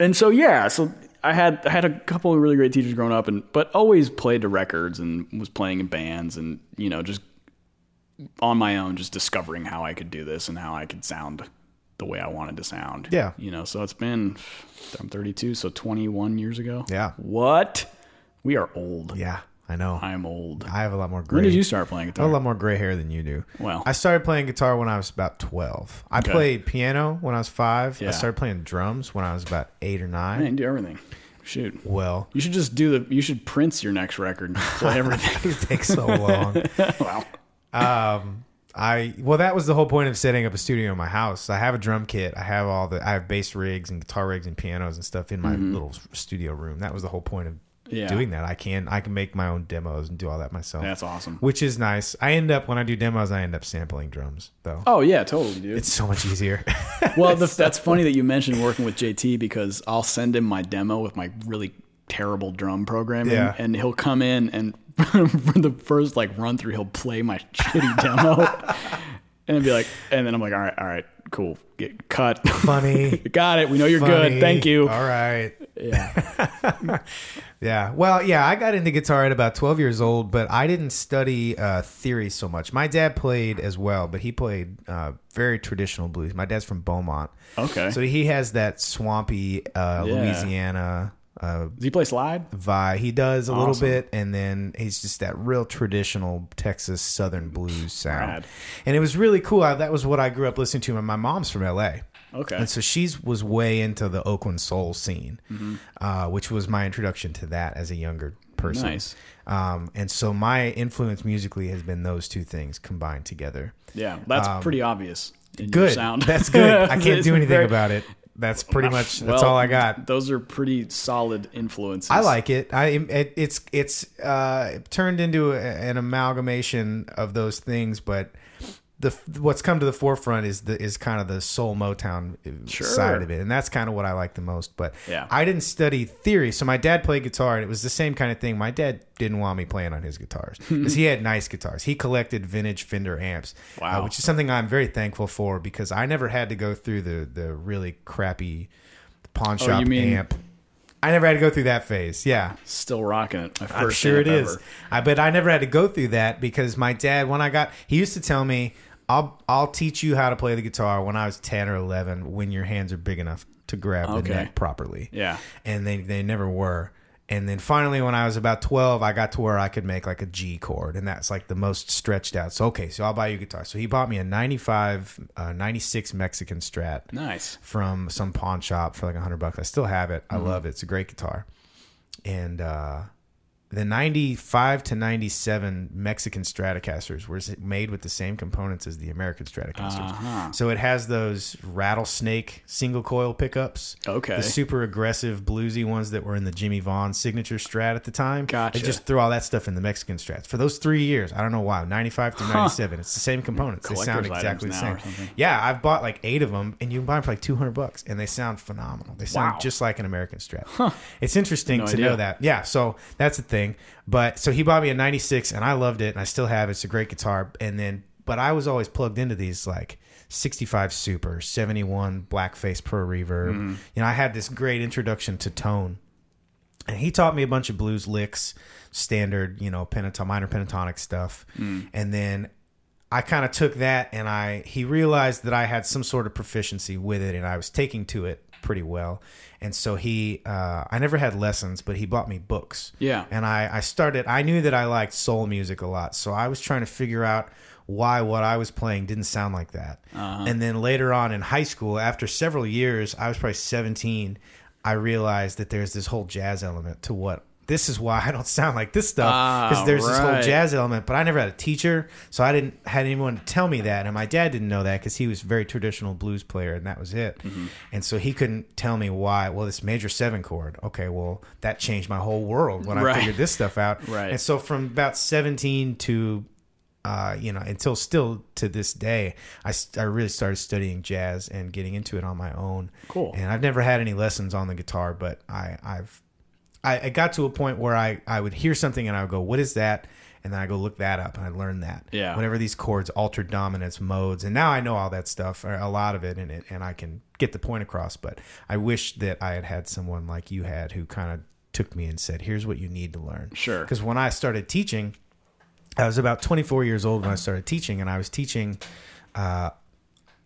and so, yeah, so I had, I had a couple of really great teachers growing up and, but always played to records and was playing in bands and, you know, just on my own, just discovering how I could do this and how I could sound the way I wanted to sound.
Yeah.
You know, so it's been, I'm 32, so 21 years ago.
Yeah.
What? We are old.
Yeah. I know.
I'm old.
I have a lot more gray.
When did you start playing
I have a
guitar?
lot more gray hair than you do.
Well.
I started playing guitar when I was about twelve. I played piano when I was five. I
Yeah.
started playing drums when I was about eight or nine.
Man, do everything. Shoot.
Well,
You should just do the, you should Prince your next record and play everything.
it takes so long.
wow.
um I well that was the whole point of setting up a studio in my house. I have a drum kit. I have all the I have bass rigs and guitar rigs and pianos and stuff in my little s- studio room. That was the whole point of
Mm-hmm. Yeah.
doing that. I can I can make my own demos and do all that myself.
That's awesome.
Which is nice. I end up when I do demos I end up sampling drums though.
Oh, yeah, totally, dude.
It's so much easier.
Well, the, that's funny that you mentioned working with JT because I'll send him my demo with my really terrible drum programming,
Yeah.
and he'll come in and for the first like run through, he'll play my shitty demo, and be like, and then I'm like, all right, all right, cool, get cut,
Funny.
got it, we know you're
funny.
good, thank you.
All right.
Yeah,
Yeah. Well, yeah, I got into guitar at about 12 years old, but I didn't study uh, theory so much. My dad played as well, but he played uh, very traditional blues. My dad's from Beaumont.
okay.
So he has that swampy uh,
Yeah.
Louisiana uh,
Does he play slide?
vibe. He does a little
Awesome.
bit, and then he's just that real traditional Texas Southern blues sound.
Rad.
And it was really cool. I, that was what I grew up listening to. And my mom's from LA.
Okay.
And so she's was
Mm-hmm.
way into the Oakland soul scene, uh, which was my introduction to that as a younger person.
Nice.
Um, and so my influence musically has been those two things combined together.
Yeah, that's pretty obvious. in your
um, Good.
sound.
That's good. I can't
It's
do anything
very-
about it. That's pretty much that's
Well,
all I got.
Those are pretty solid influences.
I like it. I it, it's it's uh, turned into a, an amalgamation of those things, but the what's come to the forefront is the is kind of the soul Motown uh,
Sure.
side of it, and that's kind of what I like the most. But
Yeah.
I didn't study theory, so my dad played guitar, and it was the same kind of thing. My dad didn't want me playing on his guitars because he had nice guitars. He collected vintage Fender amps, uh,
Wow.
which is something I'm very thankful for because I never had to go through the the really crappy pawn shop
Oh, you mean-
amp. I never had to go through that phase. Yeah.
Still rocking it. My 1st
I'm sure it
amp
is.
ever.
I but I never had to go through that because my dad, when I got, he used to tell me, "I'll I'll teach you how to play the guitar when I was ten or eleven, when your hands are big enough to grab
Okay.
the neck properly."
Yeah.
and they they never were. And then finally, when I was about twelve, I got to where I could make like a G chord, and that's like the most stretched out. So okay, so I'll buy you a guitar. So he bought me a '95, uh, '96 Mexican Strat
Nice.
from some pawn shop for like a hundred bucks. I still have it. I
Mm-hmm.
love it. It's a great guitar. And uh, the '95 to '97 Mexican Stratocasters were s- made with the same components as the American Stratocasters.
Uh-huh.
So it has those rattlesnake single coil pickups.
Okay.
The super aggressive bluesy ones that were in the Jimmy Vaughn signature strat at the time.
Gotcha.
They just threw all that stuff in the Mexican strats. For those three years, I don't know why, 95 to 97, it's the same components. They sound
Collector's
exactly the
items now
same.
or something.
Yeah, I've bought like eight of them, and you can buy them for like 200 bucks, and they sound phenomenal. They sound
Wow.
just like an American strat. It's interesting
No
to
idea.
know that. Yeah, so that's the thing. But so he bought me a 96, and I loved it, and I still have it. It's a great guitar. And then, but I was always plugged into these like 65 Super, 71 Blackface Pro Reverb.
Mm-hmm.
You know, I had this great introduction to tone and he taught me a bunch of blues licks, standard, you know, pentaton, minor pentatonic stuff,
Mm.
and then I kind of took that and I he realized that I had some sort of proficiency with it and I was taking to it pretty well, and so he uh, I never had lessons, but he bought me books,
Yeah.
and I I started I knew that I liked soul music a lot, so I was trying to figure out why what I was playing didn't sound like that,
Uh-huh.
and then later on in high school, after several years, I was probably seventeen. I realized that there's this whole jazz element to what this is why I don't sound like this stuff
Ah,
because there's this whole
right.
jazz element, but I never had a teacher, so I didn't had anyone to tell me that, and my dad didn't know that because he was a very traditional blues player, and that was it,
Mm-hmm.
and so he couldn't tell me why. Well, this major seven chord, okay, well that changed my whole world when
Right.
I figured this stuff out,
Right.
And so from about seventeen to uh, you know, until still to this day, I, st- I really started studying jazz and getting into it on my own.
Cool.
And I've never had any lessons on the guitar, but I, I've I, I got to a point where I, I would hear something and I would go, what is that? And then I go look that up and I learned that.
Yeah.
Whenever these chords, altered dominance, modes, and now I know all that stuff, or a lot of it, and it, and I can get the point across. But I wish that I had had someone like you had who kind of took me and said, here's what you need to learn.
Sure.
Because when I started teaching, I was about 24 years old when I started teaching, and I was teaching. Uh,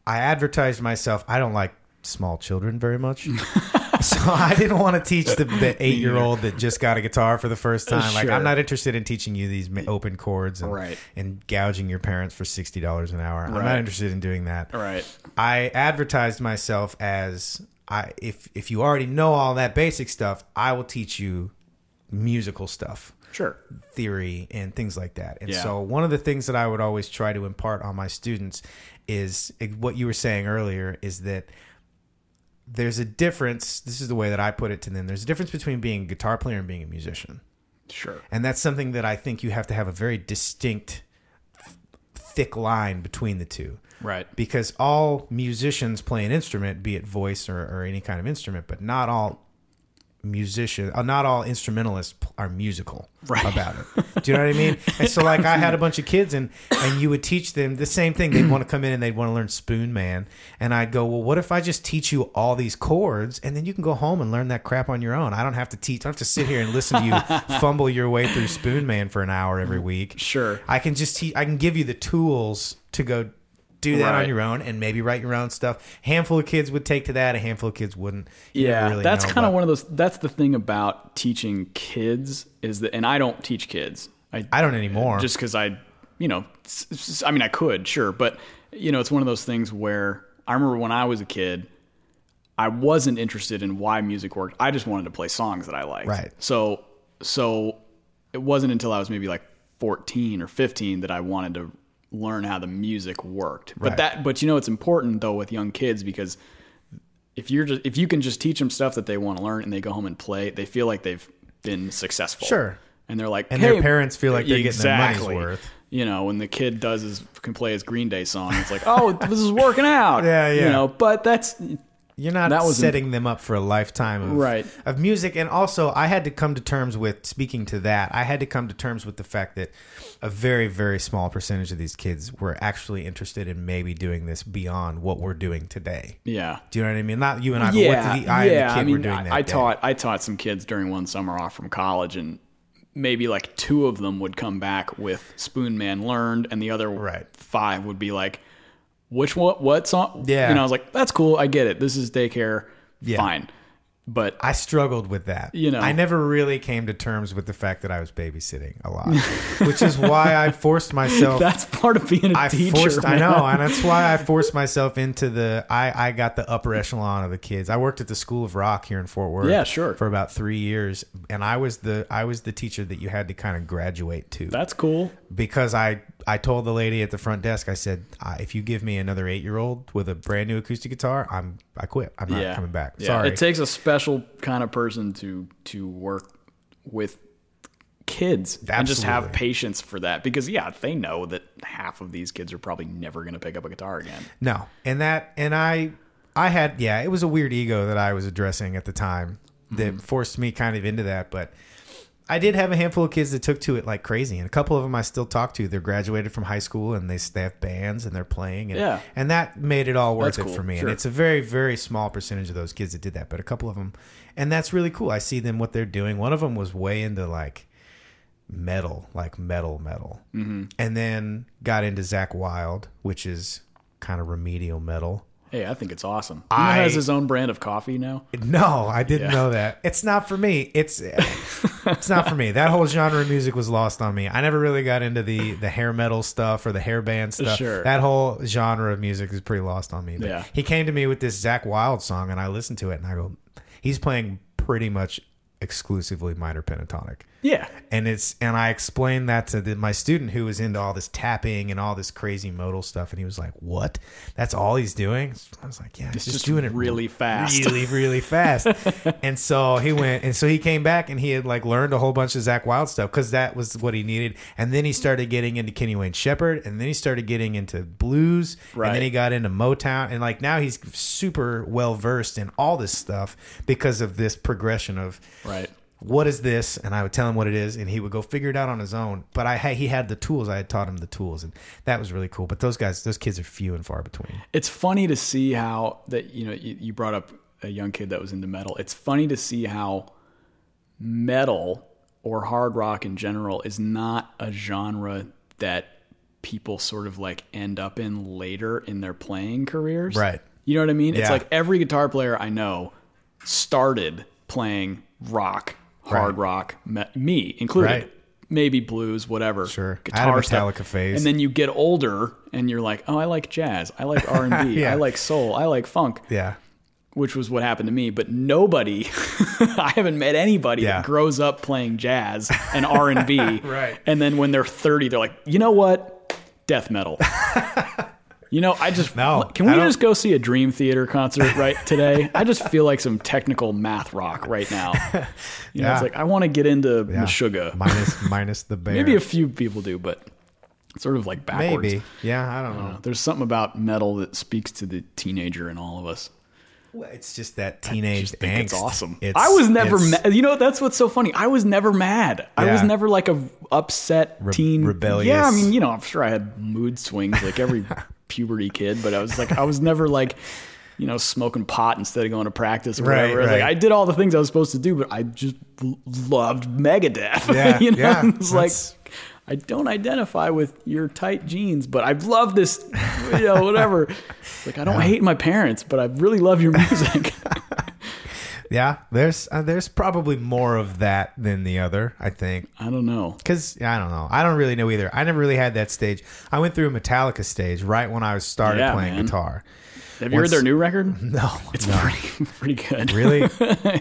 I advertised myself. I don't like small children very much, so I didn't want to teach the, the eight year old that just got a guitar for the first time. Like
Sure.
I'm not interested in teaching you these ma- open chords and,
Right.
and gouging your parents for sixty dollars an hour. I'm
Right.
not interested in doing that.
All right.
I advertised myself as I if if you already know all that basic stuff, I will teach you musical stuff
Sure.
theory and things like that. And
Yeah.
so one of the things that I would always try to impart on my students is eh, what you were saying earlier is that there's a difference. This is the way that I put it to them. There's a difference between being a guitar player and being a musician.
Sure.
And that's something that I think you have to have a very distinct thick line between the two
Right.
because all musicians play an instrument, be it voice or, or any kind of instrument, but not all musician, uh, not all instrumentalists p- are musical about it. Do you know what I mean? And so, like, I had a bunch of kids, and and you would teach them the same thing. They'd want to come in and they'd want to learn Spoon Man, and I'd go, well, what if I just teach you all these chords, and then you can go home and learn that crap on your own. I don't have to teach. I don't have to sit here and listen to you fumble your way through Spoon Man for an hour every week.
Sure.
I can just te- I can give you the tools to go do that
Right.
on your own and maybe write your own stuff. handful of kids would take to that, a handful of kids wouldn't. You
yeah
never really
that's
know,
kind
but-
of one of those that's the thing about teaching kids is that and i don't teach kids i,
I don't anymore.
just because i you know s- s- i mean i could sure but you know it's one of those things where i remember when i was a kid i wasn't interested in why music worked i just wanted to play songs that i liked
Right.
so so it wasn't until I was maybe like 14 or 15 that I wanted to learn how the music worked. But
Right.
that but you know it's important though with young kids because if you're just if you can just teach them stuff that they want to learn and they go home and play, they feel like they've been successful.
Sure.
And they're like
And their
"Hey,"
parents feel like they're getting their money's
exactly.
worth.
You know, when the kid does his can play his Green Day song, it's like, "Oh, this is working out."
Yeah, yeah.
You know, but that's
You're not
That was imp-
setting them up for a lifetime of,
Right.
of music. And also, I had to come to terms with, speaking to that, I had to come to terms with the fact that a very, very small percentage of these kids were actually interested in maybe doing this beyond what we're doing today.
yeah.
Do you know what I mean? Not you and I, but
yeah,
what the, I and
yeah.
the kid
I mean,
were doing
I,
that
I
day.
taught I taught some kids during one summer off from college, and maybe like two of them would come back with Spoon Man learned, and the other
Right.
five would be like, "Which one? What song?"
Yeah.
and I was like, "That's cool. I get it. This is daycare.
Yeah.
Fine." But
I struggled with that.
You know.
I never really came to terms with the fact that I was babysitting a lot, which is why I forced myself
that's part of being a
I
teacher.
forced. I
man.
know, and that's why I forced myself into the. I I got the upper echelon of the kids. I worked at the School of Rock here in Fort Worth.
Yeah, sure.
For about three years, and I was the I was the teacher that you had to kind of graduate to
That's cool.
because I I told the lady at the front desk. I said, "I- if you give me another eight year old with a brand new acoustic guitar, I'm I quit. I'm not
yeah,
coming back.
Yeah.
Sorry.
It takes a special kind of person to to work with kids and just have
Absolutely.
patience for that because yeah, they know that half of these kids are probably never going to pick up a guitar again.
No, and that and I I had yeah, it was a weird ego that I was addressing at the time that forced me kind of into that, but I did have a handful of kids that took to it like crazy, and a couple of them I still talk to. They're graduated from high school and they they have bands and they're playing, and
Yeah.
and that made it all worth
That's
it
cool,
for me.
sure.
And it's a very very small percentage of those kids that did that, but a couple of them, and that's really cool. I see them what they're doing. One of them was way into like metal, like metal, metal. Mm-hmm. And then got into Zach Wild, which is kind of remedial metal.
Hey, I think it's awesome. You know, he
I-
has his own brand of coffee now.
No, I didn't
Yeah.
know that. It's not for me. It's it's not for me. That whole genre of music was lost on me. I never really got into the the hair metal stuff or the hair band stuff.
Sure.
That whole genre of music is pretty lost on me. But
Yeah.
he came to me with this Zach Wild song and I listened to it and I go, he's playing pretty much exclusively minor pentatonic.
Yeah,
and it's and I explained that to the, my student who was into all this tapping and all this crazy modal stuff, and he was like, "What? That's all he's doing?" I was like, "Yeah, he's just,
just
doing it
really fast."
really, really fast." and so he went, and so he came back, and he had like learned a whole bunch of Zach Wild stuff because that was what he needed. And then he started getting into Kenny Wayne Shepherd, and then he started getting into blues, and
Right.
then he got into Motown, and like now he's super well versed in all this stuff because of this progression of
right.
what is this? And I would tell him what it is, and he would go figure it out on his own. But I had- he had the tools. I had taught him the tools, and that was really cool. But those guys, those kids are few and far between.
It's funny to see how that you know you, you brought up a young kid that was into metal. It's funny to see how metal or hard rock in general is not a genre that people sort of like end up in later in their playing careers.
Right.
You know what I mean? It's
Yeah.
like every guitar player I know started playing rock, hard rock, me, me included.
Right.
Maybe blues, whatever.
Sure. I had a
Guitar stuff.
Metallica phase.
And then you get older and you're like, "Oh, I like jazz. I like R&B.
Yeah.
I like soul. I like funk."
Yeah,
which was what happened to me but nobody i haven't met anybody
Yeah.
that grows up playing jazz and r&b
Right.
and then when they're 30 they're like you know what death metal you know i just
No,
can we
I don't-
just go see a dream theater concert right today i just feel like some technical math rock right now you know
Yeah.
it's like i want to get into
yeah.
meshuggah
minus minus the bear.
maybe a few people do but it's sort of like backwards
maybe. Yeah, I don't know.
Uh, there's something about metal that speaks to the teenager in all of us
Well, It's just that teenage
just think it's
angst.
awesome.
It's-
I was never
it's
mad. You know, that's what's so funny. I was never mad. I was
Yeah.
never like a upset teen
rebellious.
Yeah, I mean, you know, I'm sure I had mood swings like every puberty kid, but I was like, I was never like, you know, smoking pot instead of going to practice or
Right,
whatever. I was like,
right.
I did all the things I was supposed to do, but I just l- loved Megadeth.
Yeah,
you know,
yeah,
it's like.
that's-
I don't identify with your tight jeans, but I love this, you know, whatever. It's like, I don't hate my parents, but I really love your music.
Yeah, there's uh, there's probably more of that than the other. I think.
I don't know.
Cause I don't know, I don't really know either. I never really had that stage. I went through a Metallica stage right when I was started
Yeah,
playing
man.
guitar.
Have you heard
Once-
their new record?
No,
It's
no.
pretty pretty good.
really.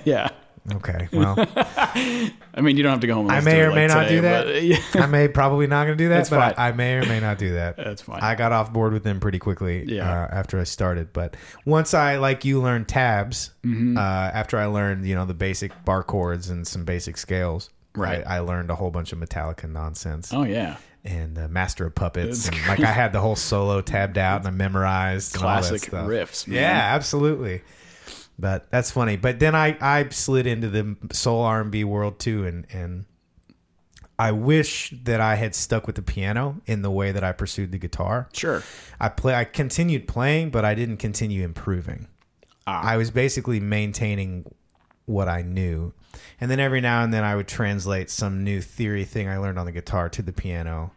yeah.
Okay. Well,
I mean, you don't have to go home. and
I
listen
may
to it,
or
like,
may not
today,
do that.
but, yeah.
I may probably not going to do that,
That's
but
fine.
I, I may or may not do that.
That's fine.
I got off board with them pretty quickly
Yeah.
uh, after I started. But once I, like you, learned tabs,
Mm-hmm.
uh, after I learned, you know, the basic bar chords and some basic scales,
Right.
I, I learned a whole bunch of Metallica nonsense
oh yeah,
and uh, Master of Puppets.
That's
And, like I had the whole solo tabbed out and I memorized and all that
classic
stuff.
riffs. man.
Yeah, absolutely. But that's funny. But then I I slid into the soul R and B world too, and and I wish that I had stuck with the piano in the way that I pursued the guitar.
sure.
I play I continued playing, but I didn't continue improving. I was basically maintaining what I knew. And then every now and then I would translate some new theory thing I learned on the guitar to the piano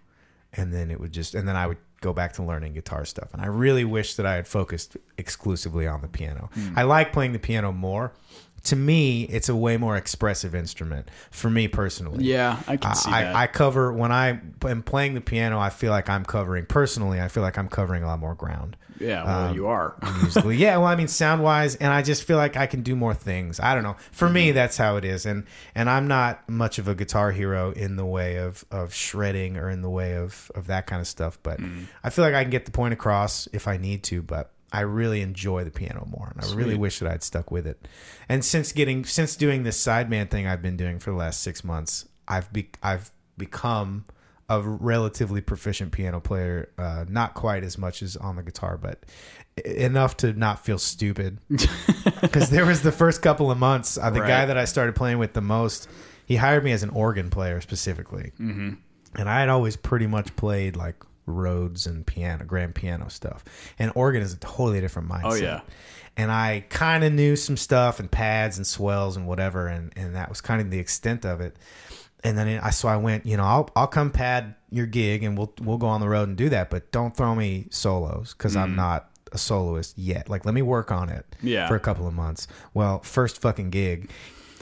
and then it would just and then I would go back to learning guitar stuff. And I really wish that I had focused exclusively on the piano. I like playing the piano more. To me, it's a way more expressive instrument for me personally.
Yeah, I can see that.
Uh, I, I cover when I am playing the piano. I feel like I'm covering personally. I feel like I'm covering a lot more ground
yeah, well,
um,
you are.
musically. yeah, well, I mean, sound wise, and I just feel like I can do more things. I don't know. For me, that's how it is, and and I'm not much of a guitar hero in the way of of shredding or in the way of of that kind of stuff. But I feel like I can get the point across if I need to. But I really enjoy the piano more, and I really wish that I'd stuck with it. And since getting since doing this sideman thing I've been doing for the last six months, I've be, I've become a relatively proficient piano player, uh, not quite as much as on the guitar, but e- enough to not feel stupid. Because there was the first couple of months, uh, the
Right.
guy that I started playing with the most, he hired me as an organ player specifically, mm-hmm. and I had always pretty much played like Rhodes and piano, grand piano stuff, and organ is a totally different mindset.
Oh, yeah.
And I kind of knew some stuff and pads and swells and whatever, and, and that was kind of the extent of it and then I so I went, you know, I'll I'll come pad your gig and we'll we'll go on the road and do that, but don't throw me solos because
Mm.
I'm not a soloist yet. Like let me work on it
Yeah.
for a couple of months. Well, first fucking gig.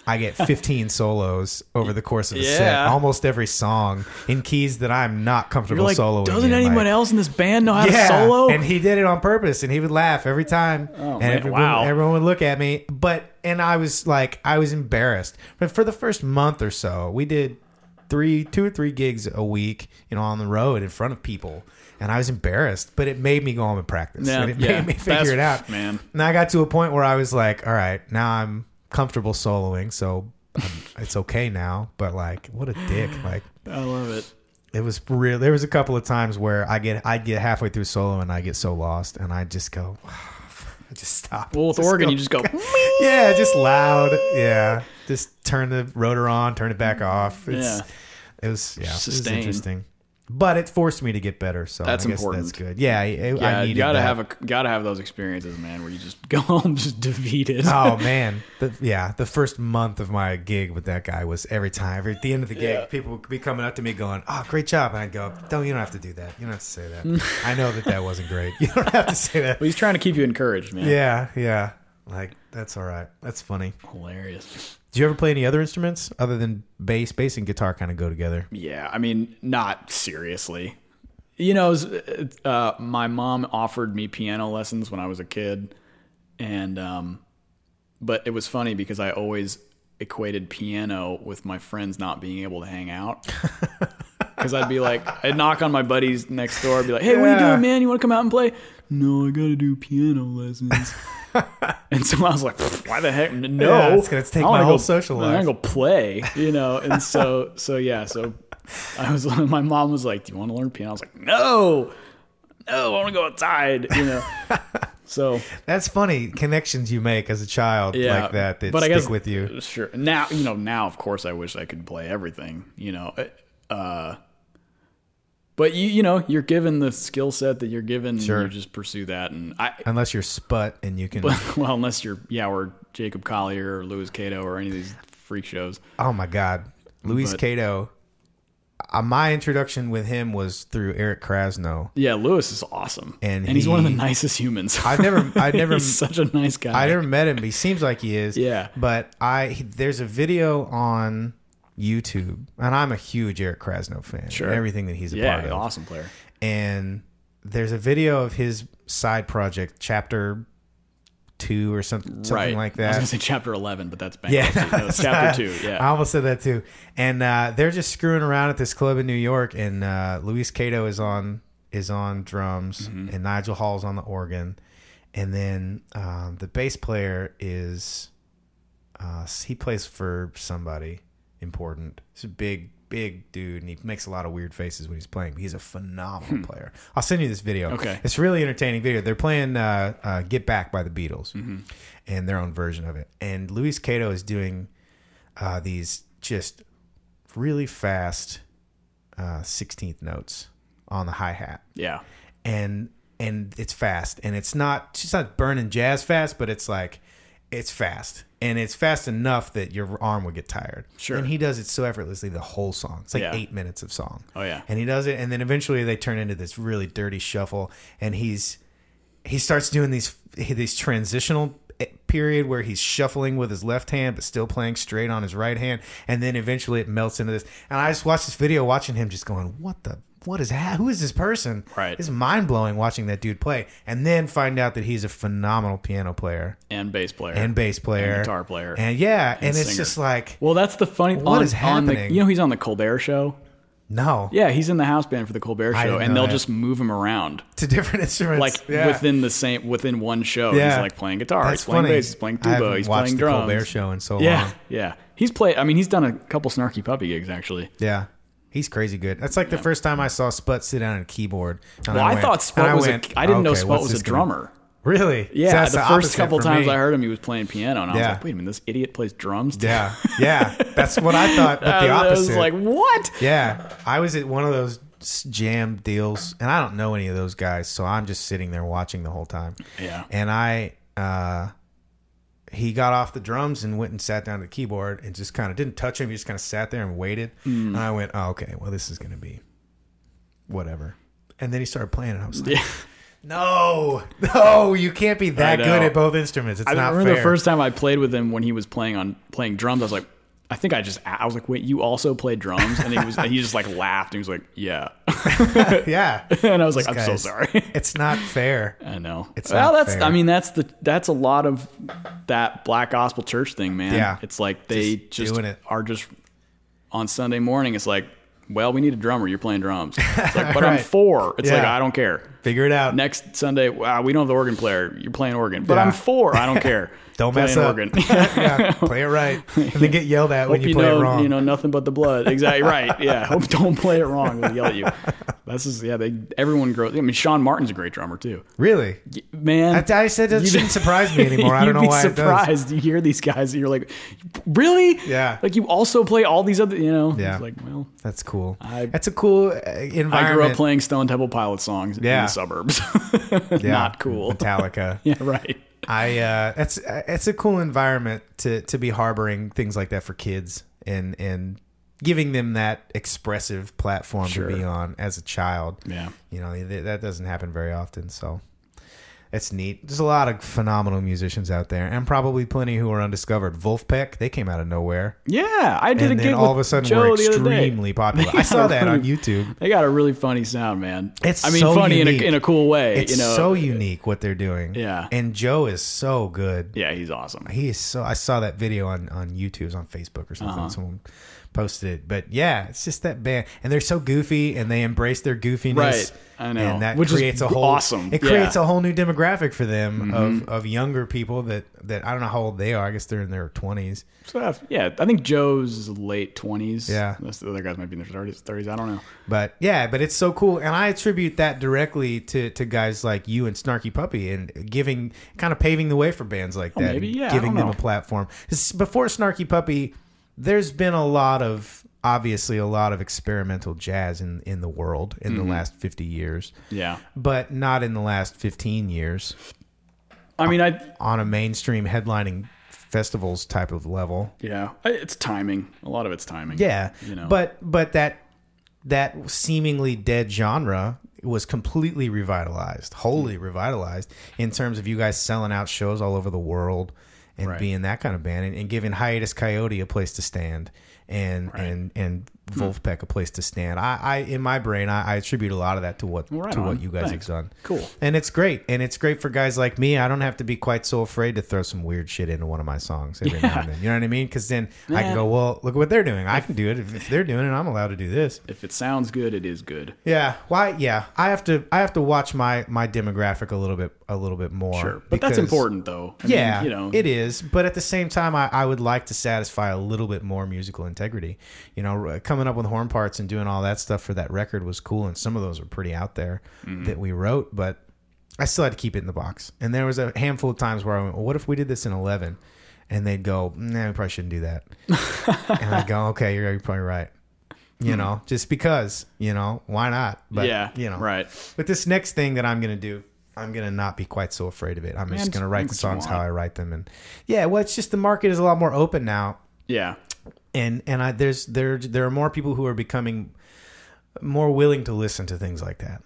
I get 15 solos over the course of a set,
Yeah.
almost every song in keys that I'm not comfortable
You're like,
soloing.
doesn't
in,
anyone
like-
else in this band know how
yeah,
to solo?
And he did it on purpose, and he would laugh every time. and
Oh, man,
everyone,
wow.
everyone would look at me, but and I was like, I was embarrassed. But for the first month or so, we did three, two or three gigs a week, you know, on the road in front of people, and I was embarrassed. But it made me go home and practice,
Yeah,
and it
yeah.
made me
That's-
figure it out,
man.
And I got to a point where I was like, all right, now I'm comfortable soloing, so. um, it's okay now, but like, what a dick! Like,
I love it.
it was real. There was a couple of times where I get I get halfway through solo and I get so lost and I just go, I just stop.
Well, with organ, you just go. "Mm,
yeah, just loud. Yeah, just turn the rotor on, turn it back
Mm,
off. It's, it was yeah, it was
Sustain.
interesting. But it forced me to get better, so
That's
I guess
important.
That's good. Yeah, I, I-
Yeah,
I
you
needed
gotta
that.
have a gotta have those experiences, man, where you just go home just defeated.
oh man, the, yeah. The first month of my gig with that guy was every time, every, at the end of the gig,
Yeah.
people would be coming up to me going, "Oh, great job!" And I'd go, "Don't you don't have to do that. You don't have to say that. I know that that wasn't great. You don't have to say that."
But he's trying to keep you encouraged, man.
Yeah, yeah. Like that's all right. That's funny.
Hilarious.
Do you ever play any other instruments other than bass? Bass and guitar kind of go together.
Yeah, I mean, not seriously. You know, it was, uh, my mom offered me piano lessons when I was a kid, and um, but it was funny because I always equated piano with my friends not being able to hang out. Because I'd be like, I'd knock on my buddies next door, I'd be like, "Hey, what are you
Yeah.
doing, man? You want to come out and play?" No, I gotta do piano lessons. and so I was like, "Pfft, "Why the heck? N- No,
Yeah, it's gonna take
I wanna
my whole
go-
social
I
life."
wanna go play, you know." And so, so yeah, so I was. My mom was like, "Do you want to learn piano?" I was like, "No, no, I want to go outside," you know. so
That's funny connections you make as a child
yeah,
like that that
but I
stick
guess-
with you.
Sure. Now you know. Now, of course, I wish I could play everything. You know, uh, but you you know you're given the skill set that you're given. and
Sure.
You just pursue that, and I
Unless you're sput and you can.
well, unless you're yeah, or Jacob Collier or Louis Cato or any of these freak shows.
Oh my God, Luis
But-
Cato. Uh, my introduction with him was through Eric Krasno.
Yeah, Louis is awesome,
And
he's one of the
he-
nicest humans.
I've never, I never,
he's such a nice guy.
I never met him, but he seems like he is.
Yeah.
But I, he- there's a video on YouTube, and I'm a huge Eric Krasno fan.
Sure.
and Everything that he's a part
yeah,
of.
awesome player.
and there's a video of his side project chapter two or something, something
right.
like
I
that.
was gonna say chapter eleven, but that's
Yeah, Uh,
bankruptcy. no, it's chapter two.
I
Yeah,
almost said that too. And uh, they're just screwing around at this club in New York, and uh, Luis Cato is on is on drums,
Mm-hmm.
and Nigel Hall's on the organ, and then um, the bass player is uh, he plays for somebody important. He's a big big dude, and he makes a lot of weird faces when he's playing. He's a phenomenal player. I'll send you this video.
Okay.
it's a really entertaining video. They're playing uh, uh, "Get Back" by the Beatles, and their own version of it. And Luis Cato is doing uh, these just really fast uh, 16th notes on the hi hat,
yeah.
and and it's fast, and it's not it's not burning jazz fast, but it's like it's fast, and it's fast enough that your arm would get tired.
Sure.
and he does it so effortlessly the whole song. It's like
Yeah.
eight minutes of song.
Oh, yeah.
and he does it, and then eventually they turn into this really dirty shuffle, and he's he starts doing these these transitional eh, period where he's shuffling with his left hand but still playing straight on his right hand and then eventually it melts into this and i just watched this video watching him just going what the what is that who is this person
Right.
it's mind-blowing watching that dude play and then find out that he's a phenomenal piano player
And bass player
and bass player
and guitar player.
and yeah and, it's
singer.
just like
well, that's the funny.
What
on,
is
on the-
happening?
you know, he's on the Colbert Show.
no
Yeah, he's in the house band for the Colbert
I
Show,
didn't
and
know
they'll
that.
just move him around.
to different instruments
like
Yeah.
within the same within one show.
Yeah.
He's like playing guitar,
That's
he's playing
funny.
bass, he's playing
I
tuba,
haven't
he's
watched
playing
the
drums.
Colbert show in so
yeah,
long
yeah. He's played. I mean, he's done a couple snarky puppy gigs actually.
Yeah. He's crazy good. That's like the first time I saw Sput sit down at a keyboard. and
Well, I,
went-
thought Spot
and
was.
went,
a, I didn't know
"Okay,
Spot
what's
was
this
a
gonna-"
drummer.
Really? So
Yeah,
that's
the, first
opposite
couple
for
times
me.
I heard him, he was playing piano, and I was
Yeah.
like, "Wait a minute, this idiot plays drums." too?"
Yeah, yeah, that's what I thought, but the
And I was
opposite.
like, "What?"
yeah, I was at one of those s- jam deals, and I don't know any of those guys, so I'm just sitting there watching the whole time.
Yeah.
and I, uh, he got off the drums and went and sat down at the keyboard and just kind of didn't touch him. He just kind of sat there and waited.
Hmm.
And I went, oh, okay, well, this is gonna be whatever. And then he started playing, and I was like.
Yeah.
No, no, you can't be that
know.
good at both instruments. It's
I
not
remember
fair.
the first time I played with him when he was playing on playing drums. I was like, I think I just I was like, "Wait, you also play drums?" And he was he just like laughed and he was like, "Yeah,"
yeah,
and I was like, "I'm
This
so
guy's-
sorry."
it's not fair.
I know.
It's
well,
not
that's.
fair.
I mean, that's the. That's a lot of that black gospel church thing, man.
Yeah.
It's like they
Just
just,
doing it.
are just on Sunday morning. It's like, well, we need a drummer. You're playing drums. It's like, but I'm
Right.
four. It's like
Yeah.
I don't care.
Figure it out.
Next Sunday, wow, we don't have the organ player. You're playing organ, but
Yeah.
I'm four. I don't care.
Don't
Play
mess
an
up. yeah, play it right, and then get yelled at when
Hope
you
you
play
know,
it wrong.
you know, nothing but the blood. Exactly right. Yeah. Hope don't play it wrong. They'll yell at you. This is yeah. They everyone grows. I mean, Sean Martin's a great drummer too.
really?
Man,
I, I said that
You-
shouldn't surprise me anymore. I don't
You'd
know
be
why it does.
surprised. You hear these guys, and you're like, really?
Yeah.
Like you also play all these other, you know?
Yeah.
It's like, well,
That's cool.
I-
That's a cool uh, environment.
I grew up playing Stone Temple Pilots songs in
Yeah.
the suburbs.
Yeah.
Not cool.
Metallica.
yeah, right.
I uh, that's uh, it's a cool environment to to be harboring things like that for kids and and giving them that expressive platform
Sure.
to be on as a child.
Yeah.
you know th- that doesn't happen very often, so. It's neat. There's a lot of phenomenal musicians out there, and probably plenty who are undiscovered. Wolfpack, they came out of nowhere,
Yeah. I did
and
a
then
gig
all
with
of a sudden
Joe
were
the other day.
extremely popular. I saw that on YouTube.
They got a really funny sound, man.
It's
I mean,
so
funny
unique.
in a in a cool way.
It's
you know, uh,
so unique what they're doing.
Yeah.
and Joe is so good.
yeah, he's awesome.
he is so i saw that video on on youtube it was on facebook or
Uh-huh.
something someone posted it but yeah it's just that band and they're so goofy and they embrace their goofiness
Right. I know.
and that
Which is
creates a whole
awesome.
it
Yeah. Mm-hmm.
creates a whole new demographic for them of of younger people that that i don't know how old they are i guess they're in their 20s
So, uh, yeah, I think Joe's late twenties.
Yeah.
Unless the other guys might be in their thirties. Thirties, I don't know.
But yeah, but it's so cool, and I attribute that directly to to guys like you and Snarky Puppy, and giving kind of paving the way for bands like that,
Oh, maybe,
and
yeah, I
giving
don't
them
know.
a platform. 'Cause Before Snarky Puppy, there's been a lot of obviously a lot of experimental jazz in in the world in
Mm-hmm.
the last fifty years,
Yeah.
but not in the last fifteen years Uh,
I mean, I
on a mainstream headlining festivals type of level.
Yeah, I- it's timing. A lot of it's timing.
Yeah,
you know.
but but that that seemingly dead genre was completely revitalized, wholly
Hmm.
revitalized in terms of you guys selling out shows all over the world and
Right.
being that kind of band and, and giving Hiatus Coyote a place to stand and and and
Hmm.
Wolfpack a place to stand. I, I in my brain I, I attribute a lot of that to what
Well, right
to
on.
what you guys
Thanks.
have done.
Cool.
And it's great. And it's great for guys like me. I don't have to be quite so afraid to throw some weird shit into one of my songs every now and then. You know what I mean? Because then I
Yeah.
can go, well, look what they're doing. I can do it. If, if they're doing it, I'm allowed to do this.
If it sounds good, it is good.
Yeah. Why? yeah. I have to. I have to watch my my demographic a little bit a little bit more.
Sure. But that's
because-
important, though. I mean,
yeah,
you know,
it is. But at the same time, I, I would like to satisfy a little bit more musical integrity. You know, r- coming up with horn parts and doing all that stuff for that record was cool, and some of those were pretty out there
Mm-hmm.
that we wrote. But I still had to keep it in the box. And there was a handful of times where I went, "Well, what if we did this in 11? And they'd go, "Nah, we probably shouldn't do that." and I go, "Okay, you're, you're probably right." You know, just because you know, why not? But
Hmm. yeah,
you know,
right.
but this next thing that I'm gonna do, I'm gonna not be quite so afraid of it. I'm just
just
gonna write
make
the
what you
songs how
want.
I write them, and yeah, well, it's just the market is a lot more open now,
Yeah,
and and I there's there there are more people who are becoming more willing to listen to things like that,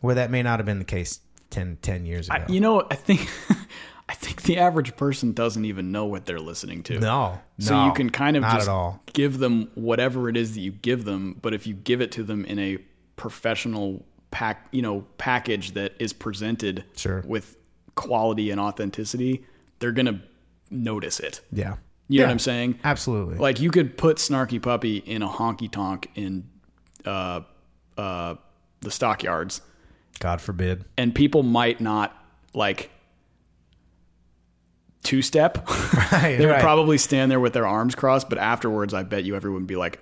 where that may not have been the case 10, 10 years ago.
you know, I think, I think the average person doesn't even know what they're listening to.
no,
e So
no,
you can kind of
not
just
at all.
give them whatever it is that you give them, but if you give it to them in a professional pack, you know, package that is presented
Sure.
with quality and authenticity, they're gonna notice it.
Yeah,
You
yeah,
know what I'm saying?
Absolutely.
Like you could put Snarky Puppy in a honky tonk in uh, uh, the stockyards,
God forbid.
and people might not like two step.
Right,
they would
right.
probably stand there with their arms crossed, but afterwards, I bet you everyone would be like,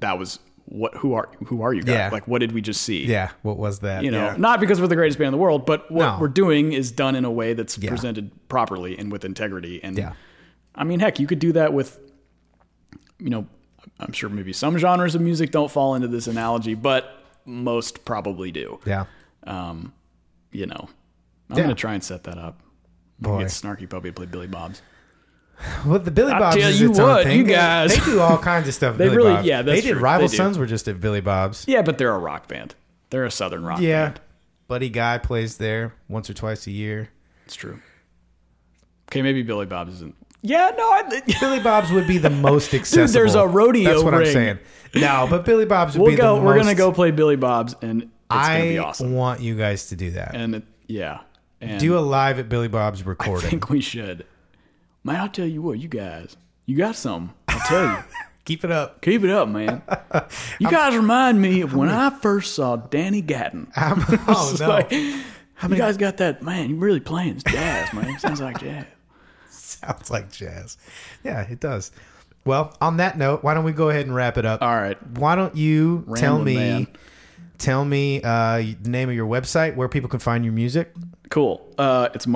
"That was what? Who are who are you guys?
Yeah.
Like, what did we just see?
yeah. What was that?
You know,
Yeah.
not because we're the greatest band in the world, but what
No.
we're doing is done in a way that's presented properly and with integrity. And
Yeah.
I mean, heck, you could do that with, you know, I'm sure maybe some genres of music don't fall into this analogy, but most probably do.
yeah.
You know, I'm
Yeah.
gonna try and set that up.
Boy.
Get Snarky Puppy to play Billy Bob's.
Well, the Billy
I
Bob's
tell
is
you
its own
what,
thing.
you
They-
guys.
they, do all kinds of stuff. at
They
Billy
really-
Bob's.
yeah, that's
they did.
true.
Rival
They do.
Sons were just at Billy Bob's.
Yeah, but they're a rock band. They're a southern rock
Yeah.
band.
Buddy Guy plays there once or twice a year.
It's true. Okay, maybe Billy Bob's isn't. Yeah, no, I,
Billy Bob's would be the most accessible.
there's a rodeo
That's what
ring.
I'm saying. No, but Billy Bob's would
we'll
be
go.
the
We're
most-
gonna go play Billy Bob's, and it's
I
gonna be awesome.
want you guys to do that.
And it, yeah, and
do a live at Billy Bob's
I
recording.
think we should. Man, I'll tell you what, you guys, you got something. I'll tell you,
Keep it up.
keep it up, man. You guys remind me of when I first saw Danny Gatton.
I'm, oh
It's
no,
like, you guys got that man? You really playing jazz, man? Sounds like jazz.
sounds like jazz. Yeah, it does. Well, on that note, why don't we go ahead and wrap it up?
All right,
Why don't you tell
Rambling
me?
man.
Tell me uh, the name of your website, where people can find your music.
Cool. Uh, it's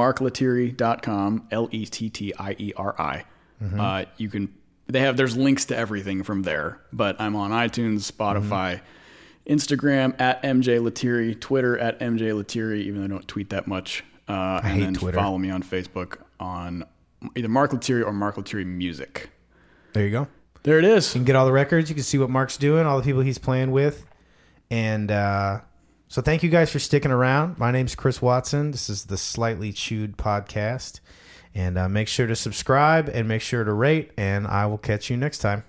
marklettieri.com, L E T T I E R I. Uh, You can, they have, there's links to everything from there, but I'm on iTunes, Spotify, Mm-hmm. Instagram at MJ Lettieri, Twitter at MJ Lettieri, even though I don't tweet that much. Uh, and
hate
then
Twitter.
follow me on Facebook on either Mark Lettieri or Mark Lettieri Music.
There you go.
There it is.
You can get all the records. You can see what Mark's doing, all the people he's playing with. And uh, so thank you guys for sticking around. My name's Chris Watson. This is the Slightly Chewed podcast. And uh, make sure to subscribe and make sure to rate. And I will catch you next time.